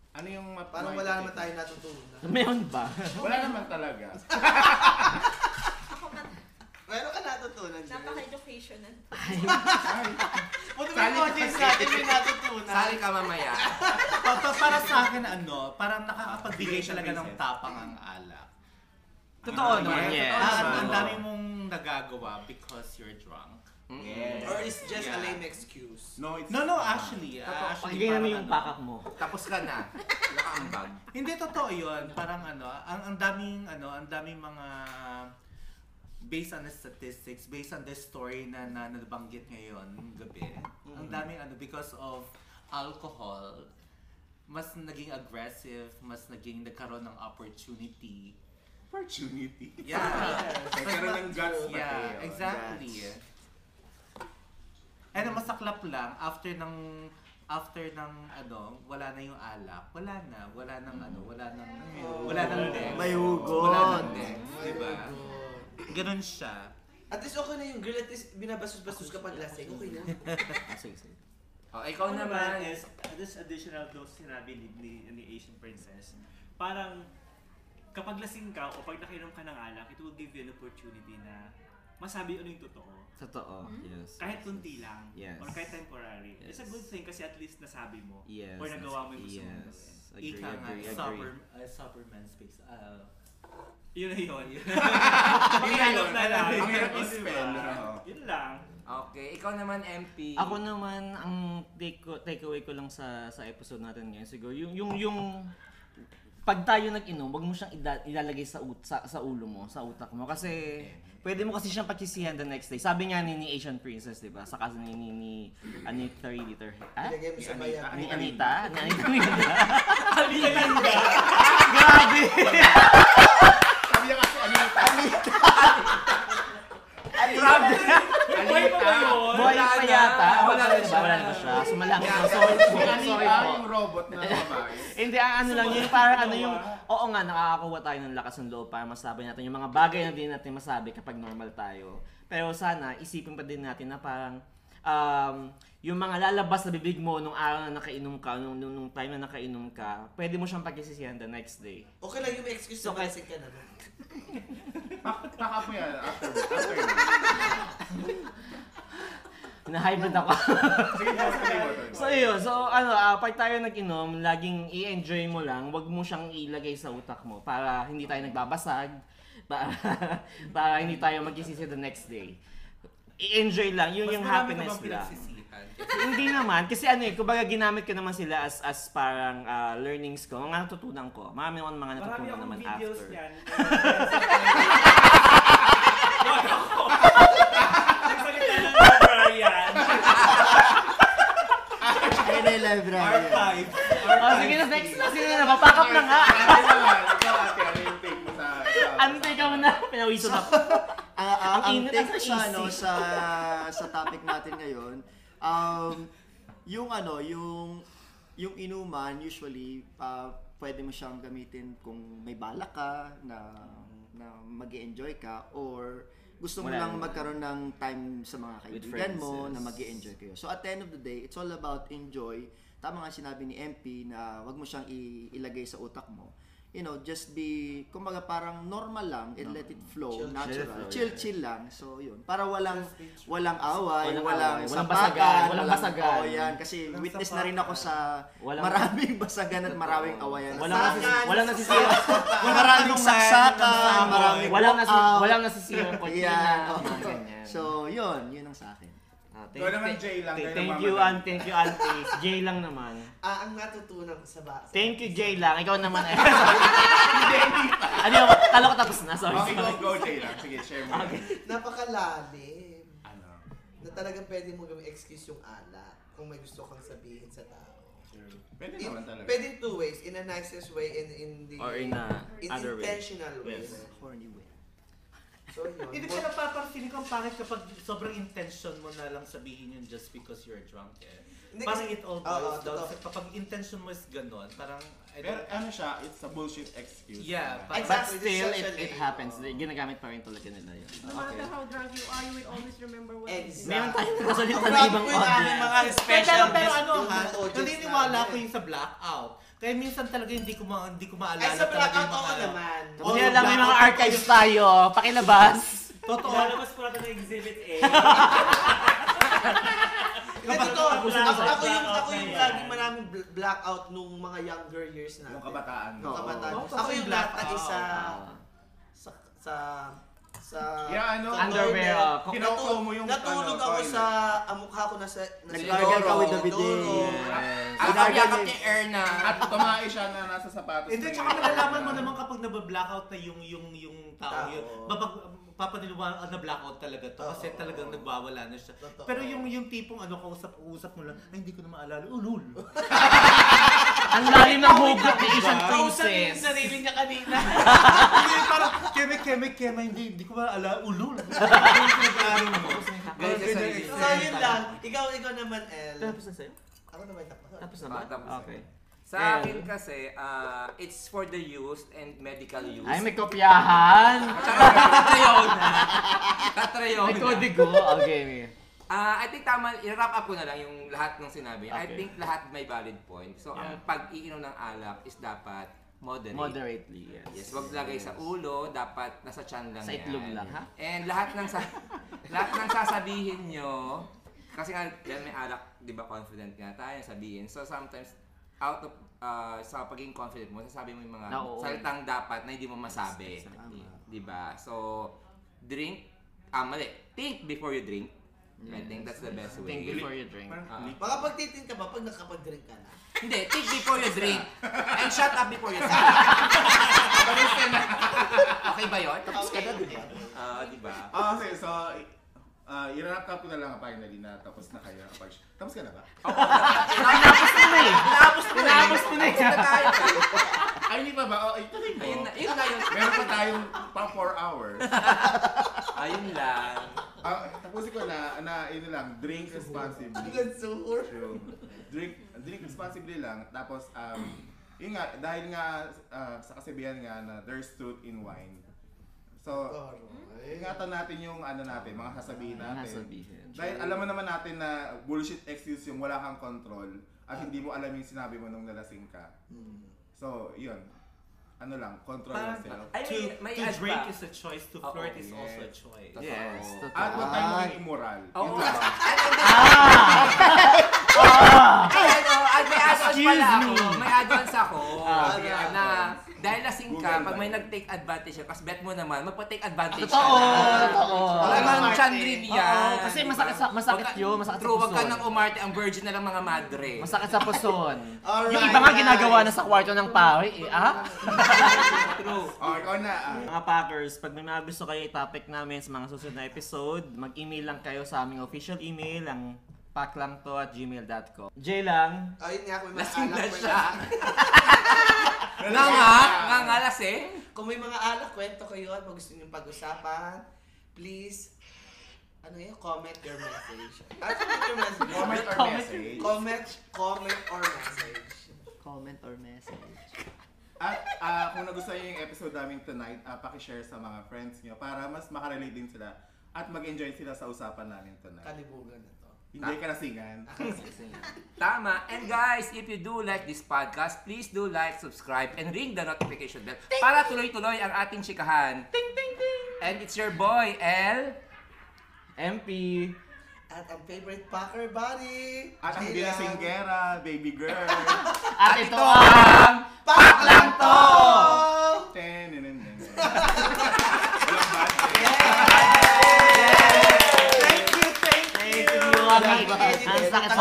[SPEAKER 4] Ano yung ma-
[SPEAKER 11] Parang
[SPEAKER 4] ma-
[SPEAKER 11] wala naman tayo natutunan.
[SPEAKER 3] Meron ba?
[SPEAKER 4] Wala naman talaga.
[SPEAKER 12] Ako ka,
[SPEAKER 11] Meron ka natutunan, Jerry.
[SPEAKER 12] napaka-educational.
[SPEAKER 11] Puto mo yung audience natin, may natutunan.
[SPEAKER 5] Sali ka mamaya.
[SPEAKER 8] Pa- para sa akin, ano, parang nakakapagbigay talaga ng tapang ang alak.
[SPEAKER 3] Totoo naman, yes.
[SPEAKER 8] Ah, ang- ang dami mong nagagawa because you're drunk.
[SPEAKER 5] Mm.
[SPEAKER 11] Or it's just a
[SPEAKER 8] Yeah.
[SPEAKER 11] lame excuse.
[SPEAKER 4] No, it's
[SPEAKER 8] No, no, actually. ah, actually
[SPEAKER 3] Pakinggan mo
[SPEAKER 8] parang
[SPEAKER 3] yung
[SPEAKER 8] ano,
[SPEAKER 3] pakak mo.
[SPEAKER 5] Tapos ka na. Nakaambag.
[SPEAKER 8] Hindi totoo 'yun. Parang ano, ang ang daming ano, ang daming mga based on the statistics, based on the story na, na nabanggit ngayon gabi. Ang daming ano because of alcohol, mas naging aggressive, mas naging nagkaroon ng opportunity.
[SPEAKER 4] opportunity.
[SPEAKER 8] Yeah.
[SPEAKER 4] Nagkaroon ng guts pati.
[SPEAKER 8] Yeah,
[SPEAKER 4] oh.
[SPEAKER 8] exactly. And ang masaklap lang, after ng after ng ano, wala na yung alak, wala na, wala nang ano, wala nang wala nang dex.
[SPEAKER 7] May hugot.
[SPEAKER 8] Wala nang dex, di ba? Ganun siya.
[SPEAKER 11] At least okay na yung girl, at least binabastos-bastos ka pag lasing. Okay na.
[SPEAKER 3] Sige, sige.
[SPEAKER 5] Oh, ikaw naman.
[SPEAKER 1] Ano is, this additional dose sinabi ni, ni, ni Asian Princess, parang kapag lasing ka o pag nakainom ka ng alak, it will give you an opportunity na masabi ano yung totoo.
[SPEAKER 3] Totoo. Yes.
[SPEAKER 1] Kahit kunti lang.
[SPEAKER 3] Yes.
[SPEAKER 1] Or kahit temporary. It's a
[SPEAKER 3] Yes.
[SPEAKER 1] good thing kasi at least nasabi mo.
[SPEAKER 3] Yes.
[SPEAKER 1] Or nagawa mo yung gusto mong
[SPEAKER 3] yes.
[SPEAKER 1] gawin.
[SPEAKER 3] Agree,
[SPEAKER 8] Ika nga,
[SPEAKER 3] agree, agree.
[SPEAKER 8] sober, uh, sober man space. Uh,
[SPEAKER 1] Ah, Yun na yun. Ang hirap na lang.
[SPEAKER 4] Ang hirap
[SPEAKER 1] Diba?
[SPEAKER 4] i-spell, oo.
[SPEAKER 1] Yun lang.
[SPEAKER 5] Okay, ikaw naman MP.
[SPEAKER 3] Ako naman ang take ko takeaway ko lang sa sa episode natin ngayon siguro yung yung yung pag tayo nag-inom, wag mo siyang ida- ilalagay sa, ut- sa sa ulo mo, sa utak mo kasi pwede mo kasi siyang pagsisihan the next day. Sabi nga ni, ni Asian Princess, 'di ba? Sa kaso ni ni, ni Anita Reader. Ah?
[SPEAKER 11] Ilagay mo sa maya.
[SPEAKER 3] Ni Anita? Ni Anita Reader.
[SPEAKER 4] Sabi niya kasi ano yung tag.
[SPEAKER 5] Grabe!
[SPEAKER 1] Boy pa ba yun?
[SPEAKER 3] Boy
[SPEAKER 5] Wala
[SPEAKER 3] pa
[SPEAKER 5] na.
[SPEAKER 3] yata.
[SPEAKER 5] Wala
[SPEAKER 3] Wala
[SPEAKER 5] na siya.
[SPEAKER 3] na siya. Wala na siya. Sumalangit na. Sorry po.
[SPEAKER 4] Yung
[SPEAKER 3] Sorry
[SPEAKER 4] Anita,
[SPEAKER 3] po.
[SPEAKER 4] "Ah, yung robot na babae.
[SPEAKER 3] Hindi, ang ano lang yun, parang ano yung, oo nga, nakakakuha tayo ng lakas ng loob para masabi natin yung mga bagay na din natin masabi kapag normal tayo. Pero sana, isipin pa din natin na parang, um, yung mga lalabas sa bibig mo nung araw na nakainom ka, nung, nung, nung time na nakainom ka, pwede mo siyang pagsisisihan the next day.
[SPEAKER 11] Okay lang yung may excuse na lasing ka naman.
[SPEAKER 4] Pak- Pakap mo yan after. after.
[SPEAKER 3] Na-hybrid ako.
[SPEAKER 4] Sige, sabihin mo, Tol.
[SPEAKER 3] so yun, so ano, ah, pag tayo nag-inom, laging i-enjoy mo lang, wag mo siyang ilagay sa utak mo para hindi tayo nagbabasag, para, para hindi tayo magsisisi the next day. I-enjoy lang, yun yung happiness lang. hindi naman, kasi ano eh, kumbaga ginamit ko naman sila as as parang ah, learnings ko, mga natutunan ko. Marami akong mga
[SPEAKER 1] Marami
[SPEAKER 3] natutunan
[SPEAKER 1] akong
[SPEAKER 3] naman
[SPEAKER 1] videos Ano?
[SPEAKER 3] after.
[SPEAKER 1] yan. Wag ako. Nagsalita ng librarian.
[SPEAKER 2] Ayun na yung library.
[SPEAKER 8] R5.
[SPEAKER 3] Oh, sige na, next na, sige na, napapakap na nga.
[SPEAKER 4] Ate naman, ikaw ate, ano yung take mo sa... sa-
[SPEAKER 3] Antay ka muna, pinawisan ako.
[SPEAKER 2] Ah, ah,
[SPEAKER 3] Ang
[SPEAKER 2] ang
[SPEAKER 3] init,
[SPEAKER 2] take
[SPEAKER 3] ang
[SPEAKER 2] ko sa,
[SPEAKER 3] easy.
[SPEAKER 2] ano, sa, sa topic natin ngayon, um, yung ano, yung yung inuman usually ah, pwede mo siyang gamitin kung may balak ka na na mag-enjoy ka or gusto mo
[SPEAKER 3] Wala
[SPEAKER 2] lang
[SPEAKER 3] naman.
[SPEAKER 2] magkaroon ng time sa mga kaibigan
[SPEAKER 3] friends,
[SPEAKER 2] mo
[SPEAKER 3] yes.
[SPEAKER 2] na mag-enjoy kayo. So at the end of the day, it's all about enjoy. Tama nga sinabi ni MP na wag mo siyang i- ilagay sa utak mo. You know, just be, kumbaga parang normal lang and let it flow, natural.
[SPEAKER 3] flow,
[SPEAKER 2] Chill,
[SPEAKER 3] yeah.
[SPEAKER 2] chill lang. So, yun. Para walang walang away,
[SPEAKER 3] Walang
[SPEAKER 2] walang,
[SPEAKER 3] away, walang
[SPEAKER 2] sapagan,
[SPEAKER 3] basagan, walang basagan.
[SPEAKER 2] oo, yan. Kasi witness na rin ako sa
[SPEAKER 3] Walang-
[SPEAKER 2] maraming basagan at maraming awayan.
[SPEAKER 3] Walang nasis- walang nasisira.
[SPEAKER 2] maraming saksakan, maraming
[SPEAKER 3] Walang nasi
[SPEAKER 2] walkout.
[SPEAKER 3] walang nasisira ko.
[SPEAKER 2] Yan.
[SPEAKER 3] Yeah.
[SPEAKER 2] oo. So, yun. Yun ang sa akin.
[SPEAKER 4] Ikaw naman, Jay lang. kayo
[SPEAKER 3] Thank
[SPEAKER 4] naman,
[SPEAKER 3] you,
[SPEAKER 4] madam.
[SPEAKER 3] Ann. Thank you, Auntie. Jay lang naman.
[SPEAKER 14] Ah, ang natutunan ko sa basa.
[SPEAKER 3] Thank you, Jay lang. Ikaw naman. eh. ano yung, kala ko tapos na. Sorry,
[SPEAKER 4] Okay, go,
[SPEAKER 3] sorry.
[SPEAKER 4] go, Jay lang. Sige, share mo. Okay.
[SPEAKER 14] Napakalalim.
[SPEAKER 4] Ano?
[SPEAKER 14] Na talaga pwede mo gawing excuse yung alak kung may gusto kang sabihin sa tao.
[SPEAKER 4] Pwede
[SPEAKER 14] In-
[SPEAKER 4] naman talaga.
[SPEAKER 14] Pwede in two ways. In a nicest way and in the...
[SPEAKER 3] Or in a
[SPEAKER 14] in
[SPEAKER 3] other way.
[SPEAKER 14] intentional way.
[SPEAKER 3] Yes.
[SPEAKER 2] Horny way.
[SPEAKER 14] So yun.
[SPEAKER 8] Hindi ko siya napapartinig ang pangit kapag sobrang intention mo na lang sabihin yun just because you're drunk eh.
[SPEAKER 14] Hindi
[SPEAKER 8] parang
[SPEAKER 14] kasi-
[SPEAKER 8] it all
[SPEAKER 14] Oo,
[SPEAKER 8] boils down
[SPEAKER 14] totoo.
[SPEAKER 8] sa kapag intention mo is ganun, parang I
[SPEAKER 4] Pero
[SPEAKER 8] don't,
[SPEAKER 4] ano siya, it's a bullshit excuse. Parang-
[SPEAKER 8] Yeah,
[SPEAKER 3] But
[SPEAKER 14] Exactly,
[SPEAKER 3] still, it,
[SPEAKER 14] socially,
[SPEAKER 3] it happens.
[SPEAKER 14] oo.
[SPEAKER 3] Ginagamit pa rin talaga nila yun.
[SPEAKER 6] No matter how drunk you are, you will always remember what you did.
[SPEAKER 14] Exactly.
[SPEAKER 3] Meron tayong nasalita na
[SPEAKER 14] Grabe
[SPEAKER 3] ibang
[SPEAKER 14] po yung aming
[SPEAKER 3] audience.
[SPEAKER 14] mga
[SPEAKER 8] Pero,
[SPEAKER 14] special
[SPEAKER 8] pero, pero
[SPEAKER 14] guest
[SPEAKER 8] ano
[SPEAKER 14] yung
[SPEAKER 8] ha,
[SPEAKER 14] mga audience
[SPEAKER 8] naniniwala
[SPEAKER 14] namin.
[SPEAKER 8] ko yung sa blackout. Kaya minsan talaga hindi ko, ma- hindi ko maalala
[SPEAKER 14] Ay, sa
[SPEAKER 8] talaga
[SPEAKER 14] blackout,
[SPEAKER 8] yung mga- ano.
[SPEAKER 14] oo naman.
[SPEAKER 8] Oo,
[SPEAKER 3] Kaya lang may mga
[SPEAKER 8] blackout.
[SPEAKER 3] archives tayo. Pakilabas.
[SPEAKER 8] Totoo.
[SPEAKER 1] Lalabas po natin ng Exhibit A.
[SPEAKER 14] Hindi, totoo. Ako,
[SPEAKER 1] Usapan sa
[SPEAKER 14] ako yung,
[SPEAKER 1] blackout
[SPEAKER 14] ako yung
[SPEAKER 1] na yan.
[SPEAKER 14] laging maraming bl- blackout nung mga younger years natin.
[SPEAKER 4] Yung kabataan.
[SPEAKER 14] Nung
[SPEAKER 2] Oo.
[SPEAKER 14] kabataan.
[SPEAKER 8] Oo,
[SPEAKER 14] Ako yung
[SPEAKER 8] blackout.
[SPEAKER 14] bata isa
[SPEAKER 2] Ah.
[SPEAKER 14] sa sa sa
[SPEAKER 4] Yeah, ano,
[SPEAKER 14] sa toilet.
[SPEAKER 3] Underwear,
[SPEAKER 5] uh,
[SPEAKER 3] ah, kung-
[SPEAKER 4] Kinukuha mo yung
[SPEAKER 14] Natulog
[SPEAKER 4] ano,
[SPEAKER 14] ako
[SPEAKER 4] toilet.
[SPEAKER 14] sa
[SPEAKER 2] ah,
[SPEAKER 14] ang mukha ko nasa
[SPEAKER 2] Nagkargal ka with the bidet.
[SPEAKER 4] At-
[SPEAKER 2] Ginagawa niya-
[SPEAKER 5] Erna.
[SPEAKER 4] At tumae siya na nasa sapatos.
[SPEAKER 8] Hindi,
[SPEAKER 4] na
[SPEAKER 8] tsaka
[SPEAKER 4] yun.
[SPEAKER 8] malalaman mo naman kapag nabablackout na yung yung yung
[SPEAKER 14] Tao.
[SPEAKER 8] tao yun. Babag, papaniliwaan na blackout talaga to kasi
[SPEAKER 14] Oo.
[SPEAKER 8] talagang nagwawala na siya.
[SPEAKER 14] Totoo.
[SPEAKER 8] Pero yung yung tipong ano kausap-usap mo lang, ay hindi ko na maalala. Ulul.
[SPEAKER 3] Ang lalim ng hugot ni Asian
[SPEAKER 14] Kausap niya yung
[SPEAKER 3] princess.
[SPEAKER 14] sarili niya kanina.
[SPEAKER 8] hindi parang keme keme keme hindi hindi ko maalala. Ulul. Ano yung pinag-aaral mo?
[SPEAKER 5] Ganun yung sarili.
[SPEAKER 14] So yun lang. Ikaw, ikaw naman, El.
[SPEAKER 3] Tapos na sa'yo?
[SPEAKER 14] Ako naman tapos.
[SPEAKER 3] Tapos na
[SPEAKER 5] Ah, tapos na.
[SPEAKER 3] ba? Okay.
[SPEAKER 5] Sa akin kasi, ah, it's for the use and medical use.
[SPEAKER 3] Ay, may kopyahan.
[SPEAKER 5] Tatrayona. Tatrayona.
[SPEAKER 3] May kodigo. Okay.
[SPEAKER 5] Ah, I think tama, i-wrap up ko na lang yung lahat ng sinabi. I
[SPEAKER 3] Okay.
[SPEAKER 5] think lahat may valid point. So, ang pag-iinom ng alak is dapat moderate.
[SPEAKER 3] Moderately, yes.
[SPEAKER 5] Yes, wag lagay sa ulo, dapat nasa tiyan lang
[SPEAKER 3] Sa
[SPEAKER 5] yan.
[SPEAKER 3] itlog lang, ha?
[SPEAKER 5] And lahat ng sa lahat ng sasabihin nyo, kasi nga dahil may alak, 'di ba, confident nga tayo sabihin. So sometimes out of uh, sa pagiging confident mo, sasabi mo yung mga
[SPEAKER 3] Na, oo.
[SPEAKER 5] salitang dapat na hindi mo masabi.
[SPEAKER 3] Exactly.
[SPEAKER 5] Tama. 'Di ba? So drink, ah mali, think before you drink. I think that's the best way.
[SPEAKER 3] Think before you drink.
[SPEAKER 5] Ah.
[SPEAKER 14] Baka pagtitin ka ba pag nakapag-drink ka na?
[SPEAKER 5] Hindi, think before you drink. And shut up before you speak. Barista na. okay ba yun? Tapos ka na, di ba? Ah, di ba?
[SPEAKER 4] Ah, okay, so, uh, i-wrap up ko na lang finally na tapos na kayo. Pag- Tapos ka na ba?
[SPEAKER 3] Tapos na na eh.
[SPEAKER 5] Tapos na
[SPEAKER 3] Tapos na na eh.
[SPEAKER 5] tayo.
[SPEAKER 4] Ay, hindi pa ba? Oh, ituloy mo.
[SPEAKER 5] Ayun na, yun na yun.
[SPEAKER 4] Meron pa tayong pang 4 hours.
[SPEAKER 5] Ayun lang.
[SPEAKER 4] Ah, tapusin ko na, na, yun lang, drink responsibly.
[SPEAKER 14] Hanggang suhor.
[SPEAKER 4] True. Drink, drink responsibly lang. Tapos, um, yun nga, dahil nga ah, sa kasabihan nga na there's truth in wine. So, ingatan natin yung ano natin, mga sasabihin natin.
[SPEAKER 3] Sabihin.
[SPEAKER 4] Dahil alam mo naman natin na bullshit excuse yung wala kang control at hindi mo alam yung sinabi mo nung nalasing ka. So, yun. ano lang, control
[SPEAKER 5] Parang-
[SPEAKER 4] yourself.
[SPEAKER 5] I
[SPEAKER 1] To,
[SPEAKER 5] mean, may
[SPEAKER 1] to
[SPEAKER 5] ads
[SPEAKER 1] drink
[SPEAKER 5] ba?
[SPEAKER 1] is a choice, to
[SPEAKER 5] Oo,
[SPEAKER 1] flirt is
[SPEAKER 4] yes.
[SPEAKER 1] also a choice.
[SPEAKER 4] Totoo.
[SPEAKER 5] Yes,
[SPEAKER 3] totoo.
[SPEAKER 4] At huwag tayong maging immoral.
[SPEAKER 5] Oo.
[SPEAKER 4] Yun lang.
[SPEAKER 5] Ay, ano, at may add-ons pala ako. May add-ons ako.
[SPEAKER 2] may add-ons.
[SPEAKER 5] na dahil lasing ka,
[SPEAKER 4] Google
[SPEAKER 5] pag may
[SPEAKER 4] tayo.
[SPEAKER 5] nag-take advantage ka, kasi bet mo naman, magpa-take advantage ka
[SPEAKER 3] Totoo!
[SPEAKER 5] na.
[SPEAKER 3] Totoo!
[SPEAKER 5] Wala
[SPEAKER 2] Wala
[SPEAKER 5] mang
[SPEAKER 2] umarte.
[SPEAKER 5] chandrin
[SPEAKER 3] Oo,
[SPEAKER 5] yan.
[SPEAKER 3] kasi
[SPEAKER 5] di ba?
[SPEAKER 3] masakit sa- masakit
[SPEAKER 5] Wag ka-
[SPEAKER 3] yun, masakit sa
[SPEAKER 5] True, wag ka
[SPEAKER 3] puso.
[SPEAKER 5] nang umarte. Ang virgin na lang mga madre.
[SPEAKER 3] Masakit sa puson.
[SPEAKER 2] Alright,
[SPEAKER 3] yung iba nga
[SPEAKER 2] guys.
[SPEAKER 3] ginagawa na sa kwarto ng pari, eh, ah?
[SPEAKER 5] True.
[SPEAKER 4] Okay, o na. ah.
[SPEAKER 3] Mga Packers, pag may mga gusto kayo i-topic namin sa mga susunod na episode, mag-email lang kayo sa aming official email, ang paklangto at gmail.com. J lang,
[SPEAKER 2] Oh, yun nga, kung may mga
[SPEAKER 5] Lasing na
[SPEAKER 2] alak
[SPEAKER 5] siya.
[SPEAKER 2] kwento.
[SPEAKER 5] Nga nga, nga nga lasing.
[SPEAKER 2] Kung may mga alak kwento kayo at gusto niyo pag-usapan, please ano yun? Comment your message. Ah, comment your message.
[SPEAKER 4] Comment or message.
[SPEAKER 2] Comment, comment or message.
[SPEAKER 15] Comment or message.
[SPEAKER 4] At ah, kung nagustuhan niyo yung episode namin tonight, ah, pakishare sa mga friends niyo para mas makarelate din sila at mag-enjoy sila sa usapan namin tonight.
[SPEAKER 2] Kalibugan na to.
[SPEAKER 4] Hindi karasingan.
[SPEAKER 5] Tama. And guys, if you do like this podcast, please do like, subscribe, and ring the notification bell para tuloy-tuloy ang ating chikahan. Ting, ting, ting. And it's your boy, El.
[SPEAKER 3] MP,
[SPEAKER 2] At ang favorite Packer buddy.
[SPEAKER 4] At ang
[SPEAKER 2] Dylan.
[SPEAKER 4] binasinggera, baby girl.
[SPEAKER 3] at ito ang...
[SPEAKER 2] Pak lang to!
[SPEAKER 4] Ten, nen, nen, nen.
[SPEAKER 2] Thank you, thank you!
[SPEAKER 3] Thank you, Ami. Ang sakit sa